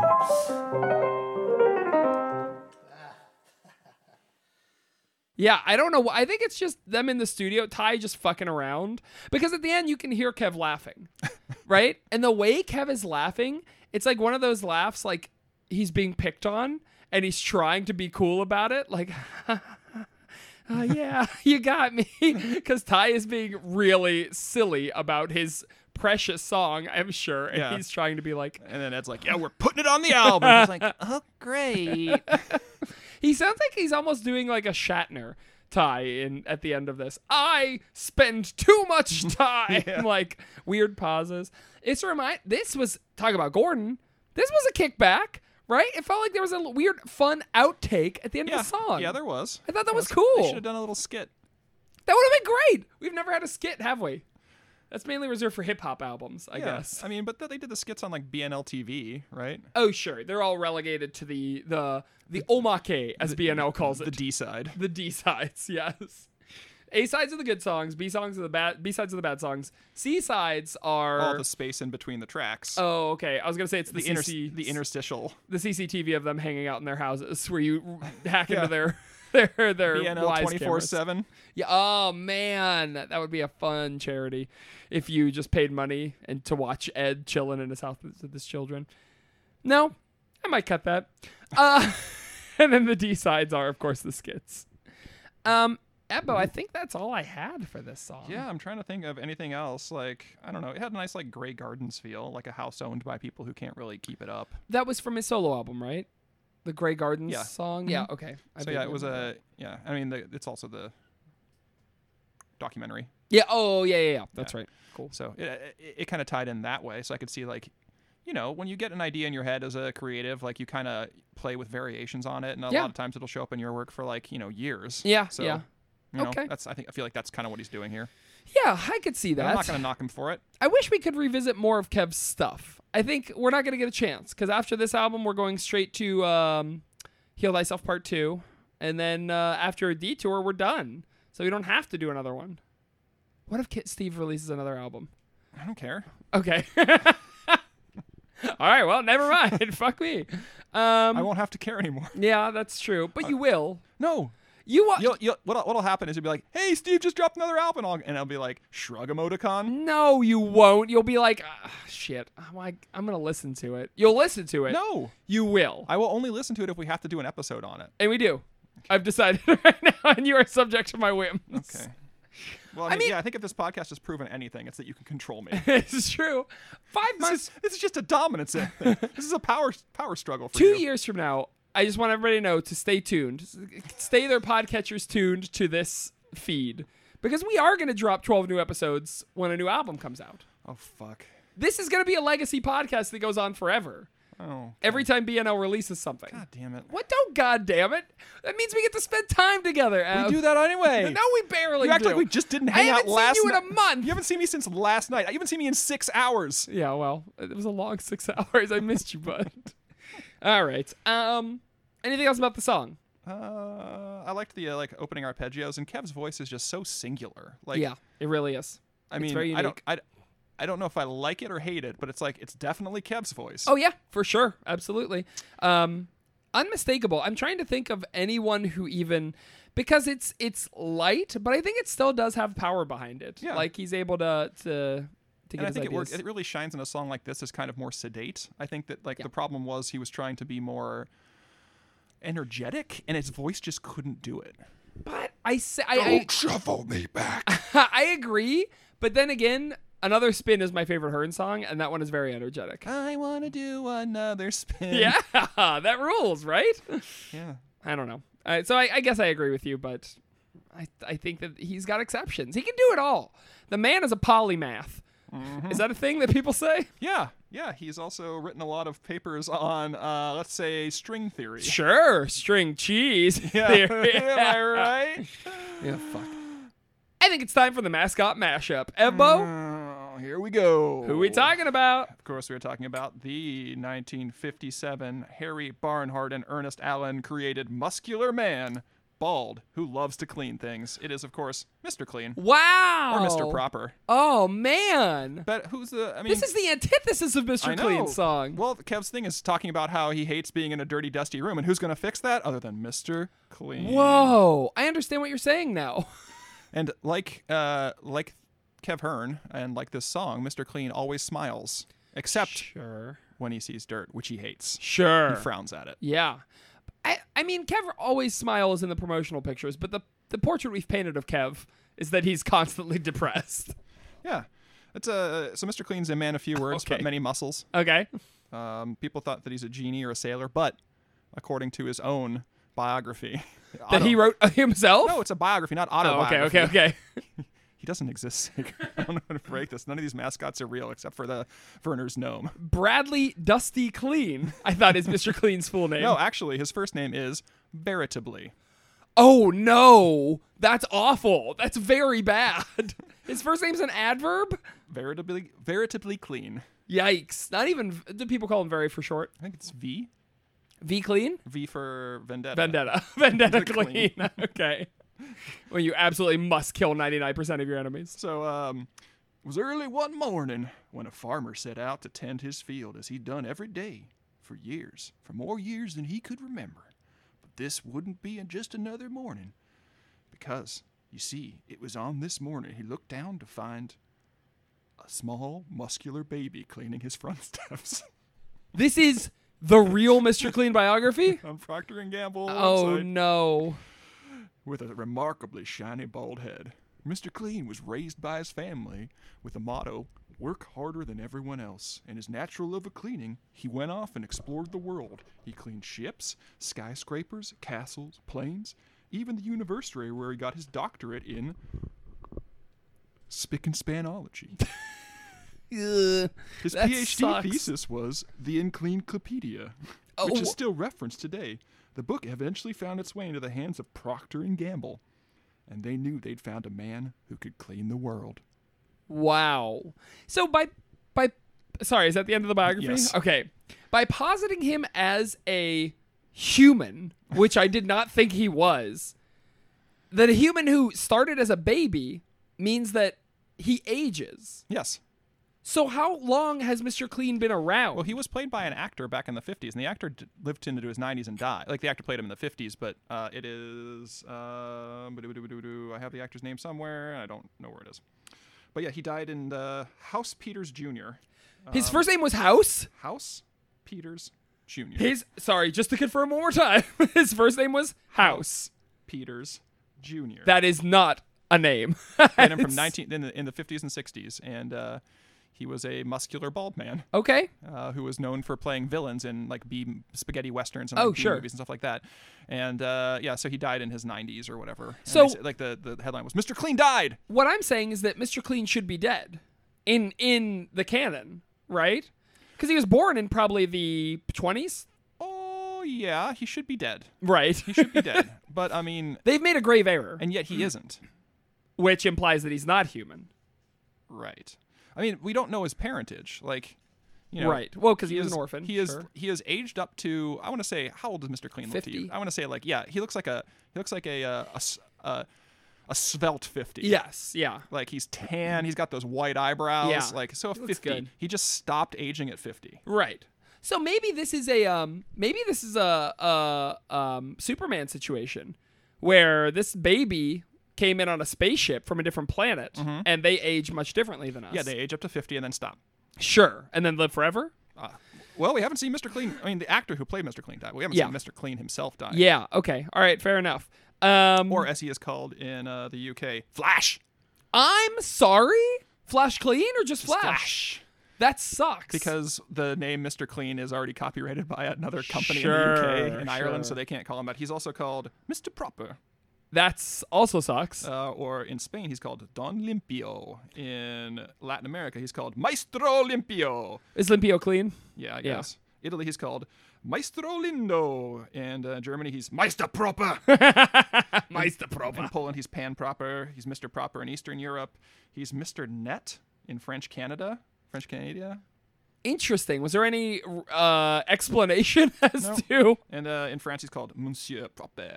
[SPEAKER 2] Yeah, I don't know. wh- I think it's just them in the studio, Ty just fucking around. Because at the end, you can hear Kev
[SPEAKER 3] (laughs)
[SPEAKER 2] laughing, right? And the way Kev is laughing, it's like one of those laughs like he's being picked on and he's trying to be cool about it. Like, (laughs) "Oh, yeah, (laughs) you got me. Because Ty is being really silly about his precious song, I'm sure. And
[SPEAKER 3] Yeah.
[SPEAKER 2] he's trying to be like,
[SPEAKER 3] And then Ed's like, yeah, we're putting it on the album.
[SPEAKER 5] I was like, oh, great.
[SPEAKER 2] He sounds like he's almost doing like a Shatner tie in at the end of this. I spend too
[SPEAKER 3] (laughs)
[SPEAKER 2] much time. Like weird pauses. It's a remind this was talk about Gordon. This was a kickback, right? It felt like there was a l- weird fun outtake at (laughs) the end
[SPEAKER 3] yeah,
[SPEAKER 2] of the song.
[SPEAKER 3] yeah, there was.
[SPEAKER 2] I thought that was
[SPEAKER 3] They
[SPEAKER 2] cool.
[SPEAKER 3] should have done a little skit.
[SPEAKER 2] That would have been great. We've never had a skit, have we? That's mainly reserved for hip hop albums, I
[SPEAKER 3] Yeah.
[SPEAKER 2] guess.
[SPEAKER 3] I mean, but they did the skits on like BNL TV, right?
[SPEAKER 2] oh sure, they're all relegated to the the the omake as BNL calls it.
[SPEAKER 3] The D side.
[SPEAKER 2] (laughs) the D sides, yes. A sides are the good songs. B songs are the bad. B sides are the bad songs. C sides are.
[SPEAKER 3] All the space in between the tracks.
[SPEAKER 2] oh, okay. I was gonna say it's the,
[SPEAKER 3] the, inter-
[SPEAKER 2] CC,
[SPEAKER 3] the interstitial.
[SPEAKER 2] the CCTV of them hanging out in their houses, where you
[SPEAKER 3] (laughs)
[SPEAKER 2] hack
[SPEAKER 3] Yeah.
[SPEAKER 2] into their (laughs) their their
[SPEAKER 3] BNL
[SPEAKER 2] wise
[SPEAKER 3] 24
[SPEAKER 2] cameras.
[SPEAKER 3] 7.
[SPEAKER 2] Yeah. Oh man, that would be a fun charity if you just paid money and to watch Ed chilling in his house with his children. No, I might cut that. Uh, (laughs) and then the D sides are, of course, the skits. Um, Ebbo, I think that's all I had for this song.
[SPEAKER 3] Yeah, I'm trying to think of anything else. Like, I don't know. It had a nice, like, Grey Gardens feel, like a house owned by people who can't really keep it up.
[SPEAKER 2] that was from his solo album, right? The Grey Gardens
[SPEAKER 3] Yeah. Mm-hmm.
[SPEAKER 2] song. Yeah. Okay. I
[SPEAKER 3] So, yeah,
[SPEAKER 2] vaguely
[SPEAKER 3] it was
[SPEAKER 2] remember
[SPEAKER 3] a. Yeah, I mean, the, it's also the documentary.
[SPEAKER 2] that. Yeah. Oh, yeah, yeah, yeah. That's right. Cool.
[SPEAKER 3] So it, it, it kind of tied in that way. So I could see like, you know, when you get an idea in your head as a creative, like you kind of play with variations on it, and a
[SPEAKER 2] Yeah.
[SPEAKER 3] lot of times it'll show up in your work for like you know years.
[SPEAKER 2] Yeah,
[SPEAKER 3] So,
[SPEAKER 2] yeah.
[SPEAKER 3] You know,
[SPEAKER 2] Okay.
[SPEAKER 3] That's I think I feel like that's kind of what he's doing here.
[SPEAKER 2] Yeah, I could see that.
[SPEAKER 3] And I'm not gonna knock him for it.
[SPEAKER 2] I wish we could revisit more of Kev's stuff. I think we're not going to get a chance because after this album, we're going straight to um, Heal Thyself Part 2. And then uh, after a detour, we're done. So we don't have to do another one. What if Kit Steve releases another album?
[SPEAKER 3] I don't care.
[SPEAKER 2] Okay. (laughs) All right, well, never mind. (laughs) Fuck me.
[SPEAKER 3] I
[SPEAKER 2] Um,
[SPEAKER 3] won't have to care anymore. (laughs)
[SPEAKER 2] yeah, that's true. But you will.
[SPEAKER 3] No.
[SPEAKER 2] You will.
[SPEAKER 3] You'll, you'll, what'll, what'll happen is you'll be like, "Hey, Steve just dropped another album," and I'll, and I'll be like, "Shrug emoticon."
[SPEAKER 2] no, you won't. You'll be like, ah, shit. I'm like, I'm gonna listen to it. You'll listen to it.
[SPEAKER 3] No,
[SPEAKER 2] you will.
[SPEAKER 3] I will only listen to it if we have to do an episode on it.
[SPEAKER 2] And we do. I've decided (laughs) right now, and you are subject to my whims.
[SPEAKER 3] Okay. Well, I mean,
[SPEAKER 2] mean-
[SPEAKER 3] yeah, I think if this podcast has proven anything, it's that you can control (laughs) me.
[SPEAKER 2] (laughs) it's true. Five months,
[SPEAKER 3] This is, this is just a dominance (laughs) thing. This is a power power struggle for
[SPEAKER 2] two
[SPEAKER 3] you.
[SPEAKER 2] years from now, I just want everybody to know to stay tuned. Stay their podcatchers tuned to this feed because we are going to drop 12 new episodes when a new album comes out.
[SPEAKER 3] Oh fuck.
[SPEAKER 2] This is going to be a legacy podcast that goes on forever.
[SPEAKER 3] Oh
[SPEAKER 2] Every time BNL releases something.
[SPEAKER 3] god damn it.
[SPEAKER 2] What? Don't goddamn it! That means we get to spend time together.
[SPEAKER 3] We
[SPEAKER 2] Ab.
[SPEAKER 3] do that (laughs) anyway.
[SPEAKER 2] No, we barely.
[SPEAKER 3] you act
[SPEAKER 2] do.
[SPEAKER 3] like we just didn't
[SPEAKER 2] I
[SPEAKER 3] hang out
[SPEAKER 2] haven't seen
[SPEAKER 3] last.
[SPEAKER 2] you in
[SPEAKER 3] ni-
[SPEAKER 2] a month.
[SPEAKER 3] You haven't seen me since last night. You haven't seen me in six hours.
[SPEAKER 2] Yeah, well, it was a long (laughs) six hours. I missed you,
[SPEAKER 3] (laughs)
[SPEAKER 2] bud. All right. Um, anything else about the song?
[SPEAKER 3] Uh, I liked the uh, like opening arpeggios, and Kev's voice is just so singular. Like,
[SPEAKER 2] yeah, it really is.
[SPEAKER 3] I mean,
[SPEAKER 2] very
[SPEAKER 3] I don't,
[SPEAKER 2] unique.
[SPEAKER 3] I, I don't know if I like it or hate it, but it's like it's definitely Kev's voice.
[SPEAKER 2] Oh yeah, for sure, absolutely. Um, unmistakable. I'm trying to think of anyone who even because it's it's light, but I think it still does have power behind it.
[SPEAKER 3] Yeah.
[SPEAKER 2] like he's able to to to get
[SPEAKER 3] and I
[SPEAKER 2] his
[SPEAKER 3] think it
[SPEAKER 2] ideas.
[SPEAKER 3] works. It really shines in a song like this is kind of more sedate. I think that like
[SPEAKER 2] Yeah.
[SPEAKER 3] the problem was he was trying to be more energetic, and his voice just couldn't do it.
[SPEAKER 2] but I say I,
[SPEAKER 3] Oh,
[SPEAKER 1] Shuffle me back.
[SPEAKER 2] I (laughs) I agree, but then again, another spin is my favorite Hearn song, and that one is very energetic.
[SPEAKER 3] I want to do another spin.
[SPEAKER 2] Yeah, (laughs) that rules, right?
[SPEAKER 3] yeah.
[SPEAKER 2] I don't know. Uh, so I, I guess I agree with you, but I, I think that he's got exceptions. He can do it all. The man is a polymath.
[SPEAKER 3] Mm-hmm.
[SPEAKER 2] Is that a thing that people
[SPEAKER 3] (laughs)
[SPEAKER 2] say?
[SPEAKER 3] Yeah, yeah. He's also written a lot of papers on, uh, let's say, string theory.
[SPEAKER 2] Sure, string cheese.
[SPEAKER 3] (laughs)
[SPEAKER 2] theory. (laughs)
[SPEAKER 3] Am I right?
[SPEAKER 2] Yeah, fuck. I think it's time for the mascot mashup. Ebbo,
[SPEAKER 3] Oh, here we go.
[SPEAKER 2] who we talking about?
[SPEAKER 3] Of course, we are talking about the 1957 Harry Barnhart and Ernest Allen created Muscular Man bald, who loves to clean things. It is, of course, Mr. Clean
[SPEAKER 2] Wow.
[SPEAKER 3] or Mr. Proper.
[SPEAKER 2] Oh man.
[SPEAKER 3] But who's the? I mean,
[SPEAKER 2] This is the antithesis of
[SPEAKER 3] I
[SPEAKER 2] Mr.
[SPEAKER 3] know.
[SPEAKER 2] Clean song.
[SPEAKER 3] Well, Kev's thing is talking about how he hates being in a dirty, dusty room, and who's going to fix that other than Mr. Clean?
[SPEAKER 2] Whoa. I understand what you're saying now.
[SPEAKER 3] And like, uh, like Kev Hearn, and like this song, Mr. Clean always smiles, except
[SPEAKER 2] Sure.
[SPEAKER 3] when he sees dirt, which he hates.
[SPEAKER 2] Sure. (laughs)
[SPEAKER 3] He frowns at it.
[SPEAKER 2] Yeah. I, I mean, Kev always smiles in the promotional pictures, but the, the portrait we've painted of Kev is that he's (laughs) constantly depressed.
[SPEAKER 3] Yeah. It's a so Mr. Clean's a man of few words,
[SPEAKER 2] Okay.
[SPEAKER 3] but many muscles.
[SPEAKER 2] Okay.
[SPEAKER 3] Um, people thought that he's a genie or a sailor, but according to his own biography,
[SPEAKER 2] (laughs) That he
[SPEAKER 3] auto-
[SPEAKER 2] wrote (laughs) himself?
[SPEAKER 3] No, it's a biography, not
[SPEAKER 2] oh,
[SPEAKER 3] autobiography.
[SPEAKER 2] okay, okay, okay.
[SPEAKER 3] He doesn't exist. Sager. (laughs) I don't know how to break this. None of these mascots are real except for the Verner's gnome.
[SPEAKER 2] Bradley Dusty Clean, I thought is Mr. Clean's full name.
[SPEAKER 3] No, actually, his first name is Veritably.
[SPEAKER 2] Oh, no. That's awful. That's very bad. (laughs) His first name's an adverb?
[SPEAKER 3] Veritably, veritably clean.
[SPEAKER 2] Yikes. Not even, do people call him very for short?
[SPEAKER 3] I think it's V.
[SPEAKER 2] V Clean?
[SPEAKER 3] V for vendetta.
[SPEAKER 2] Vendetta. (laughs) Vendetta
[SPEAKER 3] Clean.
[SPEAKER 2] Clean. (laughs) okay. When you absolutely must kill 99% of your enemies.
[SPEAKER 3] So, um, it was early one morning when a farmer set out to tend his field as he'd done every day for years, for more years than he could remember. But this wouldn't be just another morning, because, you see, it was on this morning he looked down to find a small, muscular baby cleaning his front (laughs) steps
[SPEAKER 2] This is the real Mr. Clean
[SPEAKER 3] (laughs)
[SPEAKER 2] biography?
[SPEAKER 3] on Procter & Gamble
[SPEAKER 2] Oh
[SPEAKER 3] website.
[SPEAKER 2] no.
[SPEAKER 3] with a remarkably shiny bald head. Mr. Clean was raised by his family with the motto, work harder than everyone else. In his natural love of cleaning, he went off and explored the world. He cleaned ships, skyscrapers, castles, planes, even the university where he got his doctorate in spick and spanology.
[SPEAKER 2] Ugh.
[SPEAKER 3] His
[SPEAKER 2] That
[SPEAKER 3] PhD
[SPEAKER 2] sucks.
[SPEAKER 3] thesis was The Encleancopedia, which is
[SPEAKER 2] wh-
[SPEAKER 3] still referenced today. The book eventually found its way into the hands of Procter and Gamble, and they knew they'd found a man who could clean the world.
[SPEAKER 2] Wow. So by by sorry, is that the end of the biography?
[SPEAKER 3] Yes.
[SPEAKER 2] Okay. By positing him as a human, which I did not think he was, that a human who started as a baby means that he ages.
[SPEAKER 3] Yes.
[SPEAKER 2] So how long has Mr. Clean been around?
[SPEAKER 3] Well, he was played by an actor back in the 50s, and the actor d- lived into his 90s and died. Like, the actor played him in the 50s, but uh, it is. Um, ba-do-ba-do-ba-do-do. I have the actor's name somewhere, and I don't know where it is. But yeah, he died in uh, House Peters Jr.
[SPEAKER 2] His first name was House?
[SPEAKER 3] House Peters Jr.
[SPEAKER 2] His sorry, just to confirm one more time. (laughs) His first name was House.
[SPEAKER 3] Peters Jr. (laughs)
[SPEAKER 2] That is not a name.
[SPEAKER 3] played him from 19 in the, in the 50s and 60s, and uh, he was a muscular bald man
[SPEAKER 2] okay.
[SPEAKER 3] uh, who was known for playing villains in like B spaghetti westerns and like,
[SPEAKER 2] Oh,
[SPEAKER 3] B
[SPEAKER 2] sure.
[SPEAKER 3] movies and stuff like that. And uh, yeah, so he died in his 90s or whatever. And they
[SPEAKER 2] So-
[SPEAKER 3] said- like the, the headline was Mr. Clean died.
[SPEAKER 2] What I'm saying is that Mr. Clean should be dead in in the canon, right? Because he was born in probably the 20s,
[SPEAKER 3] Oh yeah, he should be dead.
[SPEAKER 2] right?
[SPEAKER 3] He should be dead. but I mean,
[SPEAKER 2] (laughs) They've made a grave error,
[SPEAKER 3] and yet he isn't.
[SPEAKER 2] which implies that he's not human,
[SPEAKER 3] Right. I mean, we don't know his parentage. Like, you know,
[SPEAKER 2] right? Well, because he,
[SPEAKER 3] is
[SPEAKER 2] was an orphan.
[SPEAKER 3] He is
[SPEAKER 2] sure.
[SPEAKER 3] he is aged up to I want to say how old does Mr. Clean look to you?
[SPEAKER 2] 50?
[SPEAKER 3] I want to say like yeah, he looks like a he looks like a uh, a, s- uh, a svelte 50.
[SPEAKER 2] Yes, yeah.
[SPEAKER 3] Like he's tan, he's got those white eyebrows,
[SPEAKER 2] Yeah.
[SPEAKER 3] like so a
[SPEAKER 2] He looks
[SPEAKER 3] 50.
[SPEAKER 2] good.
[SPEAKER 3] He just stopped aging at 50.
[SPEAKER 2] Right. So maybe this is a um maybe this is a a um Superman situation where this baby came in on a spaceship from a different planet and they age much differently than us.
[SPEAKER 3] Mm-hmm. Yeah, they age up to 50 and then stop.
[SPEAKER 2] sure. And then live forever?
[SPEAKER 3] Well, we haven't seen Mr. Clean. I mean, the actor who played Mr. Clean died. We haven't
[SPEAKER 2] Yeah.
[SPEAKER 3] seen Mr. Clean himself die.
[SPEAKER 2] Yeah, okay. All right, fair enough. Um
[SPEAKER 3] Or as he is called in uh, the UK, Flash.
[SPEAKER 2] I'm sorry? Flash clean or just flash? That sucks.
[SPEAKER 3] because the name Mr. Clean is already copyrighted by another company in the UK
[SPEAKER 2] Sure,
[SPEAKER 3] and Ireland, so
[SPEAKER 2] sure.
[SPEAKER 3] they can't call him that. He's also called Mr. Proper,
[SPEAKER 2] that's also sucks.
[SPEAKER 3] uh, or in Spain he's called Don Limpio. In Latin America he's called Maestro Limpio.
[SPEAKER 2] is Limpio clean?
[SPEAKER 3] Yeah, I guess. Italy he's called Maestro Lindo, and uh, Germany he's Meister Proper.
[SPEAKER 2] Meister
[SPEAKER 3] In Poland he's Pan Proper. He's Mr. Proper in Eastern Europe. He's Mr. Net in French Canada. French Canada.
[SPEAKER 2] Interesting. Was there any uh, explanation (laughs) as
[SPEAKER 3] No.
[SPEAKER 2] to?
[SPEAKER 3] And uh, in France, he's called Monsieur Proper.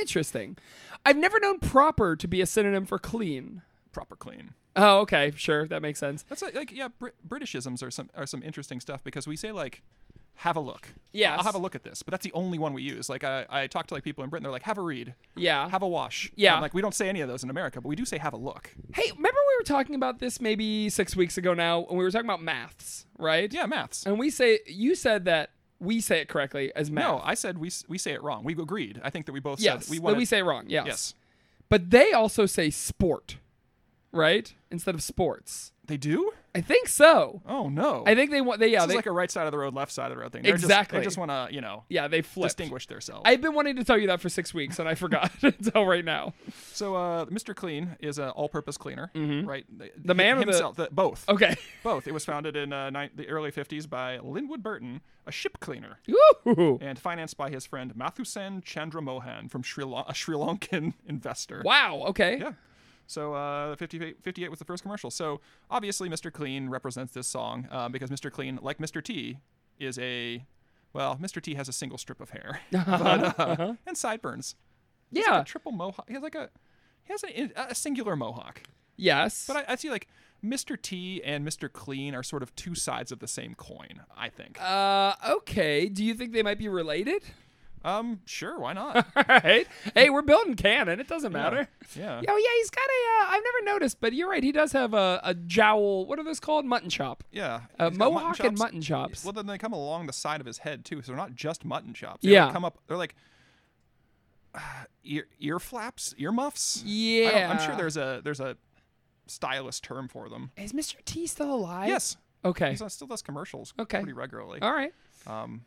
[SPEAKER 2] Interesting. I've never known proper to be a synonym for clean.
[SPEAKER 3] Proper clean.
[SPEAKER 2] Oh, okay, sure, that makes sense.
[SPEAKER 3] That's like, like yeah, Brit- Britishisms are some are some interesting stuff because we say like, have a look.
[SPEAKER 2] Yes.
[SPEAKER 3] I'll have a look at this, but that's the only one we use. Like I, I talk to like people in Britain, they're like, have a read.
[SPEAKER 2] Yeah.
[SPEAKER 3] Have a wash. And
[SPEAKER 2] Yeah.
[SPEAKER 3] like we don't say any of those in America, but we do say have a look.
[SPEAKER 2] Hey, remember we were talking about this maybe six weeks ago now, and we were talking about maths, right?
[SPEAKER 3] Yeah, maths.
[SPEAKER 2] And we say you said that we say it correctly as Oh, math.
[SPEAKER 3] No, I said we s- we say it wrong. We agreed. I think that we both
[SPEAKER 2] yes,
[SPEAKER 3] said we
[SPEAKER 2] that
[SPEAKER 3] wanted.
[SPEAKER 2] we say it wrong. Yes.
[SPEAKER 3] yes.
[SPEAKER 2] but they also say sport, right? Instead of sports.
[SPEAKER 3] They do.
[SPEAKER 2] I think so.
[SPEAKER 3] Oh no.
[SPEAKER 2] I think they want they yeah
[SPEAKER 3] this
[SPEAKER 2] they
[SPEAKER 3] is like a right side of the road, left side of the road thing. They're
[SPEAKER 2] Exactly.
[SPEAKER 3] Just, they just want to you know
[SPEAKER 2] yeah they flip.
[SPEAKER 3] distinguish themselves.
[SPEAKER 2] I've been wanting to tell you that for six weeks and I forgot (laughs) until right now.
[SPEAKER 3] So uh, Mr. Clean is an all-purpose cleaner, right?
[SPEAKER 2] Mm-hmm. The man or the-
[SPEAKER 3] himself, the... both. (laughs)
[SPEAKER 2] Okay.
[SPEAKER 3] Both. It was founded in uh, ni- the early 50s by Linwood Burton, a ship cleaner,
[SPEAKER 2] Ooh.
[SPEAKER 3] and financed by his friend Mathusen Chandra Mohan from Sri Lan- a Sri Lankan (laughs) investor.
[SPEAKER 2] Wow. Okay.
[SPEAKER 3] Yeah. So uh, 58, 58 was the first commercial. So obviously, Mr. Clean represents this song uh, because Mr. Clean, like Mr. T, is a well, Mr. T has a single strip of hair, but, uh, and sideburns. He has
[SPEAKER 2] Yeah.
[SPEAKER 3] like a triple mohawk. He has like a he has an, a singular mohawk.
[SPEAKER 2] Yes.
[SPEAKER 3] But I, I see like Mr. T and Mr. Clean are sort of two sides of the same coin. I think.
[SPEAKER 2] uh, okay. Do you think they might be related? (laughs)
[SPEAKER 3] um, sure, why not?
[SPEAKER 2] All right. Hey, we're building canon. It doesn't
[SPEAKER 3] (laughs)
[SPEAKER 2] matter.
[SPEAKER 3] yeah.
[SPEAKER 2] Oh yeah, he's got a. Uh, I've never noticed, but you're right. He does have a, a jowl. What are those called? Mutton chop.
[SPEAKER 3] Yeah,
[SPEAKER 2] Uh,
[SPEAKER 3] He's got
[SPEAKER 2] mohawk and mutton chops.
[SPEAKER 3] Well, then they come along the side of his head too, so they're not just mutton chops. They
[SPEAKER 2] Yeah.
[SPEAKER 3] like come up. They're like (sighs) uh, ear ear flaps, ear muffs. I don't- I'm
[SPEAKER 2] Yeah.
[SPEAKER 3] sure there's a there's a stylist term for them.
[SPEAKER 2] Is Mr. T still alive?
[SPEAKER 3] Yes,
[SPEAKER 2] Okay.
[SPEAKER 3] he still does commercials
[SPEAKER 2] Okay.
[SPEAKER 3] pretty regularly.
[SPEAKER 2] All right.
[SPEAKER 3] um,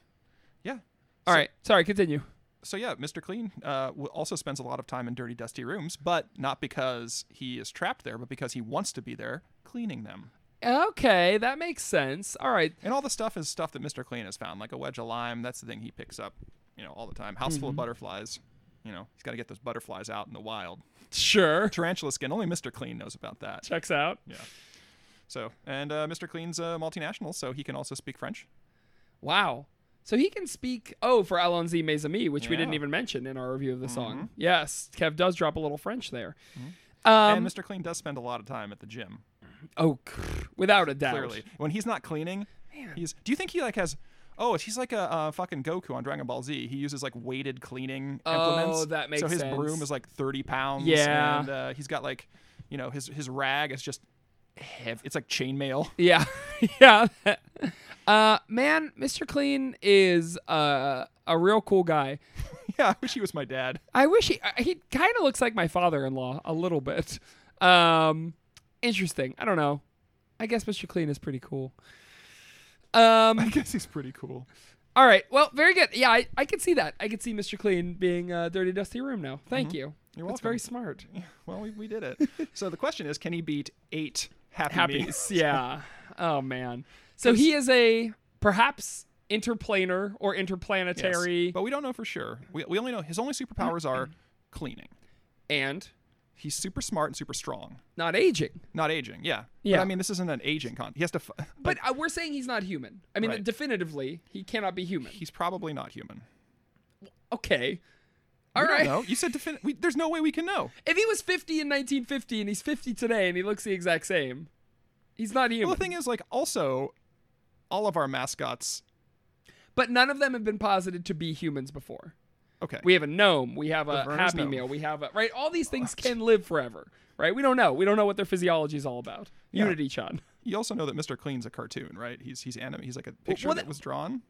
[SPEAKER 3] Yeah.
[SPEAKER 2] All right. Sorry. Continue.
[SPEAKER 3] So yeah, Mr. Clean uh, w- also spends a lot of time in dirty, dusty rooms, but not because he is trapped there, but because he wants to be there cleaning them.
[SPEAKER 2] Okay, that makes sense. All right.
[SPEAKER 3] And all the stuff is stuff that Mr. Clean has found, like a wedge of lime. That's the thing he picks up, you know, all the time. House full of butterflies. You know, he's got to get those butterflies out in the wild.
[SPEAKER 2] Sure.
[SPEAKER 3] Tarantula skin. Only Mr. Clean knows about that.
[SPEAKER 2] Checks out.
[SPEAKER 3] So, and uh, Mr. Clean's uh, multinational, so he can also speak French.
[SPEAKER 2] Wow. So he can speak. Oh, for Alonzi Mes Amis, which we didn't
[SPEAKER 3] Yeah. Mm-hmm.
[SPEAKER 2] even mention in our review of the song. Yes, Kev does drop a little French there.
[SPEAKER 3] and Mr. Clean does spend a lot of time at the gym.
[SPEAKER 2] Oh, cr- without a doubt.
[SPEAKER 3] Clearly, when he's not cleaning, he's. Do you think he like has? Oh, he's like a uh, fucking Goku on Dragon Ball Z. He uses like weighted cleaning implements.
[SPEAKER 2] Oh, that
[SPEAKER 3] So
[SPEAKER 2] makes
[SPEAKER 3] his broom
[SPEAKER 2] sense.
[SPEAKER 3] is like thirty pounds.
[SPEAKER 2] Yeah.
[SPEAKER 3] and uh, he's got like, you know, his his rag is just heavy. It's like chainmail. (laughs)
[SPEAKER 2] Yeah, (laughs) yeah. Uh, man, Mr. Clean is uh, a real cool guy.
[SPEAKER 3] yeah, I wish he was my dad.
[SPEAKER 2] I wish he I- he kind of looks like my father-in-law a little bit. Um, interesting. I don't know. I guess Mr. Clean is pretty cool.
[SPEAKER 3] I (laughs)
[SPEAKER 2] Um,
[SPEAKER 3] guess he's pretty cool.
[SPEAKER 2] all right. Well, very good. Yeah, I, I could see that. I could see Mr. Clean being a dirty, dusty room now. Thank you.
[SPEAKER 3] Mm-hmm. You're
[SPEAKER 2] That's very
[SPEAKER 3] welcome. (laughs)
[SPEAKER 2] smart.
[SPEAKER 3] Well, we, we
[SPEAKER 2] (laughs)
[SPEAKER 3] did it. so the question is, can he beat eight happy,
[SPEAKER 2] Happies.
[SPEAKER 3] meals?
[SPEAKER 2] yeah. Oh man. So he is a perhaps interplanar or
[SPEAKER 3] Yes.
[SPEAKER 2] interplanetary
[SPEAKER 3] But we don't know for sure. We we only know his only
[SPEAKER 2] (clears throat)
[SPEAKER 3] superpowers are cleaning.
[SPEAKER 2] and
[SPEAKER 3] He's super smart and super strong.
[SPEAKER 2] not aging.
[SPEAKER 3] Not aging, yeah.
[SPEAKER 2] Yeah.
[SPEAKER 3] But I mean, this isn't an aging con. He has to. F- (laughs)
[SPEAKER 2] But uh, we're saying he's not human. I mean,
[SPEAKER 3] Right.
[SPEAKER 2] definitively, he cannot be human.
[SPEAKER 3] he's probably not human.
[SPEAKER 2] Okay. All
[SPEAKER 3] We don't
[SPEAKER 2] right.
[SPEAKER 3] know. You said defin- we, there's no way we can know.
[SPEAKER 2] If he was 50 in 1950 and he's 50 today and he looks the exact same, he's not human.
[SPEAKER 3] Well, the thing is, like, also, all of our mascots.
[SPEAKER 2] but none of them have been posited to be humans before.
[SPEAKER 3] Okay.
[SPEAKER 2] We have a gnome. We have a
[SPEAKER 3] Verner's
[SPEAKER 2] Happy
[SPEAKER 3] gnome.
[SPEAKER 2] Meal. We have a right. All these things can live forever, right? We don't know. We don't know what their physiology is all about.
[SPEAKER 3] Yeah.
[SPEAKER 2] Unity Chan.
[SPEAKER 3] you also know that Mr. Clean's a cartoon, right? He's he's anime. He's like a picture
[SPEAKER 2] well,
[SPEAKER 3] that
[SPEAKER 2] that-
[SPEAKER 3] was drawn.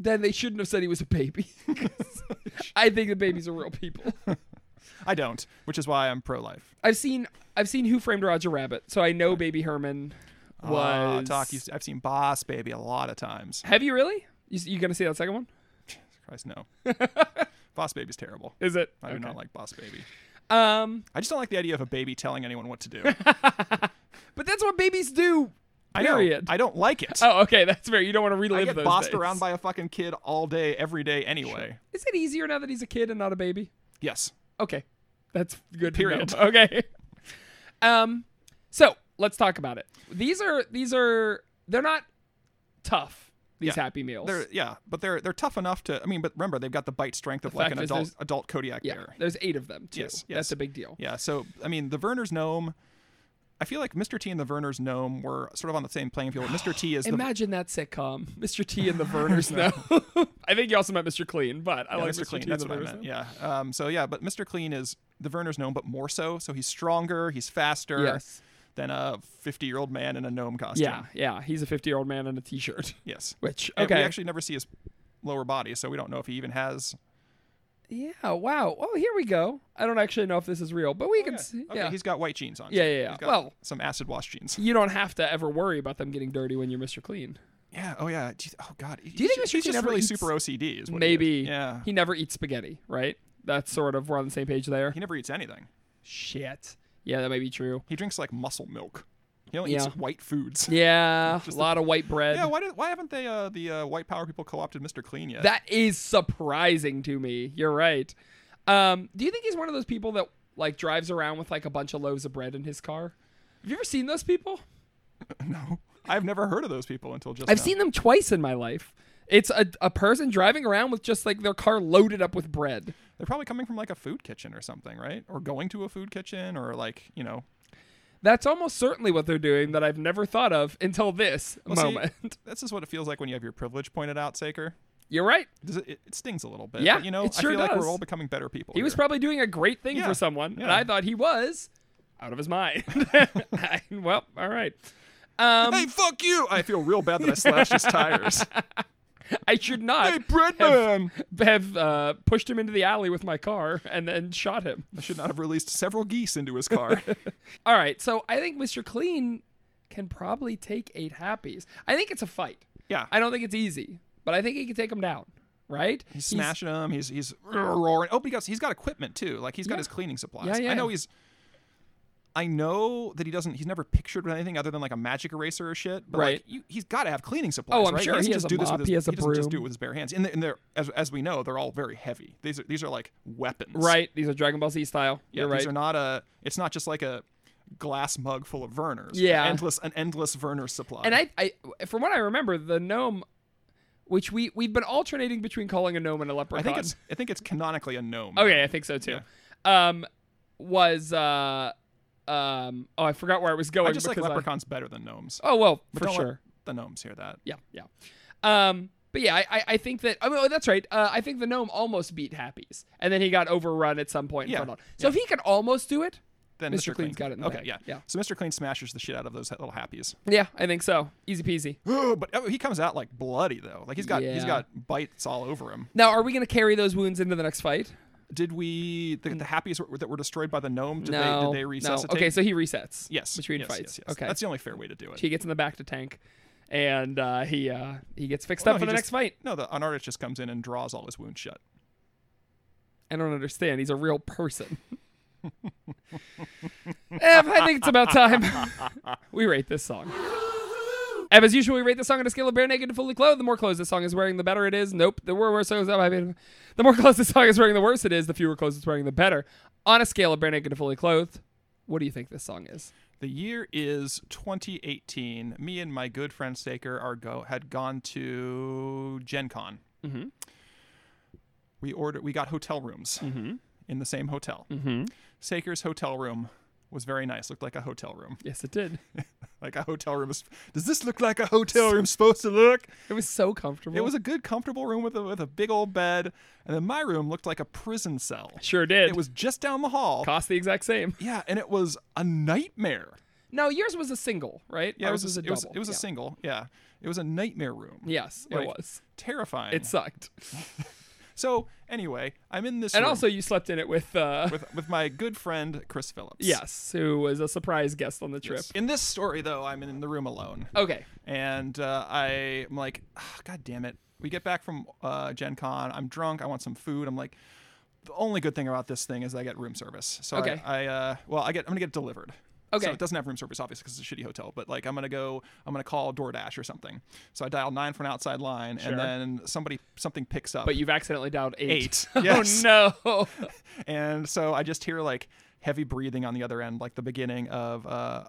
[SPEAKER 2] Then they shouldn't have said he was a baby. (laughs) 'Cause I think the babies are real
[SPEAKER 3] (laughs)
[SPEAKER 2] people.
[SPEAKER 3] I don't, which is why I'm pro-life.
[SPEAKER 2] I've seen I've seen Who Framed Roger Rabbit, so I know Baby Herman
[SPEAKER 3] Ah,
[SPEAKER 2] was.
[SPEAKER 3] talk. You, I've seen Boss Baby a lot of times.
[SPEAKER 2] Have you really? You, you gonna see that second one? (laughs)
[SPEAKER 3] Christ, no. Boss Baby's terrible.
[SPEAKER 2] Is it?
[SPEAKER 3] I do not like Boss Baby.
[SPEAKER 2] Um,
[SPEAKER 3] I just don't like the idea of a baby telling anyone what
[SPEAKER 2] (laughs)
[SPEAKER 3] to do.
[SPEAKER 2] but that's what babies do.
[SPEAKER 3] I know.
[SPEAKER 2] Period.
[SPEAKER 3] I don't like it.
[SPEAKER 2] Oh, okay, that's fair. You don't want to relive
[SPEAKER 3] I get
[SPEAKER 2] those
[SPEAKER 3] bossed
[SPEAKER 2] days.
[SPEAKER 3] around by a fucking kid all day, every day, anyway.
[SPEAKER 2] Is it easier now that he's a kid and not a baby?
[SPEAKER 3] Yes.
[SPEAKER 2] Okay, that's good. to
[SPEAKER 3] Period.
[SPEAKER 2] know. (laughs) Okay. Um, so let's talk about it. These are these are they're not tough. These
[SPEAKER 3] Yeah.
[SPEAKER 2] Happy Meals.
[SPEAKER 3] They're yeah, but they're they're tough enough to. I mean, but remember they've got the bite strength of like
[SPEAKER 2] fact
[SPEAKER 3] an
[SPEAKER 2] is
[SPEAKER 3] adult
[SPEAKER 2] there's-
[SPEAKER 3] adult Kodiak
[SPEAKER 2] yeah,
[SPEAKER 3] bear.
[SPEAKER 2] there's eight of them too.
[SPEAKER 3] Yes, yes.
[SPEAKER 2] That's a big deal.
[SPEAKER 3] Yeah, so I mean, the Verner's gnome. I feel like Mr. T and the Verner's gnome were sort of on the same playing field. Mr. T is the
[SPEAKER 2] Imagine that sitcom, (laughs) Mr. T
[SPEAKER 3] (laughs)
[SPEAKER 2] and the Verners. no, (laughs) I think you also meant Mr. Clean, but I
[SPEAKER 3] yeah,
[SPEAKER 2] like
[SPEAKER 3] Mr. Clean.
[SPEAKER 2] T
[SPEAKER 3] That's
[SPEAKER 2] and
[SPEAKER 3] what
[SPEAKER 2] the
[SPEAKER 3] I
[SPEAKER 2] Verners.
[SPEAKER 3] meant. Yeah. Um. So yeah, but Mr. Clean is the Verner's gnome, but more so. So he's stronger. He's faster.
[SPEAKER 2] Yes.
[SPEAKER 3] Than a fifty-year-old man in a gnome costume.
[SPEAKER 2] Yeah, yeah. He's a 50 year old man in a t shirt.
[SPEAKER 3] Yes.
[SPEAKER 2] Which
[SPEAKER 3] And
[SPEAKER 2] okay,
[SPEAKER 3] We actually never see his lower body, so we don't know if he even has.
[SPEAKER 2] yeah. Wow. Oh, here we go. I don't actually know if this is real, but we can see.
[SPEAKER 3] Oh, Okay,
[SPEAKER 2] yeah.
[SPEAKER 3] he's got white jeans on.
[SPEAKER 2] Yeah,
[SPEAKER 3] too.
[SPEAKER 2] yeah, yeah.
[SPEAKER 3] He's got
[SPEAKER 2] Well-
[SPEAKER 3] some acid
[SPEAKER 2] (laughs)
[SPEAKER 3] wash jeans.
[SPEAKER 2] you don't have to ever worry about them getting dirty when you're Mr. Clean.
[SPEAKER 3] Yeah. Oh yeah. Do you- oh god. Do
[SPEAKER 2] think Mr.
[SPEAKER 3] he's
[SPEAKER 2] Clean
[SPEAKER 3] just
[SPEAKER 2] ever
[SPEAKER 3] really
[SPEAKER 2] eats-
[SPEAKER 3] super OCD? Is what he is.
[SPEAKER 2] Maybe.
[SPEAKER 3] Yeah.
[SPEAKER 2] He never eats spaghetti, right? That's sort of we're on the same page there.
[SPEAKER 3] He never eats anything.
[SPEAKER 2] Shit. Yeah, that may be true.
[SPEAKER 3] He drinks like muscle milk. He only
[SPEAKER 2] Yeah.
[SPEAKER 3] eats white foods.
[SPEAKER 2] Yeah, a lot of white bread.
[SPEAKER 3] (laughs) Yeah, why, did, why haven't they uh, the uh, white power people co-opted Mr. Clean yet?
[SPEAKER 2] That is surprising to me. You're right. Um, do you think he's one of those people that like drives around with like a bunch of loaves of bread in his car? Have you ever seen those people?
[SPEAKER 3] (laughs) no, I've never heard of those people until just.
[SPEAKER 2] I've
[SPEAKER 3] now.
[SPEAKER 2] seen them twice in my life. It's a, a person driving around with just like their car loaded up with bread.
[SPEAKER 3] They're probably coming from like a food kitchen or something, right? Or going to a food kitchen, or like you know.
[SPEAKER 2] That's almost certainly what they're doing that I've never thought of until this
[SPEAKER 3] Well, see,
[SPEAKER 2] moment. (laughs)
[SPEAKER 3] this is what it feels like when you have your privilege pointed out, Saker.
[SPEAKER 2] You're right.
[SPEAKER 3] Does it, it, it stings a little bit.
[SPEAKER 2] Yeah,
[SPEAKER 3] but, you know,
[SPEAKER 2] it
[SPEAKER 3] I
[SPEAKER 2] sure
[SPEAKER 3] feel like
[SPEAKER 2] does.
[SPEAKER 3] we're all becoming better people.
[SPEAKER 2] He was
[SPEAKER 3] here.
[SPEAKER 2] probably doing a great thing
[SPEAKER 3] Yeah,
[SPEAKER 2] for someone, and
[SPEAKER 3] yeah.
[SPEAKER 2] I thought he was out of his mind.
[SPEAKER 3] (laughs)
[SPEAKER 2] (laughs) I- well, all right.
[SPEAKER 3] Hey, fuck you! I feel real bad that I slashed his tires.
[SPEAKER 2] (laughs) I should not.
[SPEAKER 3] hey, Breadman!
[SPEAKER 2] have uh, pushed him into the alley with my car and then shot him.
[SPEAKER 3] I should not have released several geese into
[SPEAKER 2] (laughs)
[SPEAKER 3] his car.
[SPEAKER 2] All right, so I think Mr. Clean can probably take eight happies. I think it's a fight.
[SPEAKER 3] Yeah.
[SPEAKER 2] I don't think it's easy, but I think he can take him down. Right?
[SPEAKER 3] He's smashing them. He's he's roaring. Oh, but he got he's got equipment too. Like he's got his cleaning supplies.
[SPEAKER 2] Yeah, yeah,
[SPEAKER 3] I know
[SPEAKER 2] yeah.
[SPEAKER 3] he's. I know that he doesn't. He's never pictured with anything other than like a magic eraser or shit. But
[SPEAKER 2] Right.
[SPEAKER 3] Like, you, he's got to have cleaning supplies.
[SPEAKER 2] Oh, I'm
[SPEAKER 3] right?
[SPEAKER 2] sure
[SPEAKER 3] He doesn't
[SPEAKER 2] he
[SPEAKER 3] just
[SPEAKER 2] has a
[SPEAKER 3] do this
[SPEAKER 2] mop,
[SPEAKER 3] with his,
[SPEAKER 2] he has a
[SPEAKER 3] doesn't just do
[SPEAKER 2] broom.
[SPEAKER 3] it with his bare hands. And, they- and they're as as we know, they're all very heavy. These are these are like weapons.
[SPEAKER 2] Right. These are Dragon Ball Z style.
[SPEAKER 3] Yeah.
[SPEAKER 2] You're
[SPEAKER 3] these
[SPEAKER 2] right.
[SPEAKER 3] are not a. It's not just like a glass mug full of Verners.
[SPEAKER 2] Yeah.
[SPEAKER 3] An endless an endless Verner supply.
[SPEAKER 2] and I, I, from what I remember, the gnome, which we we've been alternating between calling a gnome and a
[SPEAKER 3] I
[SPEAKER 2] leprechaun.
[SPEAKER 3] think it's I think it's canonically a gnome.
[SPEAKER 2] Okay, I think so too. Um, was uh, um, oh, I forgot where I was going.
[SPEAKER 3] I just like
[SPEAKER 2] because I-
[SPEAKER 3] leprechauns better than gnomes.
[SPEAKER 2] oh well,
[SPEAKER 3] But
[SPEAKER 2] for
[SPEAKER 3] don't let
[SPEAKER 2] sure.
[SPEAKER 3] the gnomes hear that.
[SPEAKER 2] Yeah, yeah. Um, but yeah, I, I- I think that. I mean, oh, that's right. Uh, I think the gnome almost beat Happy's, and then he got overrun at some point.
[SPEAKER 3] Yeah,
[SPEAKER 2] Yeah. So if he can almost do it,
[SPEAKER 3] then
[SPEAKER 2] Mr.
[SPEAKER 3] Mr.
[SPEAKER 2] Clean's
[SPEAKER 3] Clean's
[SPEAKER 2] got it in the
[SPEAKER 3] okay,
[SPEAKER 2] bag.
[SPEAKER 3] yeah,
[SPEAKER 2] Yeah.
[SPEAKER 3] So Mr. Clean smashes the shit out of those little happies. (gasps)
[SPEAKER 2] yeah, I think so. Easy peasy.
[SPEAKER 3] but oh, he comes out like bloody though. Like he's got
[SPEAKER 2] Yeah.
[SPEAKER 3] he's got bites all over him.
[SPEAKER 2] Now, are we gonna carry those wounds into the next fight?
[SPEAKER 3] Did we the, the happies were, that were destroyed by the gnome? Did
[SPEAKER 2] no.
[SPEAKER 3] they did they
[SPEAKER 2] no.
[SPEAKER 3] resuscitate?
[SPEAKER 2] Okay, so he resets.
[SPEAKER 3] yes,
[SPEAKER 2] Between
[SPEAKER 3] yes,
[SPEAKER 2] fights.
[SPEAKER 3] Yes, yes.
[SPEAKER 2] Okay.
[SPEAKER 3] that's the only fair way to do it.
[SPEAKER 2] he gets in the back to tank, and uh, he uh, he gets fixed
[SPEAKER 3] No,
[SPEAKER 2] up
[SPEAKER 3] he
[SPEAKER 2] for the
[SPEAKER 3] just-
[SPEAKER 2] next fight.
[SPEAKER 3] No, the Anartist just comes in and draws all his wounds shut.
[SPEAKER 2] I don't understand. He's a real person. Ev, I think it's about time (laughs) we rate this song. Ev, as usual, we rate this song on a scale of bare naked to fully clothed. The more clothes this song is wearing, the better it is. Nope. The more worse songs I mean, the more clothes this song is wearing, the worse it is. The fewer clothes it's wearing, the better. On a scale of bare naked to fully clothed, what do you think this song is?
[SPEAKER 3] The year is 2018. Me and my good friend Saker are go had gone to Gen Con. Mm-hmm. We ordered we got hotel rooms in the same hotel. Mm-hmm. Saker's hotel room was very nice. Looked like a hotel room. (laughs)
[SPEAKER 2] Yes, it did.
[SPEAKER 3] Like a hotel room is. Does this look like a hotel room supposed to look?
[SPEAKER 2] It was so comfortable.
[SPEAKER 3] It was a good, comfortable room with a with a big old bed, and then my room looked like a prison cell.
[SPEAKER 2] sure did.
[SPEAKER 3] It was just down the hall.
[SPEAKER 2] cost the exact
[SPEAKER 3] (laughs)
[SPEAKER 2] same.
[SPEAKER 3] yeah, and it was a nightmare.
[SPEAKER 2] No, yours was a single, right?
[SPEAKER 3] Yeah, it
[SPEAKER 2] Ours
[SPEAKER 3] was, a,
[SPEAKER 2] double.
[SPEAKER 3] it was it was
[SPEAKER 2] Yeah.
[SPEAKER 3] a single. Yeah, it was a nightmare room.
[SPEAKER 2] Yes, it
[SPEAKER 3] Like,
[SPEAKER 2] was.
[SPEAKER 3] terrifying.
[SPEAKER 2] It sucked.
[SPEAKER 3] so anyway, I'm in this
[SPEAKER 2] And
[SPEAKER 3] room
[SPEAKER 2] also, you slept in it with, uh,
[SPEAKER 3] with with my good friend Chris Phillips.
[SPEAKER 2] yes, who was a surprise guest on the trip.
[SPEAKER 3] Yes. In this story, though, I'm in the room alone,
[SPEAKER 2] Okay,
[SPEAKER 3] and uh, I'm like, "Ah, God damn it. We get back from uh, Gen Con. I'm drunk. I want some food. I'm like, the only good thing about this thing is I get room service. So I-
[SPEAKER 2] Okay.
[SPEAKER 3] I, uh, well, I get, I'm gonna get it delivered.
[SPEAKER 2] Okay.
[SPEAKER 3] So it doesn't have room service, obviously, because it's a shitty hotel. But like, I'm gonna go, I'm gonna call DoorDash or something. So I dial nine for an outside line,
[SPEAKER 2] Sure.
[SPEAKER 3] and then somebody something picks up.
[SPEAKER 2] but you've accidentally dialed eight.
[SPEAKER 3] Eight, yes.
[SPEAKER 2] (laughs)
[SPEAKER 3] (laughs)
[SPEAKER 2] Oh no!
[SPEAKER 3] and so I just hear like heavy breathing on the other end, like the beginning of uh,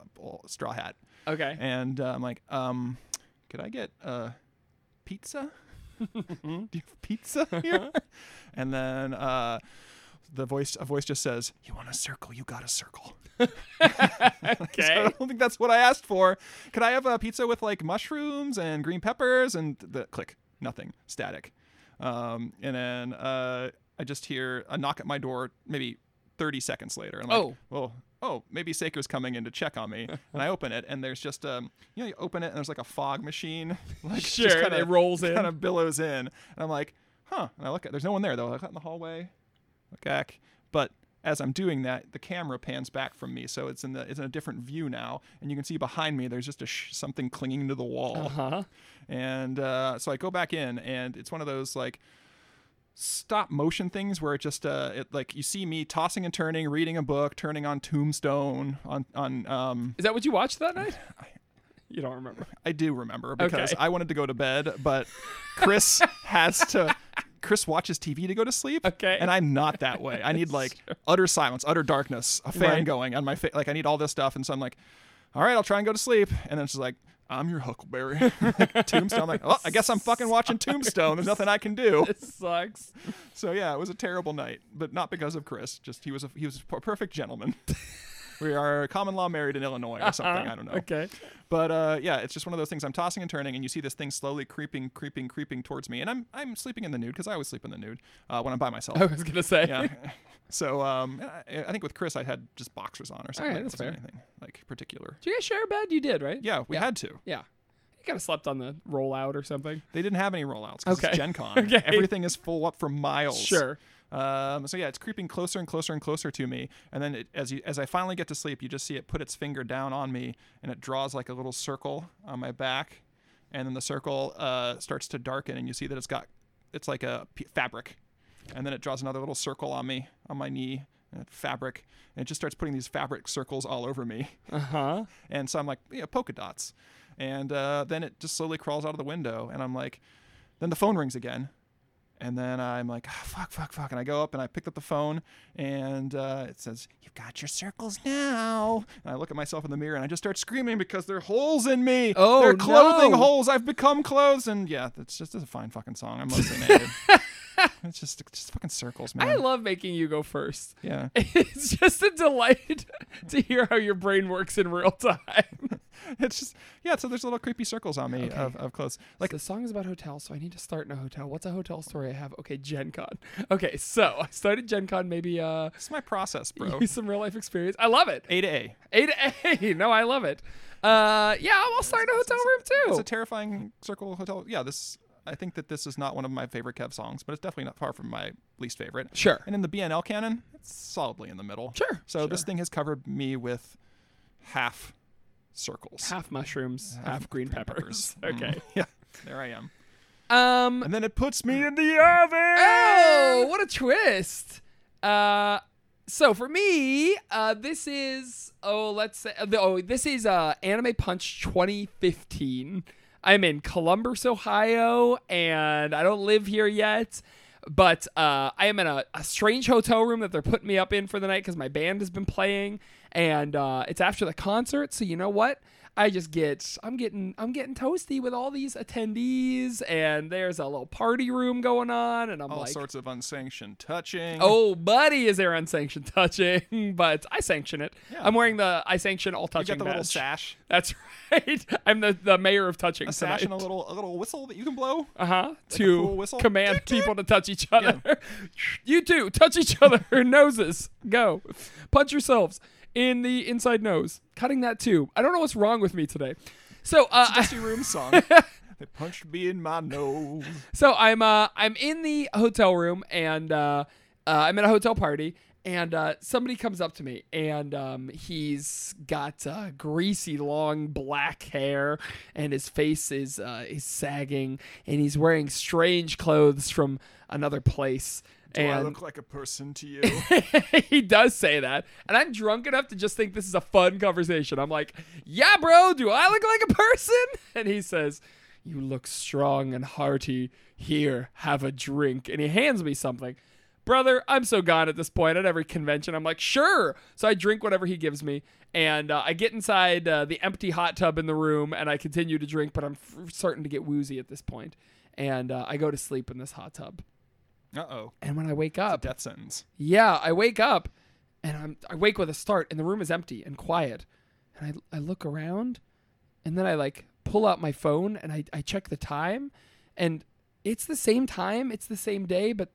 [SPEAKER 3] Straw Hat.
[SPEAKER 2] Okay.
[SPEAKER 3] And uh, I'm like, um, could I get uh, pizza? (laughs) Do you have pizza here? (laughs) and then uh, the voice, a voice just says, "You want a circle? You got a circle." So (laughs) I
[SPEAKER 2] Okay.
[SPEAKER 3] don't think that's what I asked for. Could I have a pizza with like mushrooms and green peppers and the click? Nothing. Static. Um, and then uh, I just hear a knock at my door maybe 30 seconds later. And I'm like,
[SPEAKER 2] Oh.
[SPEAKER 3] well, oh, maybe Seiko's coming in to check on me. and I open it and there's just, um, you know, you open it and there's like a fog machine. (laughs) Like,
[SPEAKER 2] Sure, and it rolls in.
[SPEAKER 3] Kind of billows in. And I'm like, huh. And I look at, there's no one there though. I look out in the hallway look back. But as I'm doing that, the camera pans back from me, so it's in the it's in a different view now, and you can see behind me there's just a sh- something clinging to the wall.
[SPEAKER 2] Huh?
[SPEAKER 3] And uh, so I go back in, and it's one of those like stop motion things where it just uh it like you see me tossing and turning, reading a book, turning on Tombstone on on um
[SPEAKER 2] Is that what you watched that
[SPEAKER 3] (laughs)
[SPEAKER 2] night? You don't remember. (laughs)
[SPEAKER 3] I do remember because
[SPEAKER 2] Okay.
[SPEAKER 3] I wanted to go to bed,
[SPEAKER 2] (laughs)
[SPEAKER 3] but Chris has to. Chris watches TV to go to sleep.
[SPEAKER 2] Okay.
[SPEAKER 3] And I'm not that way.
[SPEAKER 2] (laughs)
[SPEAKER 3] I need like utter silence, utter darkness, a fan
[SPEAKER 2] Right.
[SPEAKER 3] going on my face. Like I need all this stuff, and so I'm like, all right, I'll try and go to sleep. And then she's like, I'm your Huckleberry. (laughs) Tombstone. I'm like, oh, I guess
[SPEAKER 2] (laughs)
[SPEAKER 3] I'm fucking watching Tombstone. There's nothing I can do.
[SPEAKER 2] It sucks.
[SPEAKER 3] So yeah, it was a terrible night, but not because of Chris. Just he was a he was a
[SPEAKER 2] (laughs)
[SPEAKER 3] perfect gentleman. we are common law married in Illinois or something. I don't know.
[SPEAKER 2] Uh-huh. Uh, Okay. (laughs)
[SPEAKER 3] But uh, yeah, it's just one of those things. I'm tossing and turning, and you see this thing slowly creeping, creeping, creeping towards me. And I'm I'm sleeping in the nude because I always sleep in the nude uh, when I'm by myself.
[SPEAKER 2] I was gonna say.
[SPEAKER 3] Yeah. (laughs) so um, I, I think with Chris, I had just boxers on or something.
[SPEAKER 2] right, that's
[SPEAKER 3] It wasn't
[SPEAKER 2] fair.
[SPEAKER 3] Anything like particular.
[SPEAKER 2] Did you guys share a bed? You did, right?
[SPEAKER 3] Yeah, we had to.
[SPEAKER 2] Yeah. You kind of slept on the rollout or something.
[SPEAKER 3] They didn't have any rollouts because
[SPEAKER 2] Okay.
[SPEAKER 3] it's Gen
[SPEAKER 2] (laughs)
[SPEAKER 3] Con.
[SPEAKER 2] Okay.
[SPEAKER 3] Everything is full up for miles.
[SPEAKER 2] Sure.
[SPEAKER 3] Um, so yeah, it's creeping closer and closer and closer to me, and then it, as you, as I finally get to sleep, you just see it put its finger down on me, and it draws like a little circle on my back, and then the circle uh, starts to darken, and you see that it's got it's like a p- fabric, and then it draws another little circle on me on my knee, and it- fabric, and it just starts putting these fabric circles all over me,
[SPEAKER 2] Uh huh.
[SPEAKER 3] (laughs) and so I'm like yeah polka dots, and uh, then it just slowly crawls out of the window, and I'm like, then the phone rings again, and then I'm like, "Ah, fuck, fuck, fuck. And I go up and I picked up the phone and uh, it says, You've got your circles now. And I look at myself in the mirror and I just start screaming because they're holes in me.
[SPEAKER 2] Oh,
[SPEAKER 3] they're clothing
[SPEAKER 2] no.
[SPEAKER 3] holes. I've become clothes. And yeah, that's just that's a fine fucking song. I'm
[SPEAKER 2] (laughs)
[SPEAKER 3] mostly naked. it's just, it's just fucking circles, man.
[SPEAKER 2] I love making you go first.
[SPEAKER 3] yeah.
[SPEAKER 2] (laughs) It's just a delight (laughs) to hear how your brain works in real time.
[SPEAKER 3] (laughs)
[SPEAKER 2] (laughs)
[SPEAKER 3] It's just, yeah. So there's little creepy circles on me of, of clothes. Like,
[SPEAKER 2] Like the song is about hotels, so I need to start in a hotel. What's a hotel story I have? Okay, Gen Con. (laughs) Okay, so I started Gen Con maybe uh
[SPEAKER 3] it's my process, bro.
[SPEAKER 2] use (laughs) some real life experience. I love it.
[SPEAKER 3] A to A.
[SPEAKER 2] A to A. (laughs) No, I love it. Uh yeah, I'll start in a hotel room
[SPEAKER 3] It's
[SPEAKER 2] too.
[SPEAKER 3] a terrifying circle hotel. Yeah, this. I think that this is not one of my favorite Kev songs, but it's definitely not far from my least favorite.
[SPEAKER 2] Sure.
[SPEAKER 3] And in the BNL canon, it's solidly in the middle.
[SPEAKER 2] Sure,
[SPEAKER 3] So this thing has covered me with half circles.
[SPEAKER 2] half mushrooms, half green peppers. (laughs) Okay.
[SPEAKER 3] (laughs) Yeah. There I am.
[SPEAKER 2] Um
[SPEAKER 3] And then it puts me in the oven.
[SPEAKER 2] Oh, what a twist! Uh, so for me, uh, this is oh, let's say uh, the- oh, this is uh, Anime Punch 2015. I'm in Columbus, Ohio, and I don't live here yet. But uh, I am in a, a strange hotel room that they're putting me up in for the night because my band has been playing, and uh, it's after the concert. So you know what? I just get I'm getting I'm getting toasty with all these attendees, and there's a little party room going on, and I'm
[SPEAKER 3] All
[SPEAKER 2] like,
[SPEAKER 3] sorts of unsanctioned touching.
[SPEAKER 2] oh buddy, is there unsanctioned touching? (laughs) but I sanction it. I'm wearing the I sanction all
[SPEAKER 3] you
[SPEAKER 2] touching.
[SPEAKER 3] got the little
[SPEAKER 2] badge.
[SPEAKER 3] sash,
[SPEAKER 2] That's (laughs) right. I'm the, the mayor of touching.
[SPEAKER 3] a sash, and a little a little whistle that you can blow.
[SPEAKER 2] uh huh
[SPEAKER 3] pool
[SPEAKER 2] to
[SPEAKER 3] whistle?
[SPEAKER 2] command people to touch each other. (laughs) you two touch each other (laughs) noses. Go, punch yourselves in the inside nose. Cutting that too. I don't know what's wrong with me today. So uh, I-
[SPEAKER 3] Dusty room song. they punched me in my nose.
[SPEAKER 2] So I'm uh I'm in the hotel room and uh, uh I'm at a hotel party and uh, somebody comes up to me and um, he's got uh, greasy long black hair and his face is uh, is sagging and he's wearing strange clothes from another place.
[SPEAKER 3] Do I
[SPEAKER 2] and
[SPEAKER 3] look like a person to you?
[SPEAKER 2] (laughs) he does say that. And I'm drunk enough to just think this is a fun conversation. I'm like, yeah, bro, do I look like a person? (laughs) And he says, you look strong and hearty. Here, have a drink. And he hands me something. brother, I'm so gone at this point. At every convention, I'm like, sure. So I drink whatever he gives me, and uh, I get inside uh, the empty hot tub in the room, and I continue to drink, but I'm f- starting to get woozy at this point, and uh, I go to sleep in this hot tub.
[SPEAKER 3] Uh oh.
[SPEAKER 2] And when I wake up,
[SPEAKER 3] Death sentence.
[SPEAKER 2] yeah, I wake up and I'm I wake with a start and the room is empty and quiet. And I I look around and then I like pull out my phone and I, I check the time and it's the same time, it's the same day, but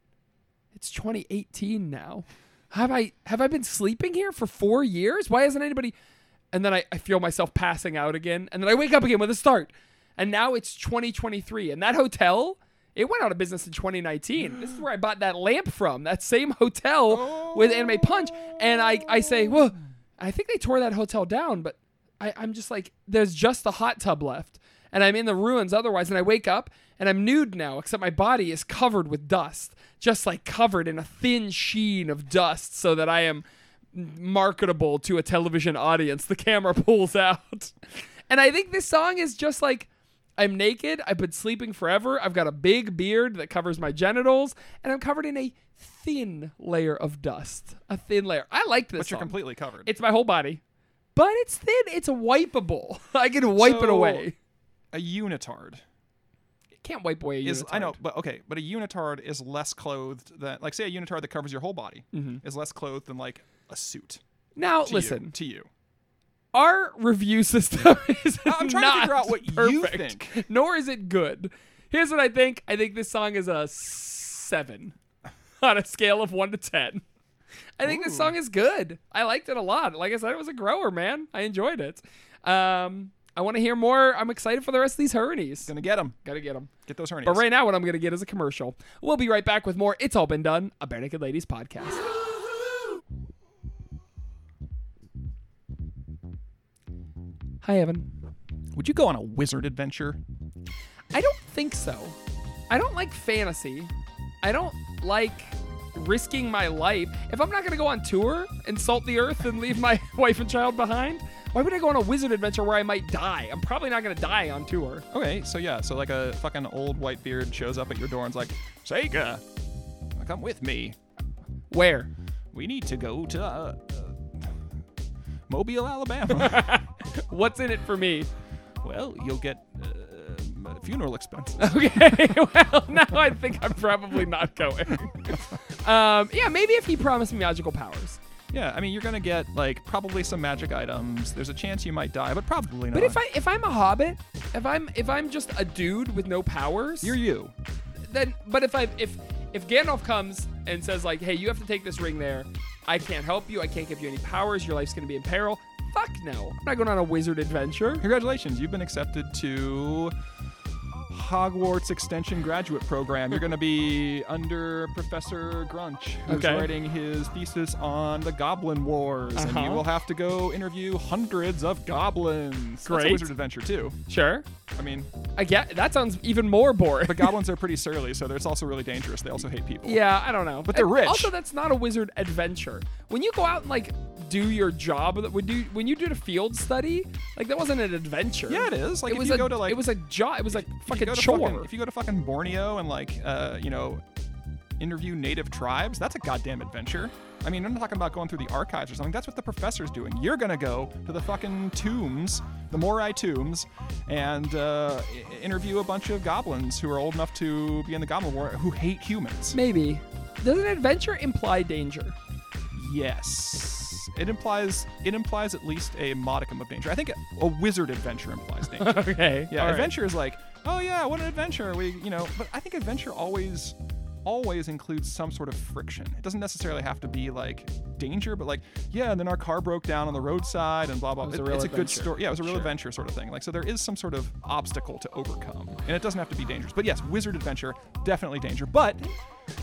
[SPEAKER 2] it's 2018 now. Have I have I been sleeping here for four years? Why hasn't anybody and then I, I feel myself passing out again and then I wake up again with a start. And now it's 2023 and that hotel it went out of business in 2019. This is where I bought that lamp from. That same hotel with Anime Punch. And I, I say, well, I think they tore that hotel down, but I, I'm just like, there's just the hot tub left. And I'm in the ruins otherwise. And I wake up and I'm nude now, except my body is covered with dust, just like covered in a thin sheen of dust so that I am marketable to a television audience. The camera pulls out. And I think this song is just like I'm naked, I've been sleeping forever, I've got a big beard that covers my genitals, and I'm covered in a thin layer of dust. A thin layer. I like this.
[SPEAKER 3] But you're
[SPEAKER 2] song.
[SPEAKER 3] completely covered.
[SPEAKER 2] It's my whole body. But it's thin, it's wipeable. (laughs) I can wipe it
[SPEAKER 3] So-
[SPEAKER 2] away.
[SPEAKER 3] a unitard.
[SPEAKER 2] Can't wipe away a
[SPEAKER 3] is I know,
[SPEAKER 2] unitard.
[SPEAKER 3] but okay, but a unitard is less clothed than like say a unitard that covers your whole body is less clothed than like a suit.
[SPEAKER 2] Now
[SPEAKER 3] To you-
[SPEAKER 2] listen,
[SPEAKER 3] to you.
[SPEAKER 2] our review system (laughs) is
[SPEAKER 3] I'm trying to
[SPEAKER 2] not
[SPEAKER 3] figure out what you
[SPEAKER 2] perfect,
[SPEAKER 3] think.
[SPEAKER 2] (laughs) Nor is it good. Here's what I think. I think this song is a seven (laughs) on a scale of one to ten. I think this song is good. I liked it a lot. Like I said, it was a grower, man. I enjoyed it. Um, I want to hear more. I'm excited for the rest of these hernies.
[SPEAKER 3] Gonna get them.
[SPEAKER 2] Gotta get them.
[SPEAKER 3] Get those hernias.
[SPEAKER 2] But right now, what I'm going to get is a commercial. We'll be right back with more It's All Been Done, a Bare Naked Ladies podcast. Hi, Evan.
[SPEAKER 3] Would you go on a wizard adventure?
[SPEAKER 2] I don't think so. I don't like fantasy. I don't like risking my life. If I'm not going to go on tour, insult the earth, and leave my (laughs) wife and child behind, why would I go on a wizard adventure where I might die? I'm probably not going to die on tour.
[SPEAKER 3] Okay, so yeah, so like a fucking old white beard shows up at your door and's like, Sega, come with me.
[SPEAKER 2] Where?
[SPEAKER 3] We need to go to uh, uh, Mobile,
[SPEAKER 2] (laughs)
[SPEAKER 3] Alabama.
[SPEAKER 2] What's in it for me? (laughs)
[SPEAKER 3] well, you'll get uh, funeral expenses. (laughs)
[SPEAKER 2] Okay, (laughs) well, now I think I'm probably not going. (laughs) Um, yeah, maybe if he promised me magical powers.
[SPEAKER 3] yeah, I mean you're gonna get like probably some magic items. There's a chance you might die, but probably not.
[SPEAKER 2] But if I if I'm a hobbit, if I'm if I'm just a dude with no powers,
[SPEAKER 3] you're you.
[SPEAKER 2] then but if I if if Gandalf comes and says like, "Hey, you have to take this ring there. I can't help you. I can't give you any powers. Your life's going to be in peril." Fuck no. I'm not going on a wizard adventure.
[SPEAKER 3] Congratulations, you've been accepted to Hogwarts Extension Graduate Program. You're going to be (laughs) under Professor Grunch, who's
[SPEAKER 2] Okay.
[SPEAKER 3] writing his thesis on the Goblin Wars, and
[SPEAKER 2] Uh-huh.
[SPEAKER 3] you will have to go interview hundreds of goblins. That's
[SPEAKER 2] Great.
[SPEAKER 3] a wizard adventure too.
[SPEAKER 2] Sure.
[SPEAKER 3] I mean,
[SPEAKER 2] I get that sounds even more boring.
[SPEAKER 3] but goblins are pretty surly, so they're- it's also really dangerous. They also hate people.
[SPEAKER 2] (laughs) Yeah, I don't know.
[SPEAKER 3] But they're
[SPEAKER 2] And
[SPEAKER 3] rich.
[SPEAKER 2] Also, that's not a wizard adventure. When you go out and like do your job, that would do when you did a field study, like that wasn't an adventure.
[SPEAKER 3] Yeah, it is. Like,
[SPEAKER 2] it
[SPEAKER 3] if
[SPEAKER 2] was
[SPEAKER 3] you
[SPEAKER 2] a,
[SPEAKER 3] go to, like-
[SPEAKER 2] it was a job. It was like
[SPEAKER 3] If
[SPEAKER 2] fucking
[SPEAKER 3] you go to
[SPEAKER 2] chore.
[SPEAKER 3] fucking- if you go to fucking Borneo and like, uh, you know, interview native tribes, that's a goddamn adventure. I mean, I'm not talking about going through the archives or something. That's what the professor's doing. You're gonna go to the fucking tombs, the Morai tombs, and uh, i- interview a bunch of goblins who are old enough to be in the Goblin War who hate humans.
[SPEAKER 2] Maybe doesn't adventure imply danger?
[SPEAKER 3] Yes, it implies it implies at least a modicum of danger. I think a wizard adventure implies danger.
[SPEAKER 2] Okay.
[SPEAKER 3] Yeah,
[SPEAKER 2] all right.
[SPEAKER 3] adventure is like, oh yeah, what an adventure. We, you know, but I think adventure always, always includes some sort of friction. It doesn't necessarily have to be like danger, but like, yeah, and then our car broke down on the roadside and blah blah.
[SPEAKER 2] was a
[SPEAKER 3] It-
[SPEAKER 2] real
[SPEAKER 3] it's a good
[SPEAKER 2] adventure.
[SPEAKER 3] story. Yeah, it was a real adventure sort of thing. Like, so there is some sort of obstacle to overcome, and it doesn't have to be dangerous. But yes, wizard adventure, definitely danger, but.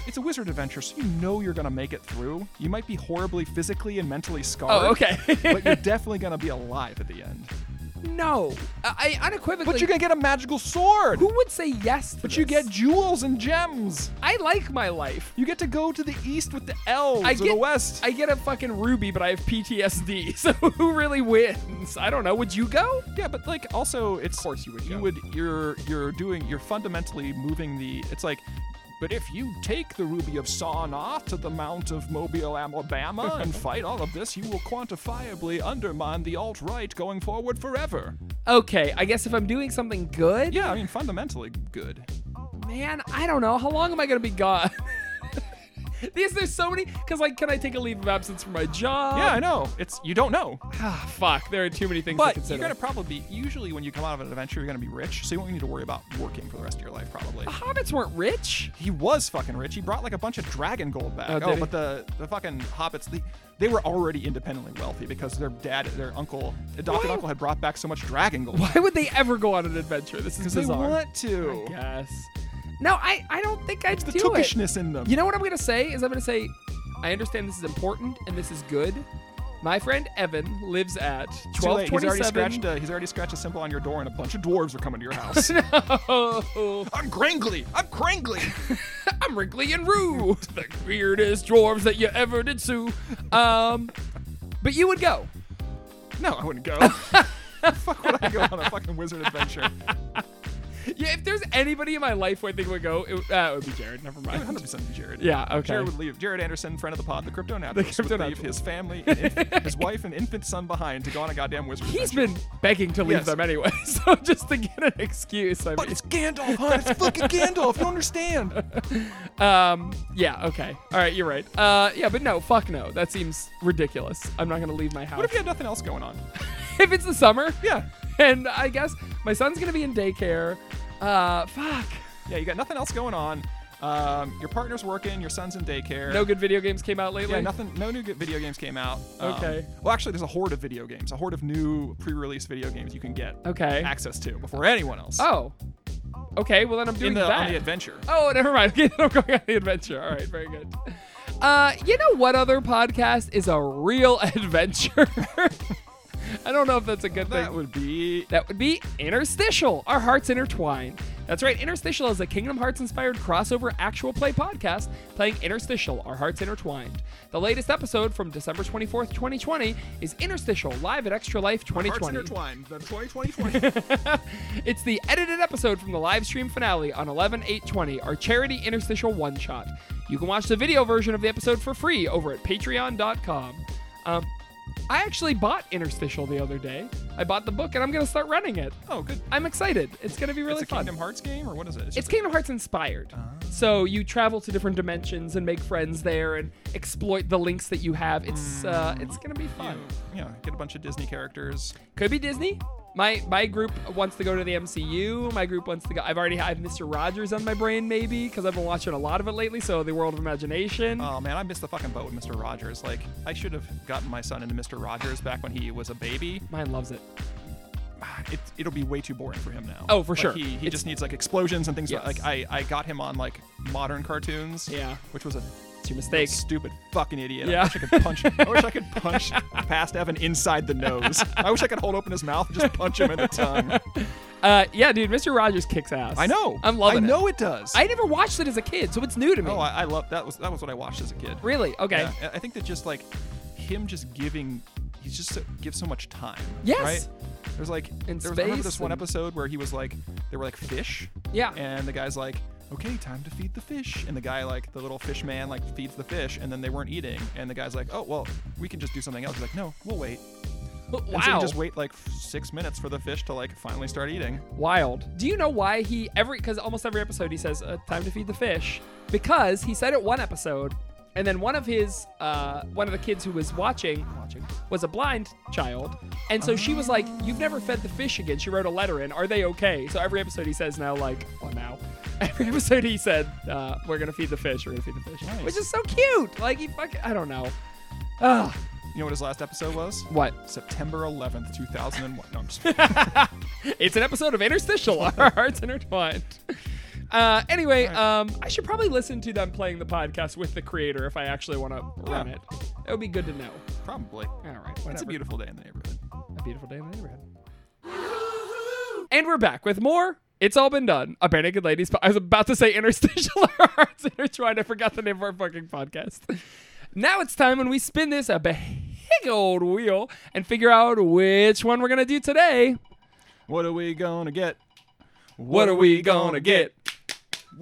[SPEAKER 3] It's a wizard adventure, so you know you're gonna make it through. You might be horribly physically and mentally scarred.
[SPEAKER 2] Oh, okay. (laughs)
[SPEAKER 3] but you're definitely gonna be alive at the end.
[SPEAKER 2] No, I, I unequivocally.
[SPEAKER 3] But you're gonna get a magical sword.
[SPEAKER 2] Who would say yes? To
[SPEAKER 3] But you
[SPEAKER 2] this?
[SPEAKER 3] get jewels and gems.
[SPEAKER 2] I like my life.
[SPEAKER 3] You get to go to the east with the elves
[SPEAKER 2] I
[SPEAKER 3] or the
[SPEAKER 2] get-
[SPEAKER 3] west.
[SPEAKER 2] I get a fucking ruby, but I have PTSD. (laughs) So who really wins? I don't know. Would you go?
[SPEAKER 3] yeah, but like also it's of
[SPEAKER 2] course you would
[SPEAKER 3] you
[SPEAKER 2] go.
[SPEAKER 3] would you're you're doing you're fundamentally moving the it's like But if you take the ruby of Sana'a to the Mount of Mobile,
[SPEAKER 2] (laughs)
[SPEAKER 3] Alabama, and fight all of this, you will quantifiably undermine the alt right going forward forever.
[SPEAKER 2] Okay, I guess if I'm doing something good,
[SPEAKER 3] Yeah, I mean, fundamentally good.
[SPEAKER 2] man, I don't know. How long am I gonna be gone? (laughs) These there's so many because like, can I take a leave of absence from my job?
[SPEAKER 3] Yeah, I know. It's you don't know,
[SPEAKER 2] Ah, fuck, there are too many things to
[SPEAKER 3] but you're
[SPEAKER 2] consider.
[SPEAKER 3] gonna probably be. Usually, when you come out of an adventure, you're gonna be rich, so you won't need to worry about working for the rest of your life, probably.
[SPEAKER 2] Hobbits weren't rich.
[SPEAKER 3] He was fucking rich. He brought like a bunch of dragon gold back.
[SPEAKER 2] Oh, did
[SPEAKER 3] Oh,
[SPEAKER 2] he?
[SPEAKER 3] but the, the fucking hobbits, they, they were already independently wealthy because their dad, their uncle, adopted
[SPEAKER 2] Why-
[SPEAKER 3] uncle had brought back so much dragon gold.
[SPEAKER 2] Why would they ever go on an adventure? This is
[SPEAKER 3] Because (laughs) they
[SPEAKER 2] bizarre.
[SPEAKER 3] want to.
[SPEAKER 2] Yes. No, I, I don't think I'd
[SPEAKER 3] The
[SPEAKER 2] do it.
[SPEAKER 3] tookishness in them.
[SPEAKER 2] You know what I'm gonna say is I'm gonna say, I understand this is important and this is good. My friend Evan lives at
[SPEAKER 3] Too late. He's already
[SPEAKER 2] 1227.
[SPEAKER 3] scratched. A, he's already scratched a symbol on your door, and a bunch of dwarves are
[SPEAKER 2] (laughs)
[SPEAKER 3] coming to your house.
[SPEAKER 2] Oh,
[SPEAKER 3] I'm Gringly. I'm Gringly.
[SPEAKER 2] I'm Wrinkly and Roo, (laughs) the weirdest dwarves that you ever did sue. Um, but you would go.
[SPEAKER 3] no, I wouldn't go.
[SPEAKER 2] (laughs)
[SPEAKER 3] Fuck would I go on a fucking wizard adventure?
[SPEAKER 2] Yeah, if there's anybody in my life who I think would go, it, would- uh, it would be Jared. Never mind.
[SPEAKER 3] 100%
[SPEAKER 2] (laughs)
[SPEAKER 3] Jared.
[SPEAKER 2] Yeah, okay.
[SPEAKER 3] Jared would leave. Jared Anderson, friend of the pod, the crypto naturalist,
[SPEAKER 2] The
[SPEAKER 3] would leave
[SPEAKER 2] Cryptonaturalist.
[SPEAKER 3] his family, and inf- his wife, and infant son behind to go on a goddamn wizard.
[SPEAKER 2] He's
[SPEAKER 3] adventure.
[SPEAKER 2] been begging to leave
[SPEAKER 3] Yes.
[SPEAKER 2] them anyway, (laughs) so just to get an excuse. I
[SPEAKER 3] But
[SPEAKER 2] mean,
[SPEAKER 3] it's Gandalf, huh? It's fucking Gandalf. You don't understand.
[SPEAKER 2] um, yeah, okay, all right, you're right. Uh, yeah, but no, fuck no, that seems ridiculous. I'm not gonna leave my house.
[SPEAKER 3] What if you had nothing else going on?
[SPEAKER 2] (laughs) if it's the summer,
[SPEAKER 3] Yeah.
[SPEAKER 2] and I guess my son's gonna be in daycare. Uh, fuck.
[SPEAKER 3] Yeah, you got nothing else going on. Um, your partner's working. Your son's in daycare.
[SPEAKER 2] No good video games came out lately.
[SPEAKER 3] Yeah, nothing. No new g- video games came out. Um,
[SPEAKER 2] Okay.
[SPEAKER 3] Well, actually, there's a horde of video games, a horde of new pre-release video games you can get
[SPEAKER 2] Okay.
[SPEAKER 3] access to before anyone else.
[SPEAKER 2] Oh. Okay, well then I'm doing
[SPEAKER 3] in the,
[SPEAKER 2] that.
[SPEAKER 3] on the adventure.
[SPEAKER 2] Oh, never mind. (laughs) Okay, then I'm going on the adventure. All right, very good. Uh, you know what other podcast is a real (laughs) adventure? I don't know if that's a good
[SPEAKER 3] that
[SPEAKER 2] thing.
[SPEAKER 3] would be.
[SPEAKER 2] That would be Interstitial. Our hearts intertwine. That's right. Interstitial is a Kingdom Hearts inspired crossover actual play podcast playing Interstitial, Our Hearts Intertwined. The latest episode from December 24th, 2020 is Interstitial Live at Extra Life 2020.
[SPEAKER 3] intertwined. The (laughs) 2020.
[SPEAKER 2] It's the edited episode from the live stream finale on 11 820, our charity interstitial one shot. You can watch the video version of the episode for free over at patreon.com. Um, I actually bought Interstitial the other day. I bought the book and I'm going to start running it.
[SPEAKER 3] oh, good.
[SPEAKER 2] I'm excited. It's going to be really
[SPEAKER 3] it's a
[SPEAKER 2] fun.
[SPEAKER 3] Kingdom Ah. Hearts game, or what is it?
[SPEAKER 2] it's Kingdom Hearts inspired. So you travel to different dimensions and make friends there and exploit the links that you have. It's uh, it's going to be fun.
[SPEAKER 3] Mm. you know, get a bunch of Disney characters.
[SPEAKER 2] Could be Disney. My my group wants to go to the MCU. My group wants to go. I've already had Mr. Rogers on my brain maybe because I've been watching a lot of it lately. So the World of Imagination.
[SPEAKER 3] Oh man, I missed the fucking boat with Mr. Rogers. Like, I should have gotten my son into Mr. Rogers back when he was a baby. Ah,
[SPEAKER 2] Mine loves it.
[SPEAKER 3] It, it'll be way too boring for him now.
[SPEAKER 2] Oh, for
[SPEAKER 3] Like,
[SPEAKER 2] sure.
[SPEAKER 3] He, he
[SPEAKER 2] It's-
[SPEAKER 3] just needs like explosions and things.
[SPEAKER 2] Yes.
[SPEAKER 3] Like, I I got him on like modern cartoons.
[SPEAKER 2] Yeah.
[SPEAKER 3] which was a
[SPEAKER 2] It's your mistake.
[SPEAKER 3] stupid fucking idiot.
[SPEAKER 2] Yeah.
[SPEAKER 3] I wish I could punch. I wish I could punch
[SPEAKER 2] (laughs)
[SPEAKER 3] past Evan inside the nose. I wish I could hold open his mouth and just punch him in the tongue.
[SPEAKER 2] Uh, yeah, dude, Mr. Rogers kicks ass.
[SPEAKER 3] I know.
[SPEAKER 2] I'm loving
[SPEAKER 3] I know
[SPEAKER 2] it.
[SPEAKER 3] it does.
[SPEAKER 2] I never watched it as a kid, so it's new to me.
[SPEAKER 3] oh, I, I love that was that was what I watched as a kid.
[SPEAKER 2] really? Okay.
[SPEAKER 3] Yeah, I- I think that just like him just giving, he just so, gives so much time.
[SPEAKER 2] Yes.
[SPEAKER 3] Right? There's like,
[SPEAKER 2] And
[SPEAKER 3] there was, I remember
[SPEAKER 2] space
[SPEAKER 3] this one
[SPEAKER 2] and-
[SPEAKER 3] episode where he was like, there were like fish.
[SPEAKER 2] Yeah.
[SPEAKER 3] And the guy's like, okay, time to feed the fish. And the guy, like, the little fish man, like, feeds the fish, and then they weren't eating. And the guy's like, oh, well, we can just do something else. He's like, no, we'll wait.
[SPEAKER 2] Wow.
[SPEAKER 3] And so you just wait like f- six minutes for the fish to like finally start eating.
[SPEAKER 2] Wild. Do you know why he every because almost every episode he says uh, time to feed the fish because he said it one episode and then one of his uh, one of the kids who was watching watching was a blind child and so she was like you've never fed the fish again she wrote a letter in are they okay so every episode he says now like well now (laughs) every episode he said uh, we're gonna feed the fish we're gonna feed the fish
[SPEAKER 3] Nice.
[SPEAKER 2] which is so cute like he fuck I don't know ah
[SPEAKER 3] You know what his last episode was?
[SPEAKER 2] what
[SPEAKER 3] September 11th, 2001. No,
[SPEAKER 2] (laughs)
[SPEAKER 3] I'm just
[SPEAKER 2] It's an episode of Interstitial. (laughs) Our hearts intertwined. Uh, anyway, um, I should probably listen to them playing the podcast with the creator if I actually want to run
[SPEAKER 3] Yeah.
[SPEAKER 2] it. That would be good to know.
[SPEAKER 3] probably.
[SPEAKER 2] All right, whatever.
[SPEAKER 3] It's a beautiful day in the neighborhood.
[SPEAKER 2] a beautiful day in the neighborhood. And we're back with more. It's all been done. A bare naked ladies. po- I was about to say interstitial (laughs) Our hearts intertwined. I forgot the name of our fucking podcast. Now it's time when we spin this a big old wheel and figure out which one we're gonna do today.
[SPEAKER 3] What are we gonna get?
[SPEAKER 2] What are we gonna get?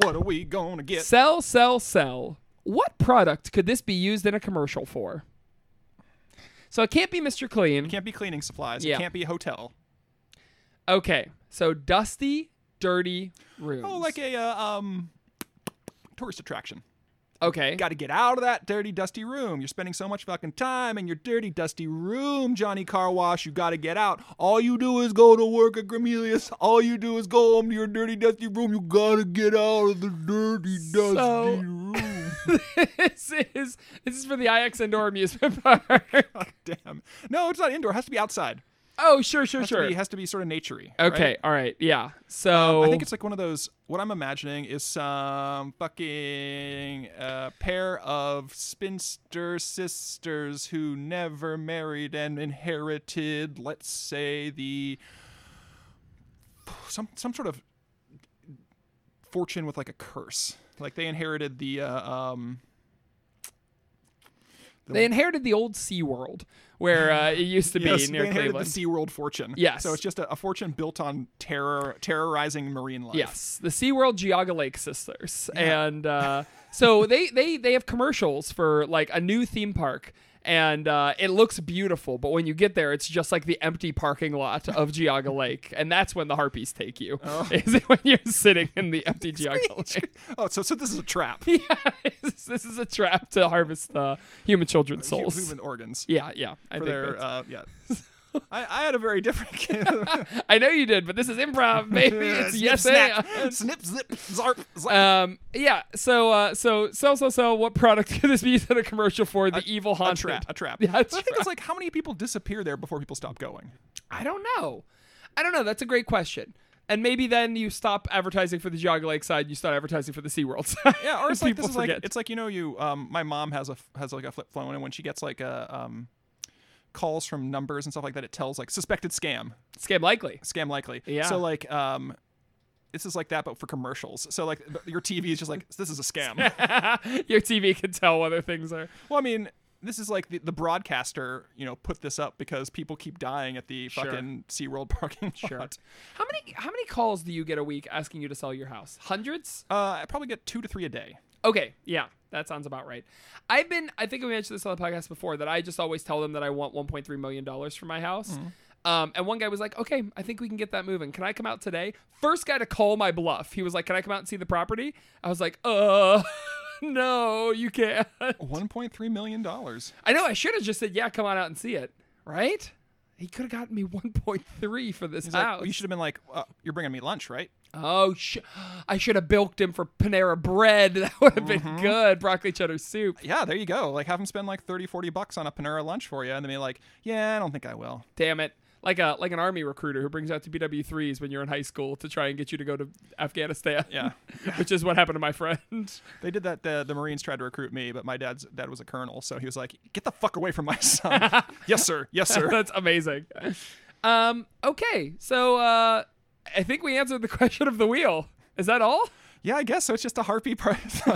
[SPEAKER 3] What are we gonna get?
[SPEAKER 2] Sell, sell, sell. What product could this be used in a commercial for? So it can't be Mr. Clean.
[SPEAKER 3] Can't be cleaning supplies.
[SPEAKER 2] Yeah.
[SPEAKER 3] It can't be hotel.
[SPEAKER 2] Okay, so dusty, dirty rooms.
[SPEAKER 3] Oh, like a uh, um tourist attraction.
[SPEAKER 2] okay, (laughs)
[SPEAKER 3] Got to get out of that dirty, dusty room. You're spending so much fucking time in your dirty, dusty room, Johnny Car Wash. You got to get out. All you do is go to work at Gramelius. All you do is go home to your dirty, dusty room. You got to get out of the dirty, dusty
[SPEAKER 2] So-
[SPEAKER 3] room. (laughs)
[SPEAKER 2] this is this is for the IX indoor amusement park.
[SPEAKER 3] (laughs) Damn. No, it's not indoor. It has to be outside.
[SPEAKER 2] oh, sure, sure,
[SPEAKER 3] It has, to
[SPEAKER 2] sure.
[SPEAKER 3] be, it has to be sort of naturey. right? Um,
[SPEAKER 2] okay, all right, yeah. So
[SPEAKER 3] I think it's like one of those. What I'm imagining is some fucking uh, pair of spinster sisters who never married and inherited, let's say, the some some sort of fortune with like a curse. Like they inherited the uh, um,
[SPEAKER 2] they inherited the old Sea World where uh, it used to be
[SPEAKER 3] (laughs) yes,
[SPEAKER 2] near
[SPEAKER 3] they inherited
[SPEAKER 2] Cleveland.
[SPEAKER 3] the SeaWorld fortune.
[SPEAKER 2] Yes.
[SPEAKER 3] So it's just a, a fortune built on terror terrorizing marine life. (laughs)
[SPEAKER 2] Yes, the SeaWorld Geauga Lake sisters.
[SPEAKER 3] Yeah.
[SPEAKER 2] And uh, so (laughs) they, they they have commercials for like a new theme park and uh, it looks beautiful, but when you get there it's just like the empty parking lot
[SPEAKER 3] (laughs)
[SPEAKER 2] of Geauga Lake and that's when the harpies take you. (laughs) Is it when you're sitting in the empty Geauga Lake?
[SPEAKER 3] Oh, so so this is a trap.
[SPEAKER 2] yeah, (laughs) this, this is a trap to harvest uh, human children's
[SPEAKER 3] Hu-
[SPEAKER 2] souls.
[SPEAKER 3] Human organs.
[SPEAKER 2] Yeah, yeah. I
[SPEAKER 3] for
[SPEAKER 2] think
[SPEAKER 3] their
[SPEAKER 2] that's-
[SPEAKER 3] uh, yeah. (laughs) I, I had a very (laughs) different kid. uh,
[SPEAKER 2] I know you did, but this is
[SPEAKER 3] (laughs)
[SPEAKER 2] improv, baby. it's yes
[SPEAKER 3] snap, (laughs)
[SPEAKER 2] and.
[SPEAKER 3] snip, zip, zarp, zarp.
[SPEAKER 2] Um. Yeah. So. Uh. So. Sell. Sell. Sell. What product (laughs) could this be used in a commercial for? The evil
[SPEAKER 3] a
[SPEAKER 2] haunted.
[SPEAKER 3] trap, a (laughs) trap.
[SPEAKER 2] (laughs) Yeah. a
[SPEAKER 3] So I think
[SPEAKER 2] trap.
[SPEAKER 3] it's like how many people disappear there before people stop going.
[SPEAKER 2] I don't know. I don't know. That's a great question. And maybe then you stop advertising for the Geauga Lake side. You start advertising for the SeaWorld (laughs) side.
[SPEAKER 3] Yeah, or it's like this
[SPEAKER 2] People
[SPEAKER 3] is
[SPEAKER 2] forget.
[SPEAKER 3] like it's like you know you um my mom has a f- has like a flip phone and when she gets like a um calls from numbers and stuff like that it tells like suspected scam
[SPEAKER 2] scam likely.
[SPEAKER 3] scam likely
[SPEAKER 2] Yeah.
[SPEAKER 3] so like um this is like that but for commercials so like th- your TV is just like this is a (laughs) scam
[SPEAKER 2] (laughs) Your TV can tell whether things are.
[SPEAKER 3] Well, I mean, this is like the, the broadcaster, you know, put this up because people keep dying at the
[SPEAKER 2] Sure.
[SPEAKER 3] fucking SeaWorld parking lot.
[SPEAKER 2] Sure. How many how many calls do you get a week asking you to sell your house? Hundreds?
[SPEAKER 3] Uh, I probably get two to three a day.
[SPEAKER 2] Okay, yeah, that sounds about right. I've been I think we mentioned this on the podcast before that I just always tell them that I want 1.3 million dollars for my house.
[SPEAKER 3] Mm-hmm.
[SPEAKER 2] Um, and one guy was like, "Okay, I think we can get that moving. Can I come out today?" First guy to call my bluff. He was like, "Can I come out and see the property?" I was like, "Uh, (laughs) no, you can't." (laughs)
[SPEAKER 3] $1.3 million. dollars.
[SPEAKER 2] I know I should have just said, "Yeah, come on out and see it." Right? He could have gotten me (laughs) 1.3 for this
[SPEAKER 3] He's like,
[SPEAKER 2] house.
[SPEAKER 3] you should have been like, uh, you're bringing me lunch, right?
[SPEAKER 2] Oh, sh- I should have bilked him for Panera bread. (laughs) That would have
[SPEAKER 3] Mm-hmm.
[SPEAKER 2] been good. Broccoli cheddar soup.
[SPEAKER 3] Yeah, there you go. Like, have him spend like 30, 40 bucks on a Panera lunch for you. And then be like, yeah, I don't think I will.
[SPEAKER 2] Damn it. Like a like an army recruiter who brings out to BW3s when you're in high school to try and get you to go to Afghanistan.
[SPEAKER 3] Yeah.
[SPEAKER 2] (laughs) Which is what happened to my
[SPEAKER 3] (laughs)
[SPEAKER 2] friend.
[SPEAKER 3] They did that. The, the Marines tried to recruit me, but my dad's dad was a colonel. So he was like, get the fuck away from my son.
[SPEAKER 2] (laughs)
[SPEAKER 3] yes, sir. Yes, sir.
[SPEAKER 2] That's amazing. Um, okay. So uh I think we answered the (laughs) question of the wheel. Is that all?
[SPEAKER 3] Yeah, I guess so. It's just a harpy part. (laughs)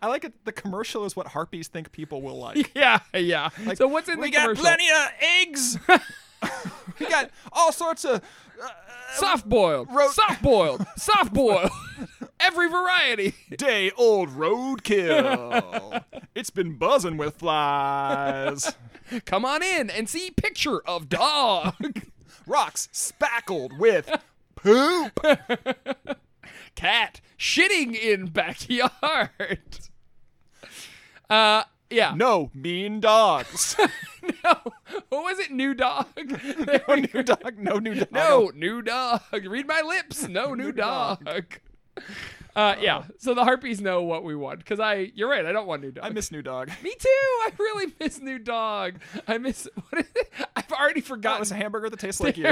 [SPEAKER 3] I like it. The commercial is what harpies think people will like.
[SPEAKER 2] (laughs) Yeah, yeah. so what's in
[SPEAKER 3] we
[SPEAKER 2] the
[SPEAKER 3] got
[SPEAKER 2] commercial?
[SPEAKER 3] plenty of
[SPEAKER 2] (laughs)
[SPEAKER 3] eggs. we got all sorts of.
[SPEAKER 2] soft boiled,
[SPEAKER 3] Ro-
[SPEAKER 2] soft
[SPEAKER 3] (laughs)
[SPEAKER 2] boiled, soft boiled. (laughs) Every variety.
[SPEAKER 3] Day
[SPEAKER 2] (laughs)
[SPEAKER 3] old roadkill. it's been buzzing with flies.
[SPEAKER 2] Come on in and see picture of dog. (laughs)
[SPEAKER 3] Rocks spackled with poop.
[SPEAKER 2] cat shitting in backyard. (laughs) Uh, yeah.
[SPEAKER 3] No, mean dogs. (laughs)
[SPEAKER 2] (laughs) What was it? New dog. (laughs)
[SPEAKER 3] no new dog. No new dog.
[SPEAKER 2] no new dog. Read my lips.
[SPEAKER 3] (laughs)
[SPEAKER 2] No new dog. Uh,
[SPEAKER 3] Uh-huh.
[SPEAKER 2] yeah. So the harpies know what we want because I. You're right. I don't want new dog.
[SPEAKER 3] I miss new dog.
[SPEAKER 2] Me too. I really miss new dog. I miss. (laughs) What is it? I've already
[SPEAKER 3] That was a
[SPEAKER 2] forgotten.
[SPEAKER 3] hamburger
[SPEAKER 2] (laughs)
[SPEAKER 3] that tastes like you.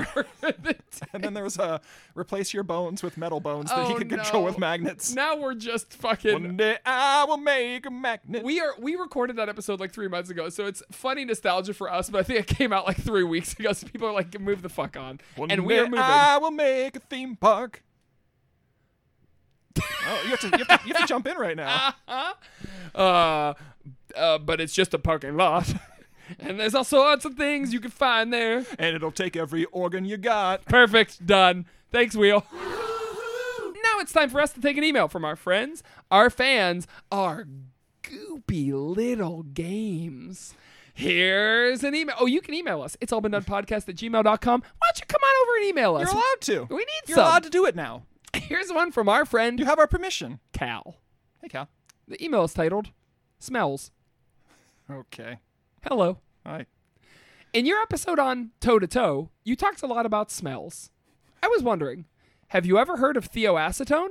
[SPEAKER 3] And then there was a replace your bones with metal bones that he
[SPEAKER 2] Oh,
[SPEAKER 3] could control
[SPEAKER 2] no.
[SPEAKER 3] with magnets.
[SPEAKER 2] now we're just fucking.
[SPEAKER 3] One day I will make a magnet.
[SPEAKER 2] We are we recorded that episode like three months ago, so it's funny nostalgia for us. But I think it came out like three weeks ago, so people are like, "Move the fuck on,"
[SPEAKER 3] One
[SPEAKER 2] and we are
[SPEAKER 3] day
[SPEAKER 2] moving.
[SPEAKER 3] I will make a theme park. (laughs) oh, you have, to, you, have to, you have to jump in right (laughs) now.
[SPEAKER 2] Uh, uh, but it's just a parking lot, (laughs) and there's all sorts of things you can find there.
[SPEAKER 3] And it'll take every organ you got.
[SPEAKER 2] Perfect, done. Thanks, Wheel. Now it's time for us to take an email from our friends, our fans, our goopy little games. Here's an email. Oh, you can email us. It's all been done podcast at gmail.com. Why don't you come on over and email us?
[SPEAKER 3] You're allowed to.
[SPEAKER 2] We need
[SPEAKER 3] You're
[SPEAKER 2] some.
[SPEAKER 3] allowed to do it now.
[SPEAKER 2] (laughs) Here's one from our friend
[SPEAKER 3] You have our permission.
[SPEAKER 2] Cal.
[SPEAKER 3] Hey, Cal.
[SPEAKER 2] The email is titled Smells.
[SPEAKER 3] Okay.
[SPEAKER 2] Hello.
[SPEAKER 3] All right.
[SPEAKER 2] In your episode on Toe to Toe, you talked a lot about smells. I was wondering, have you ever heard of theoacetone?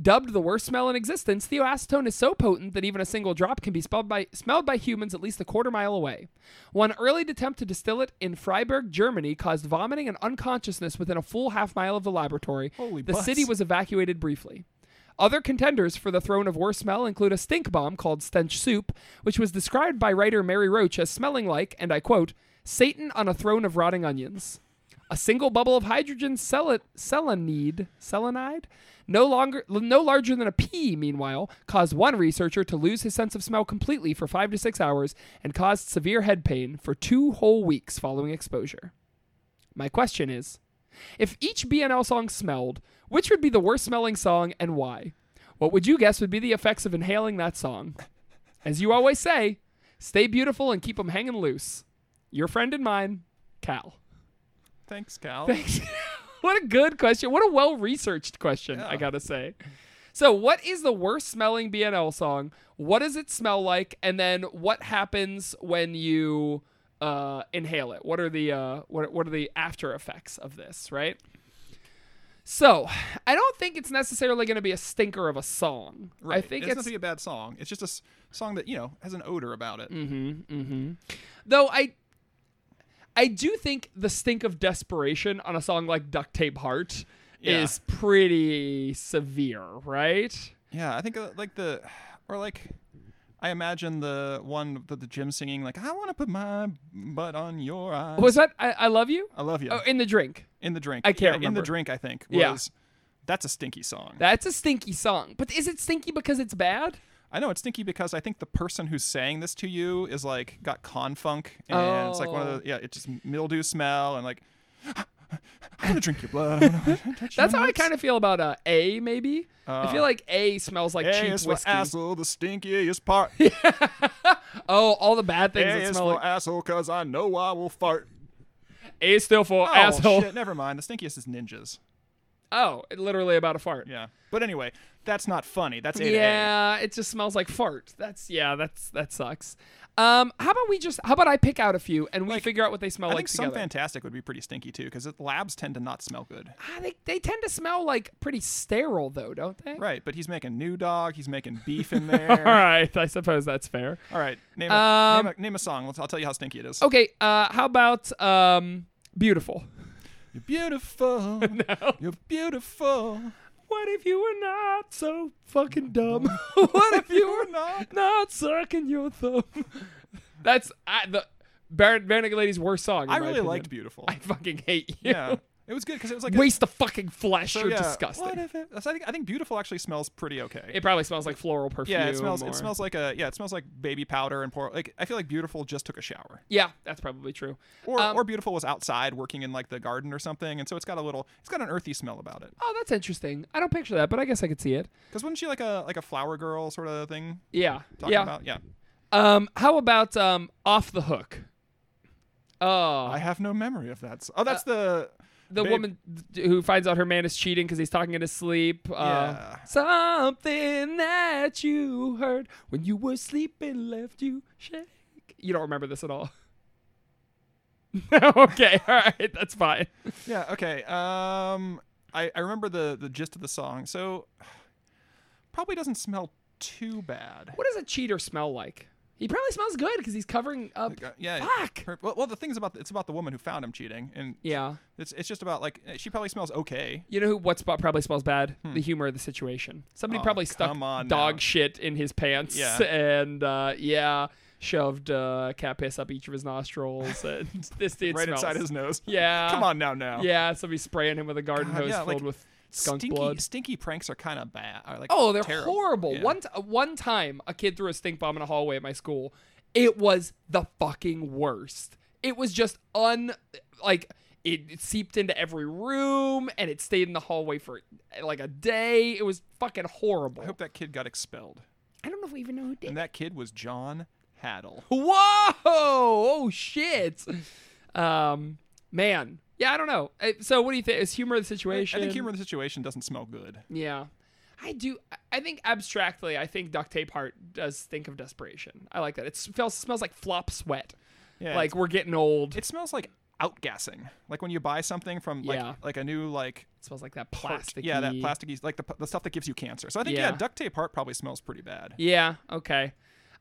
[SPEAKER 2] Dubbed the worst smell in existence, theoacetone is so potent that even a single drop can be spelled by, smelled by humans at least a quarter mile away. One early attempt to distill it in Freiburg, Germany, caused vomiting and unconsciousness within a full half mile of the laboratory.
[SPEAKER 3] Holy
[SPEAKER 2] the
[SPEAKER 3] butts.
[SPEAKER 2] city was evacuated briefly. Other contenders for the throne of worst smell include a stink bomb called Stench Soup, which was described by writer Mary Roach as smelling like, and I quote, Satan on a throne of rotting onions. A single bubble of hydrogen sel- selenide, selenide, no longer, no larger than a pea, meanwhile, caused one researcher to lose his sense of smell completely for five to six hours and caused severe head pain for two whole weeks following exposure. My question is, if each BNL song smelled, which would be the worst smelling song and why? What would you guess would be the effects of inhaling that song? As you always say, stay beautiful and keep 'em hanging loose. Your friend and mine, Cal.
[SPEAKER 3] Thanks, Cal.
[SPEAKER 2] what a good question. What a well researched question, I gotta say. So, what is the worst smelling BNL song? What does it smell like? And then, what happens when you uh, inhale it? What are the uh, what, what are the after effects of this? Right. So, I don't think it's necessarily going to be a stinker of a song. I think
[SPEAKER 3] it's
[SPEAKER 2] it's
[SPEAKER 3] not be a bad song. It's just a s- song that you know has an odor about it.
[SPEAKER 2] though I I do think the stink of desperation on a song like Duct Tape Heart
[SPEAKER 3] Yeah.
[SPEAKER 2] is pretty severe, right?
[SPEAKER 3] Yeah, I think uh, like the or like I imagine the one that the gym singing like I want to put my butt on your eyes.
[SPEAKER 2] Was that I, I love you?
[SPEAKER 3] I love you
[SPEAKER 2] Oh, in the drink.
[SPEAKER 3] in the drink.
[SPEAKER 2] I can't
[SPEAKER 3] yeah, in
[SPEAKER 2] remember.
[SPEAKER 3] the drink. I think was
[SPEAKER 2] Yeah.
[SPEAKER 3] that's a stinky song.
[SPEAKER 2] That's a stinky song. But is it stinky because it's bad?
[SPEAKER 3] I know it's stinky because I think the person who's saying this to you is like got confunk and it's like one
[SPEAKER 2] Oh.
[SPEAKER 3] of the yeah it's just mildew smell and like (laughs) I want to drink your blood. (laughs) I wanna touch your
[SPEAKER 2] That's how I
[SPEAKER 3] lips.
[SPEAKER 2] kind of feel about uh, A maybe. I feel like A smells like
[SPEAKER 3] Uh, A
[SPEAKER 2] cheap
[SPEAKER 3] is for
[SPEAKER 2] whiskey.
[SPEAKER 3] asshole, the stinkiest part.
[SPEAKER 2] (laughs) Oh, all the bad things
[SPEAKER 3] A
[SPEAKER 2] that
[SPEAKER 3] is
[SPEAKER 2] smell
[SPEAKER 3] for
[SPEAKER 2] like
[SPEAKER 3] asshole, cause I know I
[SPEAKER 2] (laughs)
[SPEAKER 3] will fart.
[SPEAKER 2] A is still for
[SPEAKER 3] Oh,
[SPEAKER 2] asshole.
[SPEAKER 3] shit, never mind. The stinkiest is ninjas.
[SPEAKER 2] Oh, it literally about a fart.
[SPEAKER 3] Yeah. But anyway, that's not funny. That's A to A.
[SPEAKER 2] Yeah, it just smells like fart. That's yeah, that's that sucks. Um, how about we just how about I pick out a few and we figure out what they smell
[SPEAKER 3] I
[SPEAKER 2] like
[SPEAKER 3] think some
[SPEAKER 2] together?
[SPEAKER 3] fantastic would be pretty stinky too, because labs tend to not smell good.
[SPEAKER 2] I think Ah, they tend to smell like pretty sterile though, don't they?
[SPEAKER 3] Right, but he's making new dog. He's making
[SPEAKER 2] (laughs)
[SPEAKER 3] beef in there.
[SPEAKER 2] All right, I suppose that's fair.
[SPEAKER 3] All right, name a,
[SPEAKER 2] Um,
[SPEAKER 3] name a, name a song. Let's, I'll tell you how stinky it is.
[SPEAKER 2] Okay, uh, how about um, beautiful?
[SPEAKER 3] You're
[SPEAKER 2] (laughs)
[SPEAKER 3] beautiful. You're beautiful.
[SPEAKER 2] What if you were not so fucking dumb? (laughs) what if you
[SPEAKER 3] (laughs)
[SPEAKER 2] were not (laughs)
[SPEAKER 3] not-
[SPEAKER 2] not sucking your thumb? that's I, the Baron Bernick Lady's worst song. in
[SPEAKER 3] I
[SPEAKER 2] my
[SPEAKER 3] really
[SPEAKER 2] opinion.
[SPEAKER 3] liked Beautiful.
[SPEAKER 2] (laughs) I fucking hate you.
[SPEAKER 3] yeah, it was good because it was
[SPEAKER 2] (laughs)
[SPEAKER 3] like
[SPEAKER 2] Waste the fucking flesh.
[SPEAKER 3] A, so
[SPEAKER 2] You're
[SPEAKER 3] yeah,
[SPEAKER 2] disgusting.
[SPEAKER 3] What if it, so I think I think Beautiful actually smells pretty okay.
[SPEAKER 2] It probably smells like floral perfume.
[SPEAKER 3] yeah, it smells.
[SPEAKER 2] or-
[SPEAKER 3] It smells like a yeah. It smells like baby powder and pour. Like I feel like Beautiful just took a shower.
[SPEAKER 2] Yeah, that's probably true.
[SPEAKER 3] or,
[SPEAKER 2] Um,
[SPEAKER 3] or beautiful was outside working in like the garden or something and so it's got a little it's got an earthy smell about it
[SPEAKER 2] Oh, that's interesting. I don't picture that, but I guess I could see it.
[SPEAKER 3] because wasn't she like a like a flower girl sort of thing
[SPEAKER 2] Yeah,
[SPEAKER 3] talking
[SPEAKER 2] yeah.
[SPEAKER 3] about yeah
[SPEAKER 2] Um, how about um, off the hook? Oh,
[SPEAKER 3] i have no memory of that oh that's the
[SPEAKER 2] the
[SPEAKER 3] babe-
[SPEAKER 2] woman d- who finds out her man is cheating because he's talking in his sleep. Uh,
[SPEAKER 3] Yeah.
[SPEAKER 2] something that you heard when you were sleeping left you shake. You don't remember this at all. (laughs) okay, (laughs) all right, that's fine.
[SPEAKER 3] yeah okay um i i remember the the gist of the song so probably doesn't smell too bad
[SPEAKER 2] What does a cheater smell like? He probably smells good because he's covering up.
[SPEAKER 3] Uh, yeah
[SPEAKER 2] Fuck.
[SPEAKER 3] her- well, well the thing's about it's about the woman who found him cheating and
[SPEAKER 2] Yeah.
[SPEAKER 3] it's it's just about like she probably smells okay
[SPEAKER 2] You know who what spot probably smells bad? The humor of the situation. Somebody
[SPEAKER 3] Hmm. Oh,
[SPEAKER 2] probably stuck
[SPEAKER 3] come on
[SPEAKER 2] dog
[SPEAKER 3] now.
[SPEAKER 2] shit in his pants (laughs)
[SPEAKER 3] Yeah.
[SPEAKER 2] and uh, yeah, shoved uh, cat piss up each of his
[SPEAKER 3] (laughs)
[SPEAKER 2] nostrils. And (laughs) this dude
[SPEAKER 3] right
[SPEAKER 2] smells.
[SPEAKER 3] inside his nose (laughs)
[SPEAKER 2] Yeah.
[SPEAKER 3] come on now now
[SPEAKER 2] Yeah, somebody spraying him with a garden
[SPEAKER 3] God,
[SPEAKER 2] hose
[SPEAKER 3] yeah,
[SPEAKER 2] filled
[SPEAKER 3] like,
[SPEAKER 2] with skunk
[SPEAKER 3] stinky,
[SPEAKER 2] blood.
[SPEAKER 3] Stinky pranks are kind of bad. Are like
[SPEAKER 2] Oh, they're
[SPEAKER 3] terrible.
[SPEAKER 2] horrible.
[SPEAKER 3] Yeah.
[SPEAKER 2] One t- one time, a kid threw a stink bomb in a hallway at my school. It was the fucking worst. It was just un like it, it seeped into every room and it stayed in the hallway for like a day. It was fucking horrible.
[SPEAKER 3] I hope that kid got expelled.
[SPEAKER 2] I don't know if we even know who did.
[SPEAKER 3] And that kid was John Haddle.
[SPEAKER 2] Whoa! Oh shit! Um, man. Yeah, I don't know. Uh, So, what do you think? Is humor the
[SPEAKER 3] I
[SPEAKER 2] situation?
[SPEAKER 3] think humor in the situation doesn't smell good.
[SPEAKER 2] Yeah. I do. I- I think abstractly, I think duct tape heart does think of desperation. I like that. It smells, smells like flop sweat.
[SPEAKER 3] Yeah,
[SPEAKER 2] like we're getting old. It
[SPEAKER 3] It smells like outgassing. Like when you buy something from like
[SPEAKER 2] Yeah.
[SPEAKER 3] like a new like
[SPEAKER 2] smells like that
[SPEAKER 3] part.
[SPEAKER 2] plastic.
[SPEAKER 3] Yeah, that plasticky like the, the stuff that gives you cancer. So I think yeah,
[SPEAKER 2] Yeah.
[SPEAKER 3] duct tape heart probably smells pretty bad.
[SPEAKER 2] Yeah. Okay.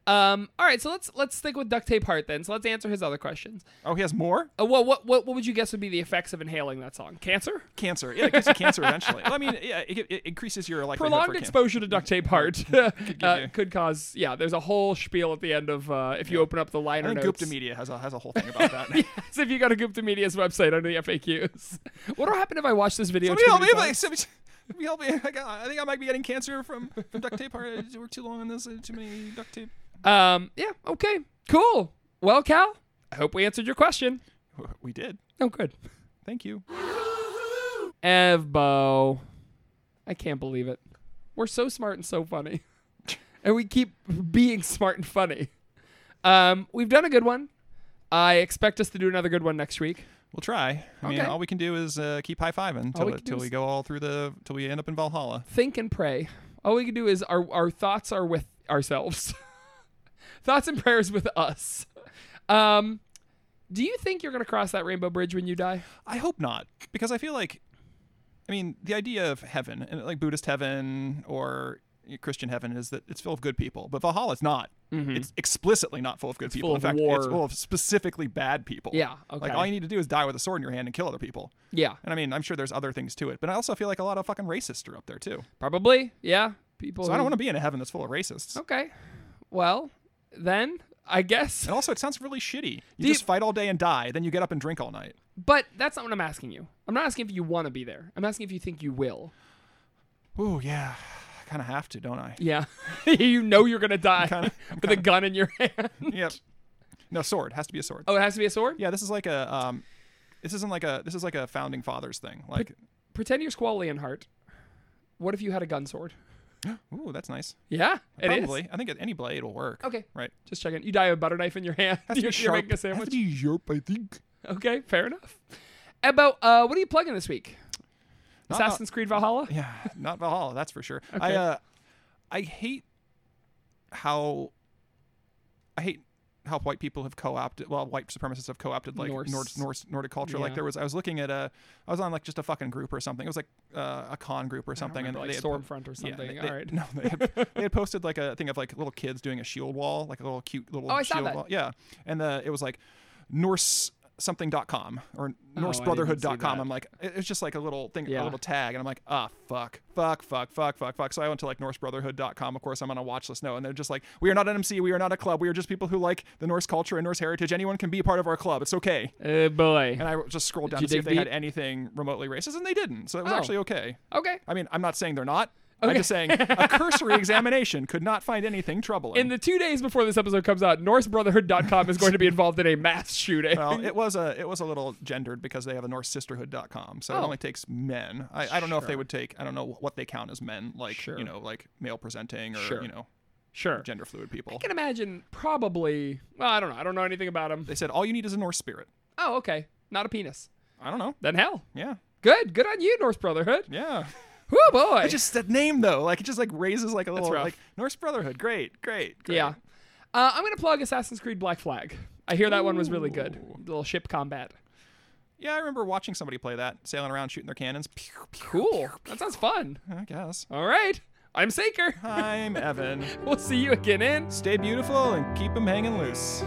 [SPEAKER 2] Um. All right. So let's let's stick with duct tape heart then. So let's answer his other questions.
[SPEAKER 3] Oh, he has more
[SPEAKER 2] Uh, well, what what what would you guess would be the effects of inhaling that song? Cancer.
[SPEAKER 3] cancer. Yeah, it gives you cancer eventually. Well, I mean, yeah, it, it increases your like
[SPEAKER 2] Prolonged exposure to duct tape heart (laughs) uh,
[SPEAKER 3] you-
[SPEAKER 2] could cause. Yeah. There's a whole spiel at the end of uh, if you open up the
[SPEAKER 3] I
[SPEAKER 2] liner
[SPEAKER 3] think
[SPEAKER 2] notes.
[SPEAKER 3] Gupta Media has a has a whole thing
[SPEAKER 2] (laughs)
[SPEAKER 3] about that.
[SPEAKER 2] As if you go to Gupta Media's website under the FAQs. (laughs) What'll happen if I watch this video?
[SPEAKER 3] Somebody
[SPEAKER 2] too
[SPEAKER 3] help me!
[SPEAKER 2] many
[SPEAKER 3] Like,
[SPEAKER 2] times?
[SPEAKER 3] somebody, somebody help me! I, got, I think I might be getting cancer from, from duct tape. heart. I worked too long on this. uh, Too many duct tape.
[SPEAKER 2] Um. Yeah. Okay. Cool. Well, Cal, I hope we answered your question.
[SPEAKER 3] We did.
[SPEAKER 2] Oh, good.
[SPEAKER 3] Thank you.
[SPEAKER 2] Evbo. I can't believe it. We're so smart and so funny. (laughs) and we keep being smart and funny. Um, we've done a good one. I expect us to do another good one next week.
[SPEAKER 3] We'll try. I mean,
[SPEAKER 2] Okay.
[SPEAKER 3] all we can do is uh, keep high fiving
[SPEAKER 2] All
[SPEAKER 3] till
[SPEAKER 2] we
[SPEAKER 3] we,
[SPEAKER 2] can do
[SPEAKER 3] till
[SPEAKER 2] is-
[SPEAKER 3] we go all through the till we end up in Valhalla.
[SPEAKER 2] Think and pray. All we can do is our, our thoughts are with ourselves. (laughs) thoughts and prayers with us. Um, do you think you're going to cross that rainbow bridge when you die?
[SPEAKER 3] I hope not, because I feel like, I mean, the idea of heaven and like Buddhist heaven or Christian heaven is that it's full of good people, but Valhalla is not. It's explicitly not full of good people.
[SPEAKER 2] Mm-hmm. full
[SPEAKER 3] in
[SPEAKER 2] of
[SPEAKER 3] fact,
[SPEAKER 2] war.
[SPEAKER 3] it's full of specifically bad people.
[SPEAKER 2] Yeah,
[SPEAKER 3] Like
[SPEAKER 2] okay.
[SPEAKER 3] all you need to do is die with a sword in your hand and kill other people.
[SPEAKER 2] Yeah.
[SPEAKER 3] And I mean, I'm sure there's other things to it, but I also feel like a lot of fucking racists are up there too.
[SPEAKER 2] Probably. Yeah. People.
[SPEAKER 3] So I don't want to be in a heaven that's full of racists.
[SPEAKER 2] Okay. Well, then I guess.
[SPEAKER 3] And also, it sounds really shitty. You
[SPEAKER 2] you-
[SPEAKER 3] just fight all day and die, then you get up and drink all night.
[SPEAKER 2] But that's not what I'm asking you. I'm not asking if you want to be there. I'm asking if you think you will.
[SPEAKER 3] Ooh, yeah. I kind of have to, don't
[SPEAKER 2] (laughs)
[SPEAKER 3] I?
[SPEAKER 2] Yeah. you know you're going to die
[SPEAKER 3] kinda- I'm
[SPEAKER 2] with a gun in your (laughs) hand.
[SPEAKER 3] (laughs) yep. No, sword. Has to be a sword.
[SPEAKER 2] Oh, it has to be a sword?
[SPEAKER 3] Yeah, this is like a um, this isn't like a this is like a founding fathers thing. Like,
[SPEAKER 2] Pretend you're Squallian Heart. What if you had a gun sword?
[SPEAKER 3] ooh, that's nice.
[SPEAKER 2] Yeah. it is.
[SPEAKER 3] Probably, I think at any blade will work.
[SPEAKER 2] Okay.
[SPEAKER 3] right.
[SPEAKER 2] Just checking. You die with a butter knife in your hand.
[SPEAKER 3] Has
[SPEAKER 2] (laughs)
[SPEAKER 3] to be
[SPEAKER 2] You're, (laughs) you're
[SPEAKER 3] sharp.
[SPEAKER 2] making a
[SPEAKER 3] Has to
[SPEAKER 2] sandwich.
[SPEAKER 3] be sharp, I think.
[SPEAKER 2] Okay, fair enough. About uh, what are you plugging this week?
[SPEAKER 3] Not- not-
[SPEAKER 2] Assassin's Creed Valhalla? (laughs)
[SPEAKER 3] Yeah, not Valhalla, that's for sure. I
[SPEAKER 2] Okay.
[SPEAKER 3] uh, I hate how I hate how white people have co-opted. Well, white supremacists have co-opted like
[SPEAKER 2] Norse.
[SPEAKER 3] Norse Norse, Nordic culture.
[SPEAKER 2] Yeah.
[SPEAKER 3] Like there was, I was looking at a, I was on like just a fucking group or something. It was like uh, a con group or something,
[SPEAKER 2] Remember,
[SPEAKER 3] and
[SPEAKER 2] like
[SPEAKER 3] they had-
[SPEAKER 2] Stormfront or
[SPEAKER 3] Yeah,
[SPEAKER 2] something.
[SPEAKER 3] they-
[SPEAKER 2] All right.
[SPEAKER 3] they- No,
[SPEAKER 2] (laughs)
[SPEAKER 3] they had, they had posted like a thing of like little kids doing a shield wall, like a little cute little
[SPEAKER 2] Oh, I saw
[SPEAKER 3] shield
[SPEAKER 2] that.
[SPEAKER 3] wall. Yeah. And the, it was like Norse something.com or
[SPEAKER 2] Oh,
[SPEAKER 3] norsebrotherhood.com.
[SPEAKER 2] that.
[SPEAKER 3] I'm like, it- it's just like a little thing,
[SPEAKER 2] Yeah.
[SPEAKER 3] a little tag. And I'm like, ah, fuck, fuck, fuck, fuck, fuck, fuck. So I went to like norsebrotherhood.com. Of course, I'm on a watch list now. And they're just like, we are not an MC. We are not a club. We are just people who like the Norse culture and Norse heritage. Anyone can be part of our club. It's okay.
[SPEAKER 2] Oh boy.
[SPEAKER 3] And I just scrolled down
[SPEAKER 2] you
[SPEAKER 3] to see if
[SPEAKER 2] dig
[SPEAKER 3] they had
[SPEAKER 2] deep?
[SPEAKER 3] anything remotely racist. And they didn't. So it was
[SPEAKER 2] Oh.
[SPEAKER 3] actually okay.
[SPEAKER 2] Okay.
[SPEAKER 3] I mean, I'm not saying they're not.
[SPEAKER 2] Okay.
[SPEAKER 3] I'm just saying a
[SPEAKER 2] (laughs)
[SPEAKER 3] cursory examination could not find anything troubling.
[SPEAKER 2] In the two days before this episode comes out, NorseBrotherhood.com is going to be involved in a mass shooting. (laughs)
[SPEAKER 3] well, it was a it was a little gendered because they have a NorseSisterhood.com, so it
[SPEAKER 2] Oh.
[SPEAKER 3] only takes men. I, I don't know if they would take I don't know what they count as men, like
[SPEAKER 2] Sure.
[SPEAKER 3] you know, like male presenting or
[SPEAKER 2] Sure.
[SPEAKER 3] you know,
[SPEAKER 2] sure.
[SPEAKER 3] gender fluid people.
[SPEAKER 2] I can imagine probably. Well, I don't know. I don't know anything about him.
[SPEAKER 3] They said all you need is a Norse spirit.
[SPEAKER 2] Oh, okay. Not a penis.
[SPEAKER 3] I don't know.
[SPEAKER 2] Then hell.
[SPEAKER 3] Yeah,
[SPEAKER 2] Good. Good on you, Norse Brotherhood. (laughs)
[SPEAKER 3] yeah.
[SPEAKER 2] Oh boy.
[SPEAKER 3] But just that name though, like it just like raises like a little
[SPEAKER 2] rough.
[SPEAKER 3] like Norse Brotherhood. Great, great, great.
[SPEAKER 2] yeah. Uh, I'm gonna plug Assassin's Creed Black Flag. I hear that one was really good. Little ship combat.
[SPEAKER 3] yeah. I remember watching somebody play that, sailing around shooting their cannons. Pew, pew,
[SPEAKER 2] Cool. That sounds fun.
[SPEAKER 3] I guess.
[SPEAKER 2] All right. I'm Saker. (laughs)
[SPEAKER 3] I'm Evan.
[SPEAKER 2] We'll see you again in.
[SPEAKER 3] Stay beautiful and keep them hanging loose.